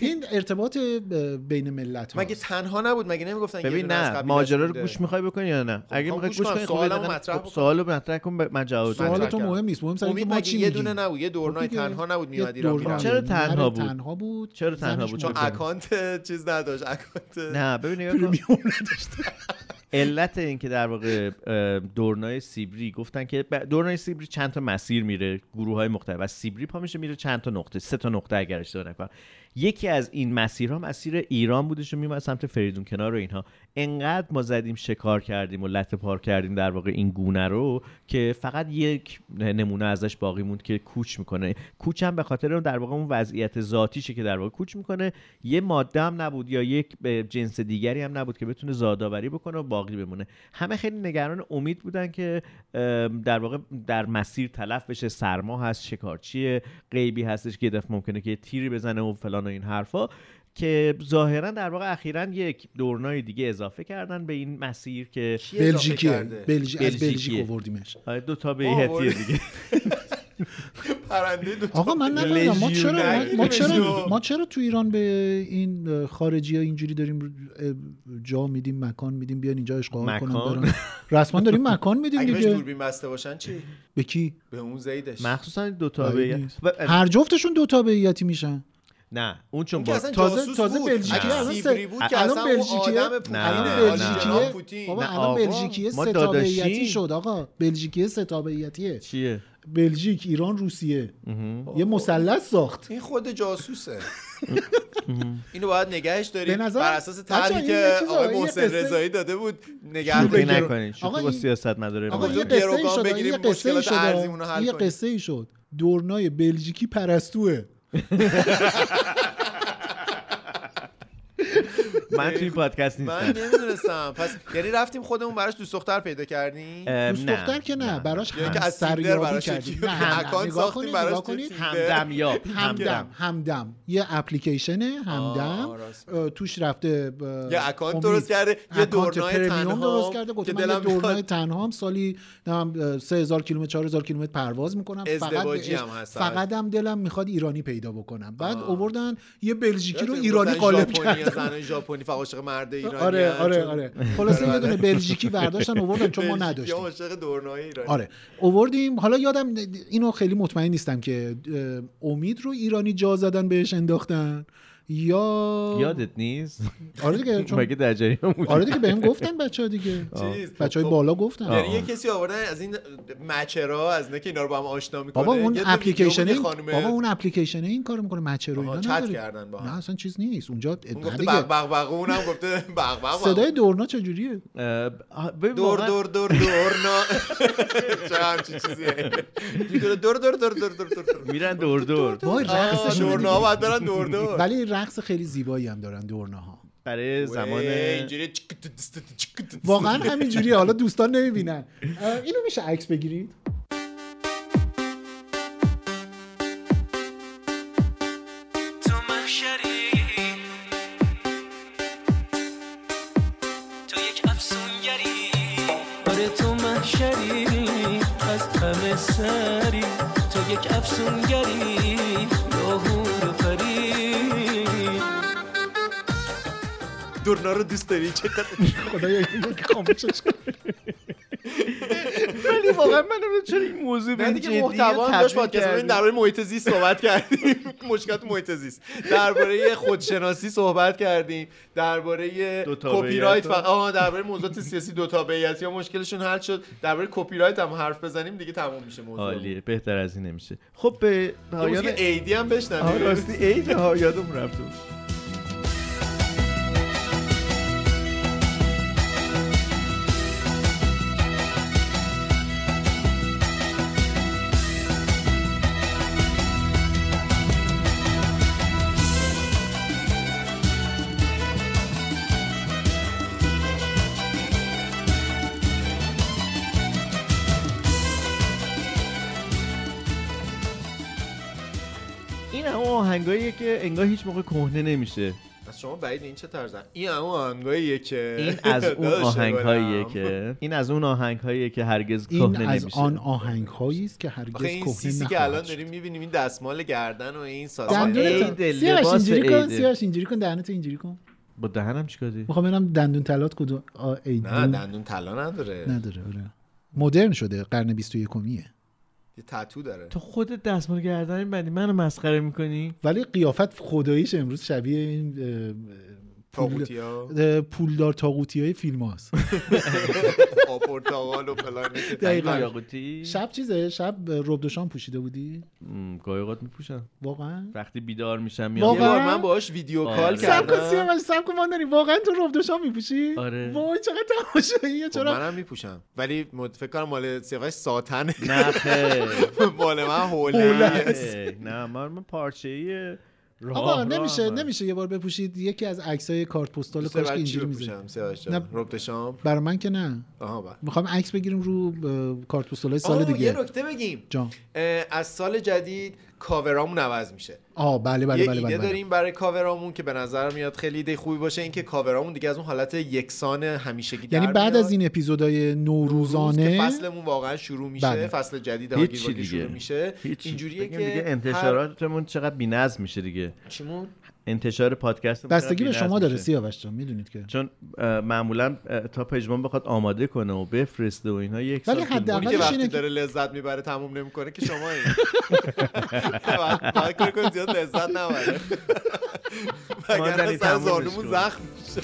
[SPEAKER 3] این ارتباط اه، بین ملت ها
[SPEAKER 5] مگه تنها نبود مگه نمیگفتن یه
[SPEAKER 4] ببین
[SPEAKER 5] دونه از
[SPEAKER 4] نه
[SPEAKER 5] قبیله‌ش
[SPEAKER 4] ماجرا رو
[SPEAKER 5] بوده؟
[SPEAKER 4] گوش میخوای بکنی یا نه اگه
[SPEAKER 5] می‌خوام
[SPEAKER 4] میخوای
[SPEAKER 5] گوش
[SPEAKER 4] گوش
[SPEAKER 5] کنم.
[SPEAKER 4] کنی خب
[SPEAKER 5] سوالمو
[SPEAKER 4] بدن-
[SPEAKER 5] مطرح
[SPEAKER 4] خب
[SPEAKER 5] بکن.
[SPEAKER 4] سوالو مطرح کن ب- من جواب
[SPEAKER 5] سوال
[SPEAKER 4] بدم.
[SPEAKER 3] سوال
[SPEAKER 5] مطرح
[SPEAKER 3] تو
[SPEAKER 5] کردم.
[SPEAKER 3] مهم نیست مهم سر اینکه
[SPEAKER 5] امید
[SPEAKER 3] ما
[SPEAKER 5] مگه
[SPEAKER 3] چی
[SPEAKER 5] یه
[SPEAKER 3] می‌گیم.
[SPEAKER 5] دونه نبود یه دورنای
[SPEAKER 3] خب دیگه،
[SPEAKER 5] تنها نبود
[SPEAKER 3] یه
[SPEAKER 5] میومد ایران
[SPEAKER 3] دورنای.
[SPEAKER 5] میرفت
[SPEAKER 4] چرا تنها
[SPEAKER 3] نره
[SPEAKER 4] بود؟
[SPEAKER 3] تنها بود
[SPEAKER 4] چرا تنها
[SPEAKER 3] زنش
[SPEAKER 4] بود؟
[SPEAKER 5] چون
[SPEAKER 3] مرده.
[SPEAKER 5] اکانت چیز نداشت اکانت
[SPEAKER 4] نه ببین نگاه کن. علت این که در واقع اه، دورنای سیبری گفتن که ب- دورنای سیبری چند تا مسیر میره گروه های مختلف از سیبری پا میشه میره چند تا نقطه سه تا نقطه اگرش اشتباه نکنم یکی از این مسیرها مسیر ایران بودش و میومد سمت فریدون کنار و اینها انقدر ما زدیم شکار کردیم و لطه پار کردیم در واقع این گونه رو که فقط یک نمونه ازش باقی موند که کوچ میکنه کوچ هم به خاطر اون در واقع اون وضعیت ذاتیشه که در واقع کوچ میکنه یه ماده هم نبود یا یک به جنس دیگری هم نبود که بتونه زادآوری بکنه و باقی بمونه همه خیلی نگران امید بودن که ام، در واقع در مسیر تلف بشه سرما هست شکارچیه غیبی هستش که یه دفعه ممکنه که یه تیری بزنه و فلان و این حرفا که ظاهرا در واقع اخیرا یک دورنای دیگه اضافه کردن به این مسیر که
[SPEAKER 3] اضافه بلژیکیه. کرده؟ بلژ- از بلژیک آوردیمش
[SPEAKER 4] آره، دو تا
[SPEAKER 3] ما
[SPEAKER 4] بیهتیه
[SPEAKER 3] آوردیم.
[SPEAKER 4] دیگه
[SPEAKER 5] پرنده دو تا
[SPEAKER 3] آقا من نمیدونم ما چرا ما- ما چرا
[SPEAKER 5] لژیونر.
[SPEAKER 3] ما چرا تو ایران به این خارجی ها اینجوری داریم اه، جا میدیم مکان میدیم بیان اینجا اشغال کنن
[SPEAKER 5] مکان؟
[SPEAKER 3] برن رسما داریم مکان میدیم
[SPEAKER 5] اگه بهش
[SPEAKER 3] دیگه
[SPEAKER 5] دوربین بسته باشن چی
[SPEAKER 3] به کی
[SPEAKER 5] به اون زیدش
[SPEAKER 4] مخصوصا دو تا
[SPEAKER 3] بعید
[SPEAKER 4] به-
[SPEAKER 3] آره، نیست.
[SPEAKER 4] و-
[SPEAKER 3] هر جفتشون دو تابعیتی میشن
[SPEAKER 4] نه اون چون
[SPEAKER 3] اون که
[SPEAKER 4] با-
[SPEAKER 3] اصلا تازه- جاسوس تازه بود. بلژیکی
[SPEAKER 4] نه.
[SPEAKER 3] الان سه- سیبری بود که الان اصلا اون بلژیکیه- آدم پوتینه. الان
[SPEAKER 4] نه،
[SPEAKER 3] بلژیکیه-
[SPEAKER 4] نه.
[SPEAKER 3] بابا
[SPEAKER 4] نه،
[SPEAKER 3] الان
[SPEAKER 4] آقا،
[SPEAKER 3] بلژیکیه
[SPEAKER 4] ما
[SPEAKER 3] سه
[SPEAKER 4] داداشی-
[SPEAKER 3] تابعیتی شد آقا بلژیکیه سه تابعیتیه
[SPEAKER 4] چیه
[SPEAKER 3] بلژیک ایران روسیه یه مثلث ساخت
[SPEAKER 5] این خود جاسوسه اینو باید نگهش داریم
[SPEAKER 3] به نظر-
[SPEAKER 5] بر اساس
[SPEAKER 3] بچه‌ها،
[SPEAKER 5] طرحی
[SPEAKER 3] این
[SPEAKER 5] که
[SPEAKER 3] یه چیزه،
[SPEAKER 5] آقای
[SPEAKER 3] این یه
[SPEAKER 5] محسن
[SPEAKER 3] قصه-
[SPEAKER 5] رضایی داده بود نگه
[SPEAKER 4] شوخی
[SPEAKER 5] داریم.
[SPEAKER 4] نکنید
[SPEAKER 3] آقا
[SPEAKER 4] شوخی با
[SPEAKER 3] این-
[SPEAKER 4] سیاست مداره
[SPEAKER 3] آقا یه
[SPEAKER 5] بازی.
[SPEAKER 3] قصه ای
[SPEAKER 5] گروگان
[SPEAKER 3] شد آقا،
[SPEAKER 5] بگیریم،
[SPEAKER 3] یه قصه ای
[SPEAKER 5] مشکلات
[SPEAKER 3] شد
[SPEAKER 5] ارزیمون رو
[SPEAKER 3] آقا.
[SPEAKER 5] حل
[SPEAKER 3] یه
[SPEAKER 5] کنیم.
[SPEAKER 3] قصه ای شد دورنای بلژیکی پرستوه
[SPEAKER 4] من توی این پادکست
[SPEAKER 5] من
[SPEAKER 4] نیستم
[SPEAKER 5] نمیدونستم پس یعنی رفتیم خودمون براش دوست دختر پیدا کردیم
[SPEAKER 4] اه،
[SPEAKER 3] دوست
[SPEAKER 4] نه.
[SPEAKER 3] دختر که نه براش
[SPEAKER 5] یا اینکه
[SPEAKER 3] هم
[SPEAKER 5] یعنی از تیندر
[SPEAKER 3] سریابی
[SPEAKER 5] براش
[SPEAKER 3] کردیم
[SPEAKER 5] یکی
[SPEAKER 3] نه، نه، نه.
[SPEAKER 5] اکانت
[SPEAKER 3] نگاه
[SPEAKER 5] ساختیم
[SPEAKER 3] کنید
[SPEAKER 5] براش
[SPEAKER 3] نگاه
[SPEAKER 5] توی
[SPEAKER 3] کنید
[SPEAKER 5] تیندر.
[SPEAKER 4] همدمیاب.
[SPEAKER 3] همدم همدم یه اپلیکیشنه همدم اه، توش رفته ب-
[SPEAKER 5] یه اکانت
[SPEAKER 3] امید.
[SPEAKER 5] درست کرده، یه
[SPEAKER 3] اکانت
[SPEAKER 5] دورنای
[SPEAKER 3] پرمیوم
[SPEAKER 5] تنهام
[SPEAKER 3] درست کرده گفت
[SPEAKER 5] که
[SPEAKER 3] من یه
[SPEAKER 5] دلم می‌خواد.
[SPEAKER 3] دورنای تنهام سالی نم 3000 کیلومتر 4000 کیلومتر پرواز میکنم فقط
[SPEAKER 5] ازدواجی
[SPEAKER 3] بهش-
[SPEAKER 5] هم هست.
[SPEAKER 3] فقط هم دلم میخواد ایرانی پیدا بکنم بعد آوردن یه بلژیکی رو
[SPEAKER 5] گفتن
[SPEAKER 3] ایرانی قالب
[SPEAKER 5] ژاپنی یا
[SPEAKER 3] کردن
[SPEAKER 5] زنای ژاپنی فقط عاشق مرد ایرانی
[SPEAKER 3] آره آره آره خلاصه یه دونه بلژیکی برداشتن آوردن چون ما نداشتیم
[SPEAKER 5] عاشق دورنای ایرانی
[SPEAKER 3] آره اووردیم حالا یادم اینو خیلی مطمئن نیستم که اه، امید رو ایرانی جا زدن بهش انداختن یا
[SPEAKER 4] یادت نیست
[SPEAKER 3] آره دیگه، چون-
[SPEAKER 4] مگه در جریان بودی؟
[SPEAKER 3] آره دیگه بهم گفتن بچه ها دیگه
[SPEAKER 5] آه. چیز.
[SPEAKER 3] بچه های
[SPEAKER 5] خب،
[SPEAKER 3] بالا گفتن
[SPEAKER 5] یعنی یه کسی آوردن از این مچرا از نه که اینا رو با هم آشنا میکنه
[SPEAKER 3] بابا اون اپلیکیشن این بابا اون اپلیکیشن این کارو میکنه مچه رو اینا
[SPEAKER 5] چت
[SPEAKER 3] نداره.
[SPEAKER 5] کردن با هم.
[SPEAKER 3] نه اصلا چیز نیست اونجا نه
[SPEAKER 5] گفته
[SPEAKER 3] دیگه.
[SPEAKER 5] بق بق بق اونم گفته بق بق
[SPEAKER 3] صدای دورنا چجوریه
[SPEAKER 5] دور دور دور دورنا چه همچین چیزیه دور دور دور دور دور دور دور
[SPEAKER 4] میرن دور دور
[SPEAKER 3] وای رقصش
[SPEAKER 5] دورنا باید برن دور دور
[SPEAKER 3] ولی رقص خیلی زیبایی هم دارن دورناها
[SPEAKER 4] برای زمان
[SPEAKER 5] اینجوری
[SPEAKER 3] واقعا همینجوریه حالا دوستان نمیبینن اینو میشه عکس بگیرید
[SPEAKER 16] تو محشری تو یک افسونگری آره تو محشری از همه سری تو یک افسونگری لاهور و پری
[SPEAKER 5] دورنا رو دوست داری چقدر
[SPEAKER 3] خدایا اینو که خاموشش کن.
[SPEAKER 4] ولی واقعا من نمیدونم چرا این موضوع به
[SPEAKER 5] نه
[SPEAKER 4] این
[SPEAKER 5] دیگه
[SPEAKER 4] جدیه
[SPEAKER 5] محتوا هم داشت
[SPEAKER 4] تبدیل
[SPEAKER 5] پادکست
[SPEAKER 4] کردیم.
[SPEAKER 5] ببین درباره محیط زیست صحبت کردیم مشکلات محیط زیست درباره خودشناسی صحبت کردیم درباره
[SPEAKER 4] دو تابعیت
[SPEAKER 5] کپی رایت
[SPEAKER 4] ها.
[SPEAKER 5] فقط آها درباره موضوعات سیاسی دو تابعیتی ها مشکلشون حل شد درباره کپی رایت هم حرف بزنیم دیگه تموم میشه موضوع
[SPEAKER 4] عالیه بهتر از این نمیشه خب به
[SPEAKER 5] موضوع عیدی هم بشنویم.
[SPEAKER 4] آه، راستی عید ها یادم رفت اون. این همون آهنگاییه که انگار هیچ موقع کهنه نمیشه
[SPEAKER 5] از شما بعید این چه طرز این هم آهنگاییه که
[SPEAKER 4] این از اون
[SPEAKER 5] داداش
[SPEAKER 4] آهنگاییه
[SPEAKER 5] گلم.
[SPEAKER 4] که این از اون آهنگاییه که هرگز
[SPEAKER 3] این
[SPEAKER 4] کهنه
[SPEAKER 3] از
[SPEAKER 4] نمیشه
[SPEAKER 3] آن آهنگ هایی است که هرگز
[SPEAKER 5] آخه این
[SPEAKER 3] کهنه
[SPEAKER 5] سیسی که
[SPEAKER 3] نخواهد
[SPEAKER 5] الان
[SPEAKER 3] شد.
[SPEAKER 5] داریم میبینیم این دستمال گردن و این
[SPEAKER 3] آقا،
[SPEAKER 5] سازمان
[SPEAKER 3] عیده، سیاوش اینجوری کن سیاوش اینجوری کن دهنتو اینجوری کن
[SPEAKER 4] با دهنم چیکار دی
[SPEAKER 3] میخوام ببینم دندون تلات کدوم آ، عیدی.
[SPEAKER 5] نه دندون طلا نداره
[SPEAKER 3] نداره آره مدرن شده قرن 21 کمیه
[SPEAKER 5] یه تتو داره
[SPEAKER 4] تو خودت دستمال گردن بندی منو مسخره میکنی
[SPEAKER 3] ولی قیافت خداییش امروز شبیه این اه، پول
[SPEAKER 5] طاغوتی‌ها؟
[SPEAKER 3] اه، پولدار تاغوتی های فیلم هاست
[SPEAKER 5] آپورتاقال و فلان
[SPEAKER 3] دقیقا شب چیزه شب ربدشان پوشیده بودی
[SPEAKER 4] گاهی اوقات میپوشم
[SPEAKER 3] واقعا
[SPEAKER 4] وقتی بیدار میشم
[SPEAKER 3] واقعا؟ یه بار
[SPEAKER 5] من باهاش ویدیو
[SPEAKER 4] آره.
[SPEAKER 5] کال
[SPEAKER 3] سب کن
[SPEAKER 5] کردم
[SPEAKER 3] سیاوش سب کن ما داریم واقعا تو ربدشان میپوشی
[SPEAKER 4] آره.
[SPEAKER 3] وای چقدر تماشاییه
[SPEAKER 5] خب
[SPEAKER 3] چرا
[SPEAKER 5] منم میپوشم ولی مد- فکر کنم مال سیاوش ساتنه
[SPEAKER 4] نه خیر.
[SPEAKER 5] مال من
[SPEAKER 4] هوله
[SPEAKER 5] هوله
[SPEAKER 4] است. نه من من پارچه ای راه
[SPEAKER 3] آقا
[SPEAKER 4] راه
[SPEAKER 3] نمیشه
[SPEAKER 4] من.
[SPEAKER 3] نمیشه یه بار بپوشید یکی از عکسای کارت پستال
[SPEAKER 5] دوست
[SPEAKER 3] کاش که
[SPEAKER 5] بعد چی
[SPEAKER 3] اینجوری
[SPEAKER 5] رو
[SPEAKER 3] میزه
[SPEAKER 5] پوشم سیاوش
[SPEAKER 3] نه.
[SPEAKER 5] جان ربط شام
[SPEAKER 3] برای من که نه
[SPEAKER 5] آها بله.
[SPEAKER 3] میخوام عکس بگیریم رو اه، کارت پستالای سال
[SPEAKER 5] آه،
[SPEAKER 3] دیگه
[SPEAKER 5] یه نکته بگیم
[SPEAKER 3] جان
[SPEAKER 5] اه، از سال جدید کاورامون عوض میشه
[SPEAKER 3] آه بله بله
[SPEAKER 5] یه
[SPEAKER 3] بله
[SPEAKER 5] ایده
[SPEAKER 3] بله, بله.
[SPEAKER 5] داریم برای کاورامون که به نظر میاد خیلی ایده خوبی باشه اینکه کاورامون دیگه از اون حالت یکسان همیشگی
[SPEAKER 3] یعنی
[SPEAKER 5] در
[SPEAKER 3] بعد
[SPEAKER 5] بیاد.
[SPEAKER 3] از این اپیزودای
[SPEAKER 5] روز که
[SPEAKER 3] نوروزانه
[SPEAKER 5] فصلمون واقعا شروع میشه
[SPEAKER 3] بله.
[SPEAKER 5] فصل جدید
[SPEAKER 4] هیچی
[SPEAKER 5] هاگیر واگیر
[SPEAKER 4] دیگه.
[SPEAKER 5] شروع میشه
[SPEAKER 4] هیچی.
[SPEAKER 5] اینجوریه که
[SPEAKER 4] بگیم دیگه انتشاراتمون چقدر بی‌نظم میشه دیگه
[SPEAKER 5] هر... چیمون
[SPEAKER 4] انتشار پادکست
[SPEAKER 3] بستگی به شما داره سیاوش جان میدونید که
[SPEAKER 4] چون اه، معمولا اه، تا پژمان بخواد آماده کنه و بفرسته و اینها یک
[SPEAKER 3] ولی
[SPEAKER 4] سال طول
[SPEAKER 3] حداقل-
[SPEAKER 4] می‌کشه.
[SPEAKER 5] اونی
[SPEAKER 3] اولش
[SPEAKER 5] که
[SPEAKER 3] اینه
[SPEAKER 5] وقتی
[SPEAKER 3] که-
[SPEAKER 5] داره لذت میبره تموم نمیکنه که شما این باید- باید کار کنید زیاد لذت نبره وگرنه
[SPEAKER 4] دارید
[SPEAKER 5] سر
[SPEAKER 4] تمومش
[SPEAKER 5] زانومون
[SPEAKER 4] کنید.
[SPEAKER 5] زخم میشه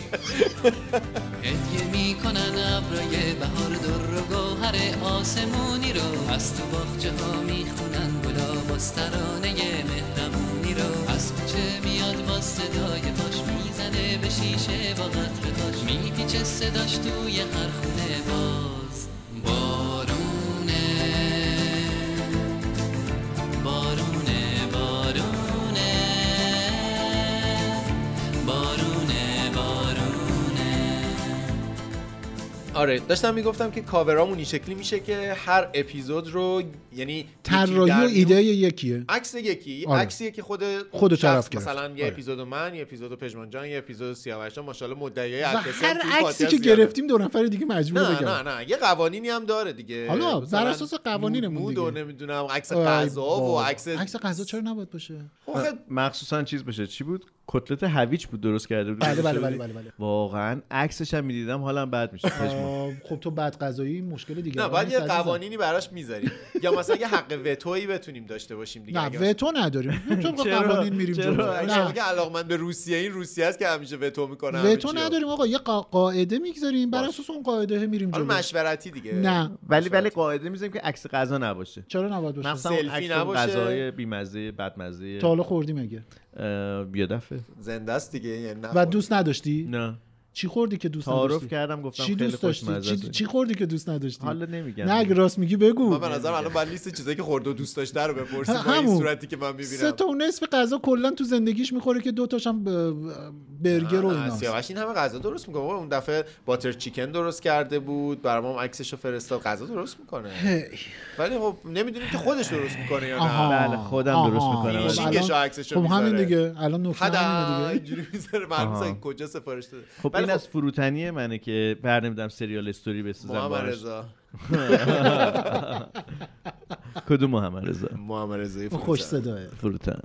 [SPEAKER 17] هدیه میکنن ابرای بهار در و گوهر آسمونی رو از تو باخچه ها میخونن گلاب آسترانه مهرمونی رو از کوچه میاد با صدای پاش میزنه به شیشه با قطر تاش میپیچه صداش توی هر خونه باز بارونه بارونه بارونه بارونه بارونه
[SPEAKER 5] آره داشتم میگفتم که کاورامون این شکلی میشه که هر اپیزود رو یعنی
[SPEAKER 3] طراحی و ایده یکیه
[SPEAKER 5] عکس یکی
[SPEAKER 3] آره.
[SPEAKER 5] عکسیه که خود
[SPEAKER 3] خود
[SPEAKER 5] شخص
[SPEAKER 3] طرف گرفت.
[SPEAKER 5] مثلا یه
[SPEAKER 3] آره.
[SPEAKER 5] اپیزود من یه اپیزود پژمان جان یه اپیزود سیاوش جان ماشاءالله مدعیای
[SPEAKER 3] و
[SPEAKER 5] عکاسی
[SPEAKER 3] هر
[SPEAKER 5] هم توی
[SPEAKER 3] عکسی
[SPEAKER 5] پادکست
[SPEAKER 3] که
[SPEAKER 5] زیاده.
[SPEAKER 3] گرفتیم دو نفر دیگه مجبور
[SPEAKER 5] نه نه
[SPEAKER 3] بگم
[SPEAKER 5] نه یه قوانینی هم داره دیگه
[SPEAKER 3] حالا، بر
[SPEAKER 5] مثلا
[SPEAKER 3] اساس قوانینمون
[SPEAKER 5] مود و
[SPEAKER 3] دیگه.
[SPEAKER 5] نمیدونم عکس
[SPEAKER 3] آی
[SPEAKER 5] غذا و
[SPEAKER 3] بابا.
[SPEAKER 5] عکس خب،
[SPEAKER 3] عکس غذا چرا نباید باشه
[SPEAKER 5] آخه
[SPEAKER 4] مخصوصا چیز بشه چی بود کتلت هویج بود درست کرده بود
[SPEAKER 3] بله، بله، بله، بله، بله.
[SPEAKER 4] واقعا عکسش هم میدیدم حالم بد میشه پژمان
[SPEAKER 3] آه، خب تو بعد غذایی مشکل دیگه
[SPEAKER 5] نه باید یه قوانینی براش میذاریم یا مثلا یه حق وتویی بتونیم داشته باشیم دیگه
[SPEAKER 3] نه
[SPEAKER 5] اگه-
[SPEAKER 3] وتو نداریم چون
[SPEAKER 5] چرا؟
[SPEAKER 3] قوانین میریم
[SPEAKER 5] چرا؟
[SPEAKER 3] جلو
[SPEAKER 5] اگه
[SPEAKER 3] نه
[SPEAKER 5] که علاقمند به روسیه این روسیه است که همیشه وتو میکنه همه
[SPEAKER 3] وتو
[SPEAKER 5] چی رو.
[SPEAKER 3] نداریم آقا یه قا- قاعده میگذاریم بر اساس اون قاعده میریم
[SPEAKER 5] حالا
[SPEAKER 3] جلو
[SPEAKER 5] مشورتی دیگه
[SPEAKER 3] نه.
[SPEAKER 4] ولی ولی قاعده میذاریم که عکس غذا نباشه
[SPEAKER 3] چرا نباید باشه
[SPEAKER 4] مخصوصا اون
[SPEAKER 5] سلفی
[SPEAKER 4] عکس اون
[SPEAKER 5] نباشه.
[SPEAKER 4] غذای بیمزه بدمزه
[SPEAKER 3] تا حالا خوردی مگه
[SPEAKER 4] اه، یه دفعه
[SPEAKER 5] زنده است دیگه یعنی
[SPEAKER 3] و دوست نداشتی
[SPEAKER 4] نه
[SPEAKER 3] چی خوردی که دوست
[SPEAKER 4] تعارف
[SPEAKER 3] نداشتی
[SPEAKER 4] کردم، گفتم
[SPEAKER 3] چی
[SPEAKER 4] خیلی
[SPEAKER 3] دوست داشتی
[SPEAKER 4] خوشمزه
[SPEAKER 3] چی,
[SPEAKER 4] است.
[SPEAKER 3] چی خوردی که دوست نداشتی
[SPEAKER 4] حالا نمیگم.
[SPEAKER 3] نه اگه راست میگی بگو
[SPEAKER 5] من به نظرم الان باید لیست چیزایی که خورده و دوست داشته رو بپرسیم با این
[SPEAKER 3] همون.
[SPEAKER 5] صورتی که من
[SPEAKER 3] سه
[SPEAKER 5] میبینم
[SPEAKER 3] تا اون نصف غذا کلا تو زندگیش میخوره که دو تاشم ب- برگر و ایناست
[SPEAKER 5] سیاوش این همه غذا درست میکنه بابا اون دفعه باتر چیکن درست کرده بود برام عکسش رو فرستاد غذا درست میکنه ولی خب نمیدونیم که خودش درست میکنه یا
[SPEAKER 3] آها.
[SPEAKER 5] نه
[SPEAKER 4] بله خودم
[SPEAKER 3] آها.
[SPEAKER 4] درست
[SPEAKER 3] خب
[SPEAKER 4] میکنم
[SPEAKER 5] شیکش
[SPEAKER 3] الان-
[SPEAKER 5] و عکسش رو
[SPEAKER 3] خب همین
[SPEAKER 5] می‌ذاره.
[SPEAKER 3] دیگه الان نکته
[SPEAKER 5] حدا
[SPEAKER 3] همینه دیگه
[SPEAKER 5] اینجوری میذاره معلوم
[SPEAKER 4] آها.
[SPEAKER 5] نیست که کجا سفارش داده
[SPEAKER 4] خب
[SPEAKER 5] ولی
[SPEAKER 4] این از فروتنی منه که بر نمیدم سریال استوری بسازم
[SPEAKER 5] محمد
[SPEAKER 4] باهاش.
[SPEAKER 5] رضا
[SPEAKER 4] کدوم محمد رضا
[SPEAKER 5] محمد رضایی
[SPEAKER 3] اون خوش صداه
[SPEAKER 4] فروتن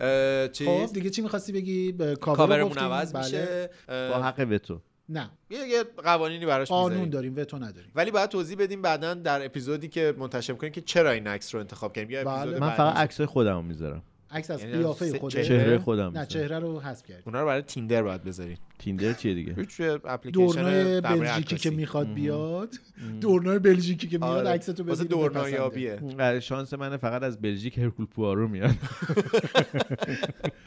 [SPEAKER 5] اه، چیز؟
[SPEAKER 3] خب دیگه چی میخواستی بگی ب- کاور رو
[SPEAKER 5] کاورمون
[SPEAKER 3] گفتیم،
[SPEAKER 5] عوض
[SPEAKER 3] بله.
[SPEAKER 5] میشه اه،
[SPEAKER 4] با حق به تو
[SPEAKER 3] نه
[SPEAKER 5] یه یه قوانینی براش
[SPEAKER 3] قانون
[SPEAKER 5] میذاریم
[SPEAKER 3] داریم وتو نداریم
[SPEAKER 5] ولی باید توضیح بدیم بعدا در اپیزودی که منتشر کنیم که چرا این عکس رو انتخاب کردیم یا
[SPEAKER 3] بله.
[SPEAKER 5] اپیزود
[SPEAKER 4] من
[SPEAKER 5] بعدی.
[SPEAKER 4] فقط عکسای خودم میذارم
[SPEAKER 3] عکس از
[SPEAKER 5] یعنی از
[SPEAKER 3] قیافه
[SPEAKER 5] سه-
[SPEAKER 3] خوده
[SPEAKER 4] چهره خودم
[SPEAKER 3] نه
[SPEAKER 4] می‌ذارم.
[SPEAKER 3] چهره رو حذف کردیم
[SPEAKER 5] اونا رو برای تیندر باید بذاریم
[SPEAKER 4] تیندر چیه دیگه
[SPEAKER 5] هیچ روی اپلیکیشن
[SPEAKER 3] دورنای
[SPEAKER 5] درباره
[SPEAKER 3] بلژیکی
[SPEAKER 5] عکاسی.
[SPEAKER 3] که میخواد بیاد دورنای بلژیکی که میاد
[SPEAKER 5] آره.
[SPEAKER 3] عکس تو
[SPEAKER 5] واسه
[SPEAKER 3] بزنی
[SPEAKER 5] دورنایابیه
[SPEAKER 4] اینقدر شانس من فقط از بلژیک هرکول پوارو میاد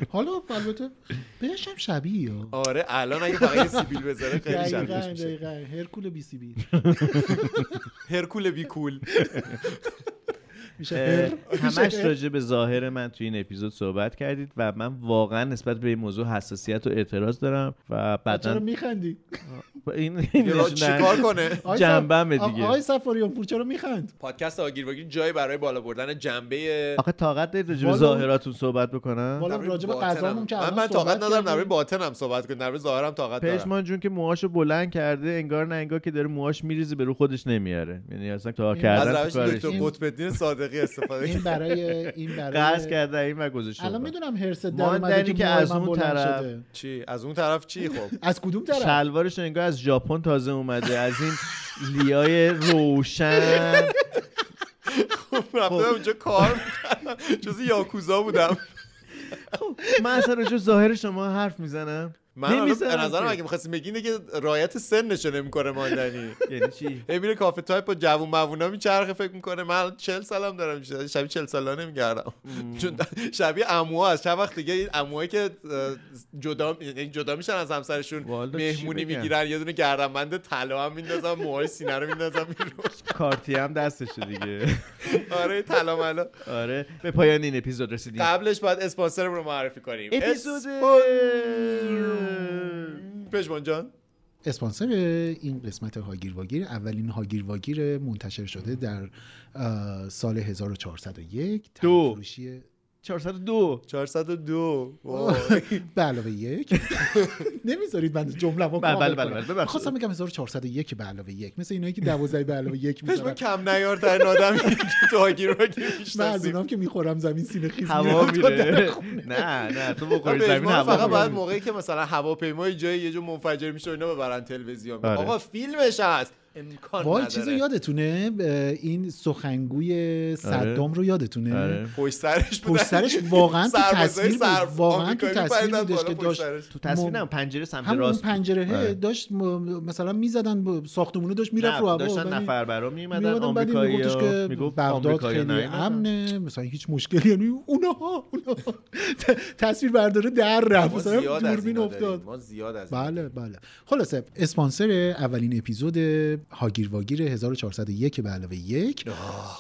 [SPEAKER 3] حالا البته بهش هم شبیه یا
[SPEAKER 5] آره الان اگه فقط یه سیبیل بذاره خیلی
[SPEAKER 3] دقیقاً
[SPEAKER 5] شبیهش میشه
[SPEAKER 3] دقیقاً هرکول بی سی بی
[SPEAKER 5] هرکول بی کول
[SPEAKER 3] میشه
[SPEAKER 4] اه،
[SPEAKER 3] هر میشه
[SPEAKER 4] همش
[SPEAKER 3] هر.
[SPEAKER 4] راجع به ظاهر من توی این اپیزود صحبت کردید و من واقعا نسبت به این موضوع حساسیت و اعتراض دارم و
[SPEAKER 3] چرا
[SPEAKER 4] بعدا
[SPEAKER 3] میخندی
[SPEAKER 4] این
[SPEAKER 5] یه را چیکار کنه
[SPEAKER 3] آی
[SPEAKER 4] جنبم
[SPEAKER 3] صف- آ-
[SPEAKER 4] دیگه.
[SPEAKER 3] آی سفاریان پور چرا میخند
[SPEAKER 5] پادکست آگیر واگیر جایی برای بالا بردن جنبه
[SPEAKER 4] آخه طاقت دارید راجع به
[SPEAKER 3] والا-
[SPEAKER 4] ظاهراتون صحبت بکنم
[SPEAKER 3] والا
[SPEAKER 5] درباره
[SPEAKER 3] راجع به
[SPEAKER 5] باطنم.
[SPEAKER 3] غذامون که
[SPEAKER 5] من
[SPEAKER 3] الان
[SPEAKER 5] من طاقت
[SPEAKER 3] صحبت
[SPEAKER 5] ندارم درباره
[SPEAKER 3] کردیم.
[SPEAKER 5] باطنم صحبت کنم درباره ظاهرم طاقت دارم
[SPEAKER 4] پژمان جون که موهاشو بلند کرده انگار نه انگار که داره موهاش میریزه به رو خودش نمیاره یعنی اصلا تا
[SPEAKER 5] از
[SPEAKER 4] کردن
[SPEAKER 5] روش
[SPEAKER 4] تو کارش.
[SPEAKER 5] دکتر قطب الدین صادقی استفاده
[SPEAKER 3] این
[SPEAKER 5] کرد
[SPEAKER 3] برای این
[SPEAKER 4] قرض
[SPEAKER 3] برای
[SPEAKER 4] کرده این و گذاشته
[SPEAKER 3] الان
[SPEAKER 4] اون.
[SPEAKER 3] میدونم هرس در
[SPEAKER 4] ماندنی
[SPEAKER 3] اومده که,
[SPEAKER 4] که
[SPEAKER 3] از
[SPEAKER 4] از
[SPEAKER 3] من
[SPEAKER 4] اون
[SPEAKER 3] بلند
[SPEAKER 4] طرف-
[SPEAKER 3] شده
[SPEAKER 5] چی از اون طرف چی خب
[SPEAKER 3] از کدوم طرف
[SPEAKER 4] شلوارش انگار از ژاپن تازه اومده از این لیای روشن
[SPEAKER 5] رفتم
[SPEAKER 4] خب.
[SPEAKER 5] اونجا کار می‌کردم. جز یاکوزا بودم
[SPEAKER 4] من اصلا راجع به ظاهر شما حرف میزنم
[SPEAKER 5] من الان به
[SPEAKER 4] نمی‌ذارم
[SPEAKER 5] نظرم
[SPEAKER 4] که.
[SPEAKER 5] اگه می‌خواستی بگی اینه که رایت سنشو نمیکنه ماندنی
[SPEAKER 4] یعنی چی
[SPEAKER 5] هی میره کافه تایپ با جوون موونا میچرخه فکر میکنه من الان 40 سالم دارم میشه شبیه 40 سالانه میگردم چون شبیه عموها هست چند وقت دیگه این عموهایی که اه، جدا یعنی جدا میشن از همسرشون مهمونی
[SPEAKER 4] بگم؟
[SPEAKER 5] میگیرن یه دونه گردنبند طلا هم میندازن موهای سینه رو میندازن
[SPEAKER 4] کارتی هم دستشه دیگه
[SPEAKER 5] آره طلا ملا
[SPEAKER 4] آره به پایان این اپیزود رسیدیم
[SPEAKER 5] قبلش باید اسپانسرمون رو معرفی کنیم
[SPEAKER 4] اپیزود-
[SPEAKER 5] اسپان- پشمان جان
[SPEAKER 3] اسپانسر این قسمت هاگیر واگیر اولین هاگیر واگیر منتشر شده در اه، سال 1401 دو
[SPEAKER 4] 402
[SPEAKER 5] 402
[SPEAKER 3] به علاوه یک نمیذارید من جمله ما
[SPEAKER 4] بله، بله، بله، ببخشید.
[SPEAKER 3] خواستم بگم 1401 به علاوه یک مثل اینایی که 12 به علاوه یک
[SPEAKER 5] پشمان
[SPEAKER 3] میذارن
[SPEAKER 5] کم نیار در آدمی که تو هاگیر واگیر
[SPEAKER 3] من از
[SPEAKER 5] می‌شناسیم.
[SPEAKER 3] اونام که میخورم زمین سینه خیز
[SPEAKER 4] هوا
[SPEAKER 3] می‌رم تا در
[SPEAKER 4] میره
[SPEAKER 3] خونه.
[SPEAKER 4] نه نه تو بخوری
[SPEAKER 5] به
[SPEAKER 4] زمین
[SPEAKER 5] اجماع
[SPEAKER 4] هوا
[SPEAKER 5] فقط
[SPEAKER 4] میره.
[SPEAKER 5] باید موقعی که مثلا هواپیمای جای یه جا منفجر میشه و اینا ببرن تلویزیون
[SPEAKER 4] آره.
[SPEAKER 5] آقا فیلمش هست امکان
[SPEAKER 3] وای
[SPEAKER 5] نداره
[SPEAKER 3] چیز رو یادتونه اه، این
[SPEAKER 4] آره.
[SPEAKER 3] سخنگوی صدام رو یادتونه
[SPEAKER 5] آره. پشت سرش بودن.
[SPEAKER 3] پشت سرش واقعا تو
[SPEAKER 5] سربازای
[SPEAKER 3] تصویر بود.
[SPEAKER 5] سرب-
[SPEAKER 3] واقعا تو
[SPEAKER 5] آمریکایی
[SPEAKER 3] تصویر
[SPEAKER 5] می‌پریدن
[SPEAKER 3] بودش
[SPEAKER 5] بالا
[SPEAKER 3] که
[SPEAKER 5] پشت
[SPEAKER 3] داشت
[SPEAKER 5] سرش.
[SPEAKER 4] تو تصویر
[SPEAKER 3] م-
[SPEAKER 4] نه، پنجره سمت
[SPEAKER 3] همون
[SPEAKER 4] راست بود.
[SPEAKER 3] پنجره
[SPEAKER 4] آره.
[SPEAKER 3] هه، داشت م- مثلا میزدن ساختمون داشت میرفت
[SPEAKER 4] نه،
[SPEAKER 3] رو هوا
[SPEAKER 4] داشتن
[SPEAKER 3] ولی-
[SPEAKER 4] نفر برا می‌اومدن،
[SPEAKER 3] می‌اومدن، بعد این
[SPEAKER 4] آمریکایی‌ها
[SPEAKER 3] می‌گفتش که
[SPEAKER 4] می‌گفت
[SPEAKER 3] بغداد
[SPEAKER 4] آمریکایی‌ها
[SPEAKER 3] خیلی
[SPEAKER 4] نیومدن.
[SPEAKER 3] امنه مثلا هیچ مشکلی یعنی اونها اونها تصویر برداره در رفت
[SPEAKER 5] ما
[SPEAKER 3] مثلا
[SPEAKER 5] زیاد از
[SPEAKER 3] دوربین
[SPEAKER 5] اینا داریم.
[SPEAKER 3] افتاد
[SPEAKER 5] ما زیاد از اینا
[SPEAKER 3] بله بله خلاصه اسپانسر اولین اپیزود هاگیر واگیر 1401 به علاوه یک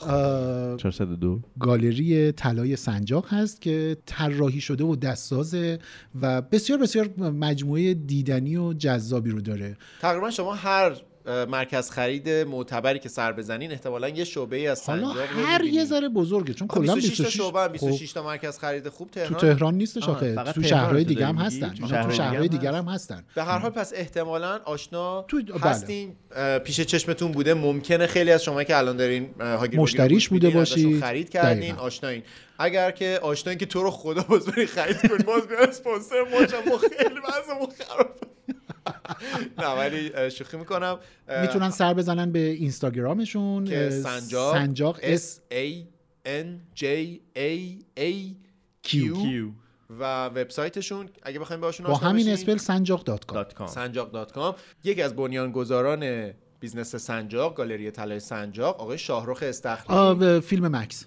[SPEAKER 3] اه،
[SPEAKER 4] 402
[SPEAKER 3] گالری طلای سنجاق هست که طراحی شده و دستسازه و بسیار بسیار مجموعه دیدنی و جذابی رو داره
[SPEAKER 5] تقریبا شما هر اه، مرکز خرید معتبری که سر بزنین احتمالا یه شعبه ای از
[SPEAKER 3] حالا
[SPEAKER 5] سنجاق رو
[SPEAKER 3] هر
[SPEAKER 5] می‌بینین.
[SPEAKER 3] یه ذره بزرگه چون
[SPEAKER 5] آقا،
[SPEAKER 3] کلا
[SPEAKER 5] 26 تا
[SPEAKER 3] 26
[SPEAKER 5] شعبه هم، 26
[SPEAKER 3] خب،
[SPEAKER 5] تا مرکز خرید خوب
[SPEAKER 3] تو
[SPEAKER 5] تهران
[SPEAKER 3] تهران نیستش
[SPEAKER 5] آها.
[SPEAKER 3] آخه
[SPEAKER 5] فقط
[SPEAKER 3] تو
[SPEAKER 5] تهران
[SPEAKER 3] شهرهای
[SPEAKER 5] تو داری
[SPEAKER 3] دیگه هم
[SPEAKER 5] میگی؟
[SPEAKER 3] هستن
[SPEAKER 5] تو
[SPEAKER 3] آها، تو
[SPEAKER 5] شهرهای
[SPEAKER 3] شهرهای
[SPEAKER 5] دیگه
[SPEAKER 3] دیگر هم هستن
[SPEAKER 5] به هر حال پس احتمالا آشنا
[SPEAKER 3] بله.
[SPEAKER 5] هستین اه، پیش چشمتون بوده ممکنه خیلی از شما که الان دارین اه، هاگیر
[SPEAKER 3] مشتریش
[SPEAKER 5] واگیر رو
[SPEAKER 3] بوده
[SPEAKER 5] گوش میدین، ازشون
[SPEAKER 3] باشید.
[SPEAKER 5] خرید کردین
[SPEAKER 3] دقیقاً.
[SPEAKER 5] آشنایین اگر که آشنایین که تو رو خدا باز بری خرید کن باز بیا اسپانسر ما شو، ما خیلی وضعمون خراب نه ولی اه، شوخی میکنم اه،
[SPEAKER 3] میتونن سر بزنن به اینستاگرامشون
[SPEAKER 5] که
[SPEAKER 3] اه،
[SPEAKER 5] سنجاق
[SPEAKER 3] سنجاق
[SPEAKER 5] S A N J A A Q و وبسایتشون اگه بخوایم باشون
[SPEAKER 3] با همین اسپل سنجاق دات کام
[SPEAKER 5] سنجاق دات کام یکی از بنیانگذاران بیزنس سنجاق گالری طلای سنجاق آقای شاهرخ
[SPEAKER 3] آه،
[SPEAKER 5] استخری
[SPEAKER 3] به فیلم مکس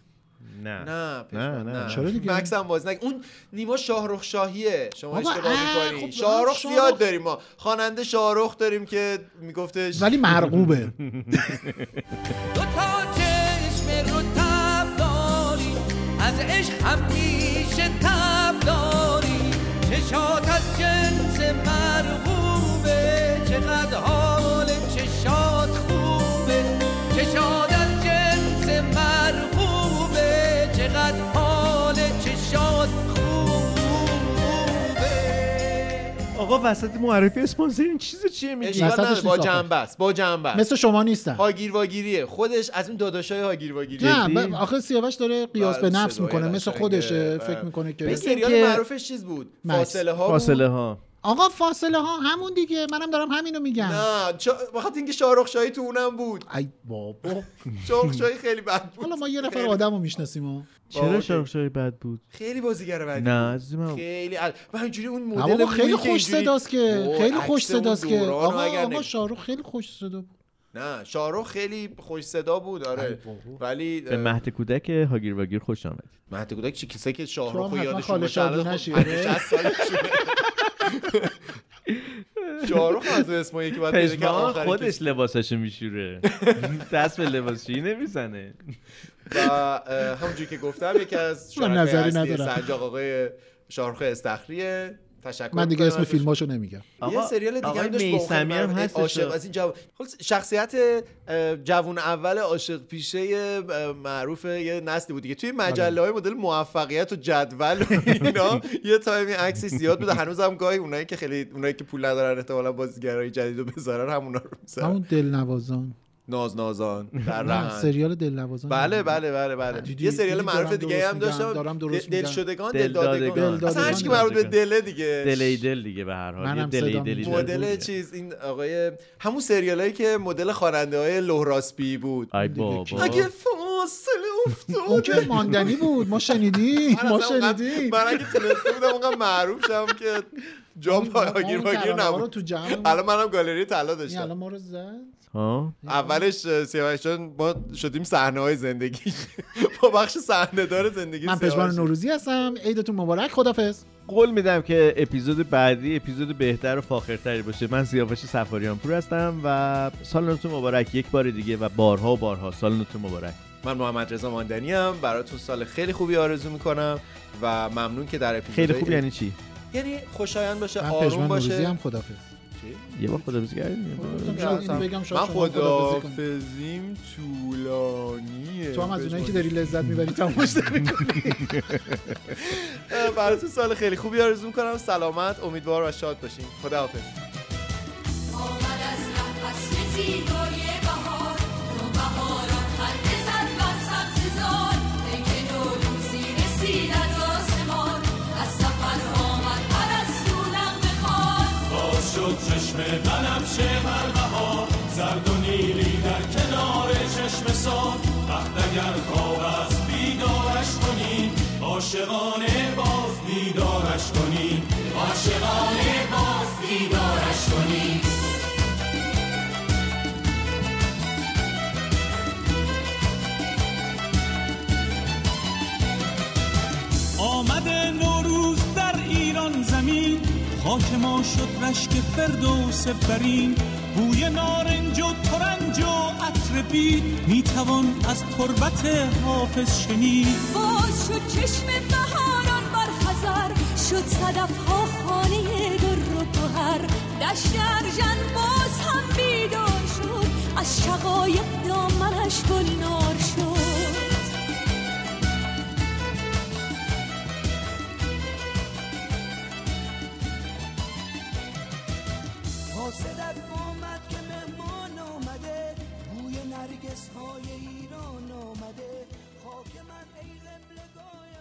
[SPEAKER 4] نه
[SPEAKER 5] نه
[SPEAKER 4] نه
[SPEAKER 5] نه.
[SPEAKER 3] چرا دیگه؟
[SPEAKER 5] مکس هم باز نگ اون نیما شاهرخ شاهیه شما
[SPEAKER 3] بابا،
[SPEAKER 5] اشتباه
[SPEAKER 3] اه، خب،
[SPEAKER 5] میکنی شاهرخ
[SPEAKER 3] شاهرخ-
[SPEAKER 5] زیاد داریم ما خواننده شاهرخ داریم که میگفتش
[SPEAKER 3] ولی مرغوبه
[SPEAKER 18] دو تا چشم رو تب داری از عشق همیشه تب داری چشات از جنس مرغوبه چقدر حال چشات خوبه چشات از جنس مرغوبه چقدر حال چشات
[SPEAKER 4] آقا وسط معرفی اسپانسر این چیز چیه میگی
[SPEAKER 5] اشکال نداره، با جنبه است با جنبه است.
[SPEAKER 3] مثل شما نیستن
[SPEAKER 5] هاگیر واگیریه خودش از اون داداشای هاگیر واگیری
[SPEAKER 3] نه ب- آخه سیاوش داره قیاس
[SPEAKER 5] بله،
[SPEAKER 3] به نفس میکنه مثل خودشه فکر میکنه که
[SPEAKER 5] این سریال معروفش چیز بود
[SPEAKER 3] مکس.
[SPEAKER 5] فاصله ها
[SPEAKER 4] فاصله
[SPEAKER 5] بود.
[SPEAKER 4] ها
[SPEAKER 3] آقا فاصله ها همون دیگه منم دارم همینو میگم
[SPEAKER 5] نه چا- بخاطر اینکه شاهرخ شاهی تو اونم بود
[SPEAKER 3] ای بابا
[SPEAKER 5] شاهرخ شاهی خیلی بد بود
[SPEAKER 3] حالا ما یه نفر آدم رو میشناسیم
[SPEAKER 4] چرا شاخشای بد بود
[SPEAKER 5] خیلی بازیگر بدی
[SPEAKER 4] نه
[SPEAKER 5] بود.
[SPEAKER 4] عزیز من
[SPEAKER 5] خیلی عد... و همینجوری اون مدل
[SPEAKER 3] بابا
[SPEAKER 5] مویی
[SPEAKER 3] خیلی
[SPEAKER 5] که
[SPEAKER 3] خوش
[SPEAKER 5] اینجوری-
[SPEAKER 3] صداست که
[SPEAKER 5] وای،
[SPEAKER 3] خیلی
[SPEAKER 5] عکس
[SPEAKER 3] خوش
[SPEAKER 5] اون
[SPEAKER 3] صداست که
[SPEAKER 5] دوران رو
[SPEAKER 3] آقا
[SPEAKER 5] اگر
[SPEAKER 3] آقا
[SPEAKER 5] نمی-
[SPEAKER 3] شاهرخ خیلی خوش صدا بود
[SPEAKER 5] نه شاهرخ خیلی خوش صدا بود آره ولی
[SPEAKER 4] به مهد کودک هاگیر واگیر خوش آمدید
[SPEAKER 5] مهد کودک چی کسایی که
[SPEAKER 3] تو هم
[SPEAKER 5] شاهرخ رو
[SPEAKER 3] حتما
[SPEAKER 5] یادشون
[SPEAKER 3] خاله
[SPEAKER 5] باشه الان
[SPEAKER 3] شادی نشی،
[SPEAKER 5] خب 50
[SPEAKER 3] آره؟
[SPEAKER 5] 60 سالشونه. شاهرخ از اون اسمایی که باید پیدا کرد
[SPEAKER 4] پژمان
[SPEAKER 5] آخرین کسی.
[SPEAKER 4] خودش لباسش میشوره دست به لباس شویی نمیزنه
[SPEAKER 5] و اه، همونجوری که گفتم یکی از
[SPEAKER 3] من
[SPEAKER 5] شرکای
[SPEAKER 3] نظری
[SPEAKER 5] اصلی
[SPEAKER 3] ندارم.
[SPEAKER 5] سنجاق آقای شاهرخ استخریه تشکر
[SPEAKER 3] من دیگه
[SPEAKER 5] می‌کنم
[SPEAKER 3] اسم
[SPEAKER 5] ازش.
[SPEAKER 3] فیلماشو نمیگم
[SPEAKER 5] یه سریال دیگه
[SPEAKER 4] آقای
[SPEAKER 5] هم داشت با اون خانم
[SPEAKER 4] میثمی هم
[SPEAKER 5] مرد
[SPEAKER 4] هستش.
[SPEAKER 5] عاشق از این جوان خلاص، شخصیت اه، جوون اول عاشق پیشه اه، معروف یه نسلی بود دیگه
[SPEAKER 3] آره.
[SPEAKER 5] توی مجله های مدل موفقیت و جدول و اینا یه تایمی عکسی زیاد بود هنوز هم گاهی اونایی که خیلی اونایی که پول ندارن احتمالا بازیگرای جدید رو بذارن همونا رو میذارن
[SPEAKER 3] همون دلنوازان
[SPEAKER 5] ناز نازان در
[SPEAKER 3] نه،
[SPEAKER 5] رهن.
[SPEAKER 3] سریال دلنوازان
[SPEAKER 5] بله بله بله بله
[SPEAKER 3] دیدی-
[SPEAKER 5] یه سریال
[SPEAKER 3] دیدی
[SPEAKER 5] معروف
[SPEAKER 3] دارم
[SPEAKER 5] دیگه
[SPEAKER 3] درست
[SPEAKER 5] هم
[SPEAKER 3] میگم،
[SPEAKER 5] داشتم
[SPEAKER 3] دارم درست
[SPEAKER 5] دل
[SPEAKER 3] میگم.
[SPEAKER 5] شدگان دل
[SPEAKER 4] دلدادگان.
[SPEAKER 5] دادگان اصلا هیچ که مربوط به دله دیگه
[SPEAKER 4] دلی دل دیگه به هر حال یه
[SPEAKER 3] منم
[SPEAKER 4] دلی
[SPEAKER 3] صدام
[SPEAKER 4] دلی
[SPEAKER 3] می‌خوره.
[SPEAKER 5] مدل چیز این آقای همون سریالایی که مدل خواننده های لهراسبی بود
[SPEAKER 4] ای بابا
[SPEAKER 5] اگه فاصله
[SPEAKER 3] اون که ماندنی بود ما شنیدیم
[SPEAKER 5] من
[SPEAKER 3] ما
[SPEAKER 5] اصلا اونقدر-
[SPEAKER 3] شنیدیم
[SPEAKER 5] من اگه تونسته بودم اونقدر معروف شدم که جا پای هاگیر
[SPEAKER 3] اون
[SPEAKER 5] واگیر
[SPEAKER 3] ترانه‌ها رو
[SPEAKER 5] نبود
[SPEAKER 3] تو جمع
[SPEAKER 5] الان منم گالری طلا
[SPEAKER 3] این الان
[SPEAKER 5] داشتم
[SPEAKER 3] ما رو زد
[SPEAKER 5] اولش اه، سیاوش جان ما شدیم صحنه های زندگی با بخش صحنه دار زندگی
[SPEAKER 3] من
[SPEAKER 5] سیاوش.
[SPEAKER 3] پژمان نوروزی هستم عیدتون مبارک خدافظ
[SPEAKER 4] قول میدم که اپیزود بعدی اپیزود بهتر و فاخرتری باشه من سیاوش سفاریان پور هستم و سال نوتون مبارک یک بار دیگه و بارها و بارها سال نوتون مبارک
[SPEAKER 5] من محمد رضا ماندنی ام براتون سال خیلی خوبی آرزو میکنم و ممنون که در اپیزود
[SPEAKER 4] خیلی خوب یعنی چی
[SPEAKER 5] یعنی خوشایند باشه
[SPEAKER 3] من
[SPEAKER 5] آروم
[SPEAKER 3] پژمان نوروزی
[SPEAKER 5] باشه
[SPEAKER 3] هم خدافظ
[SPEAKER 4] یه بار خداحافظی کردیم
[SPEAKER 3] اینو بگم شاید
[SPEAKER 5] من
[SPEAKER 3] شما خداحافظی کنید.
[SPEAKER 5] خداحافظیم طولانیه
[SPEAKER 3] تو هم از اونایی که داری
[SPEAKER 5] پژمان.
[SPEAKER 3] لذت میبری تماشا میکنی
[SPEAKER 5] اه، براتون سال خیلی خوبی آرزو میکنم سلامت امیدوار و شاد باشین خداحافظ
[SPEAKER 7] آمد از نفس زیبای بهار نوبهاران خنده زد بر سبززار پیک نوروزی رسید از آسمان از سفر آمد پرستونم بخوار
[SPEAKER 19] باز شد چشم منم شمر بهار زرد و نیلی در کنار آره چشم سار وقت اگر خواب است بیدارش کنین عاشقانه باز بیدارش کنین عاشقانه باز بیدارش کنین آمد نوروز در ایران زمین خاک ما شد رشک فردوس برین بوی نارنج و ترنج و عطر بید میتوان از تربت حافظ شنید
[SPEAKER 7] باز شد چشم بهاران بر خزر شد صدف ها خانه در و گهر دشت ارژن باز هم بیدار شد از شقایق دامنش گلنار شد
[SPEAKER 14] حاسدت آمد که مهمان آمده بوی نرگس های ایران آمده خاک من ای قبلگاه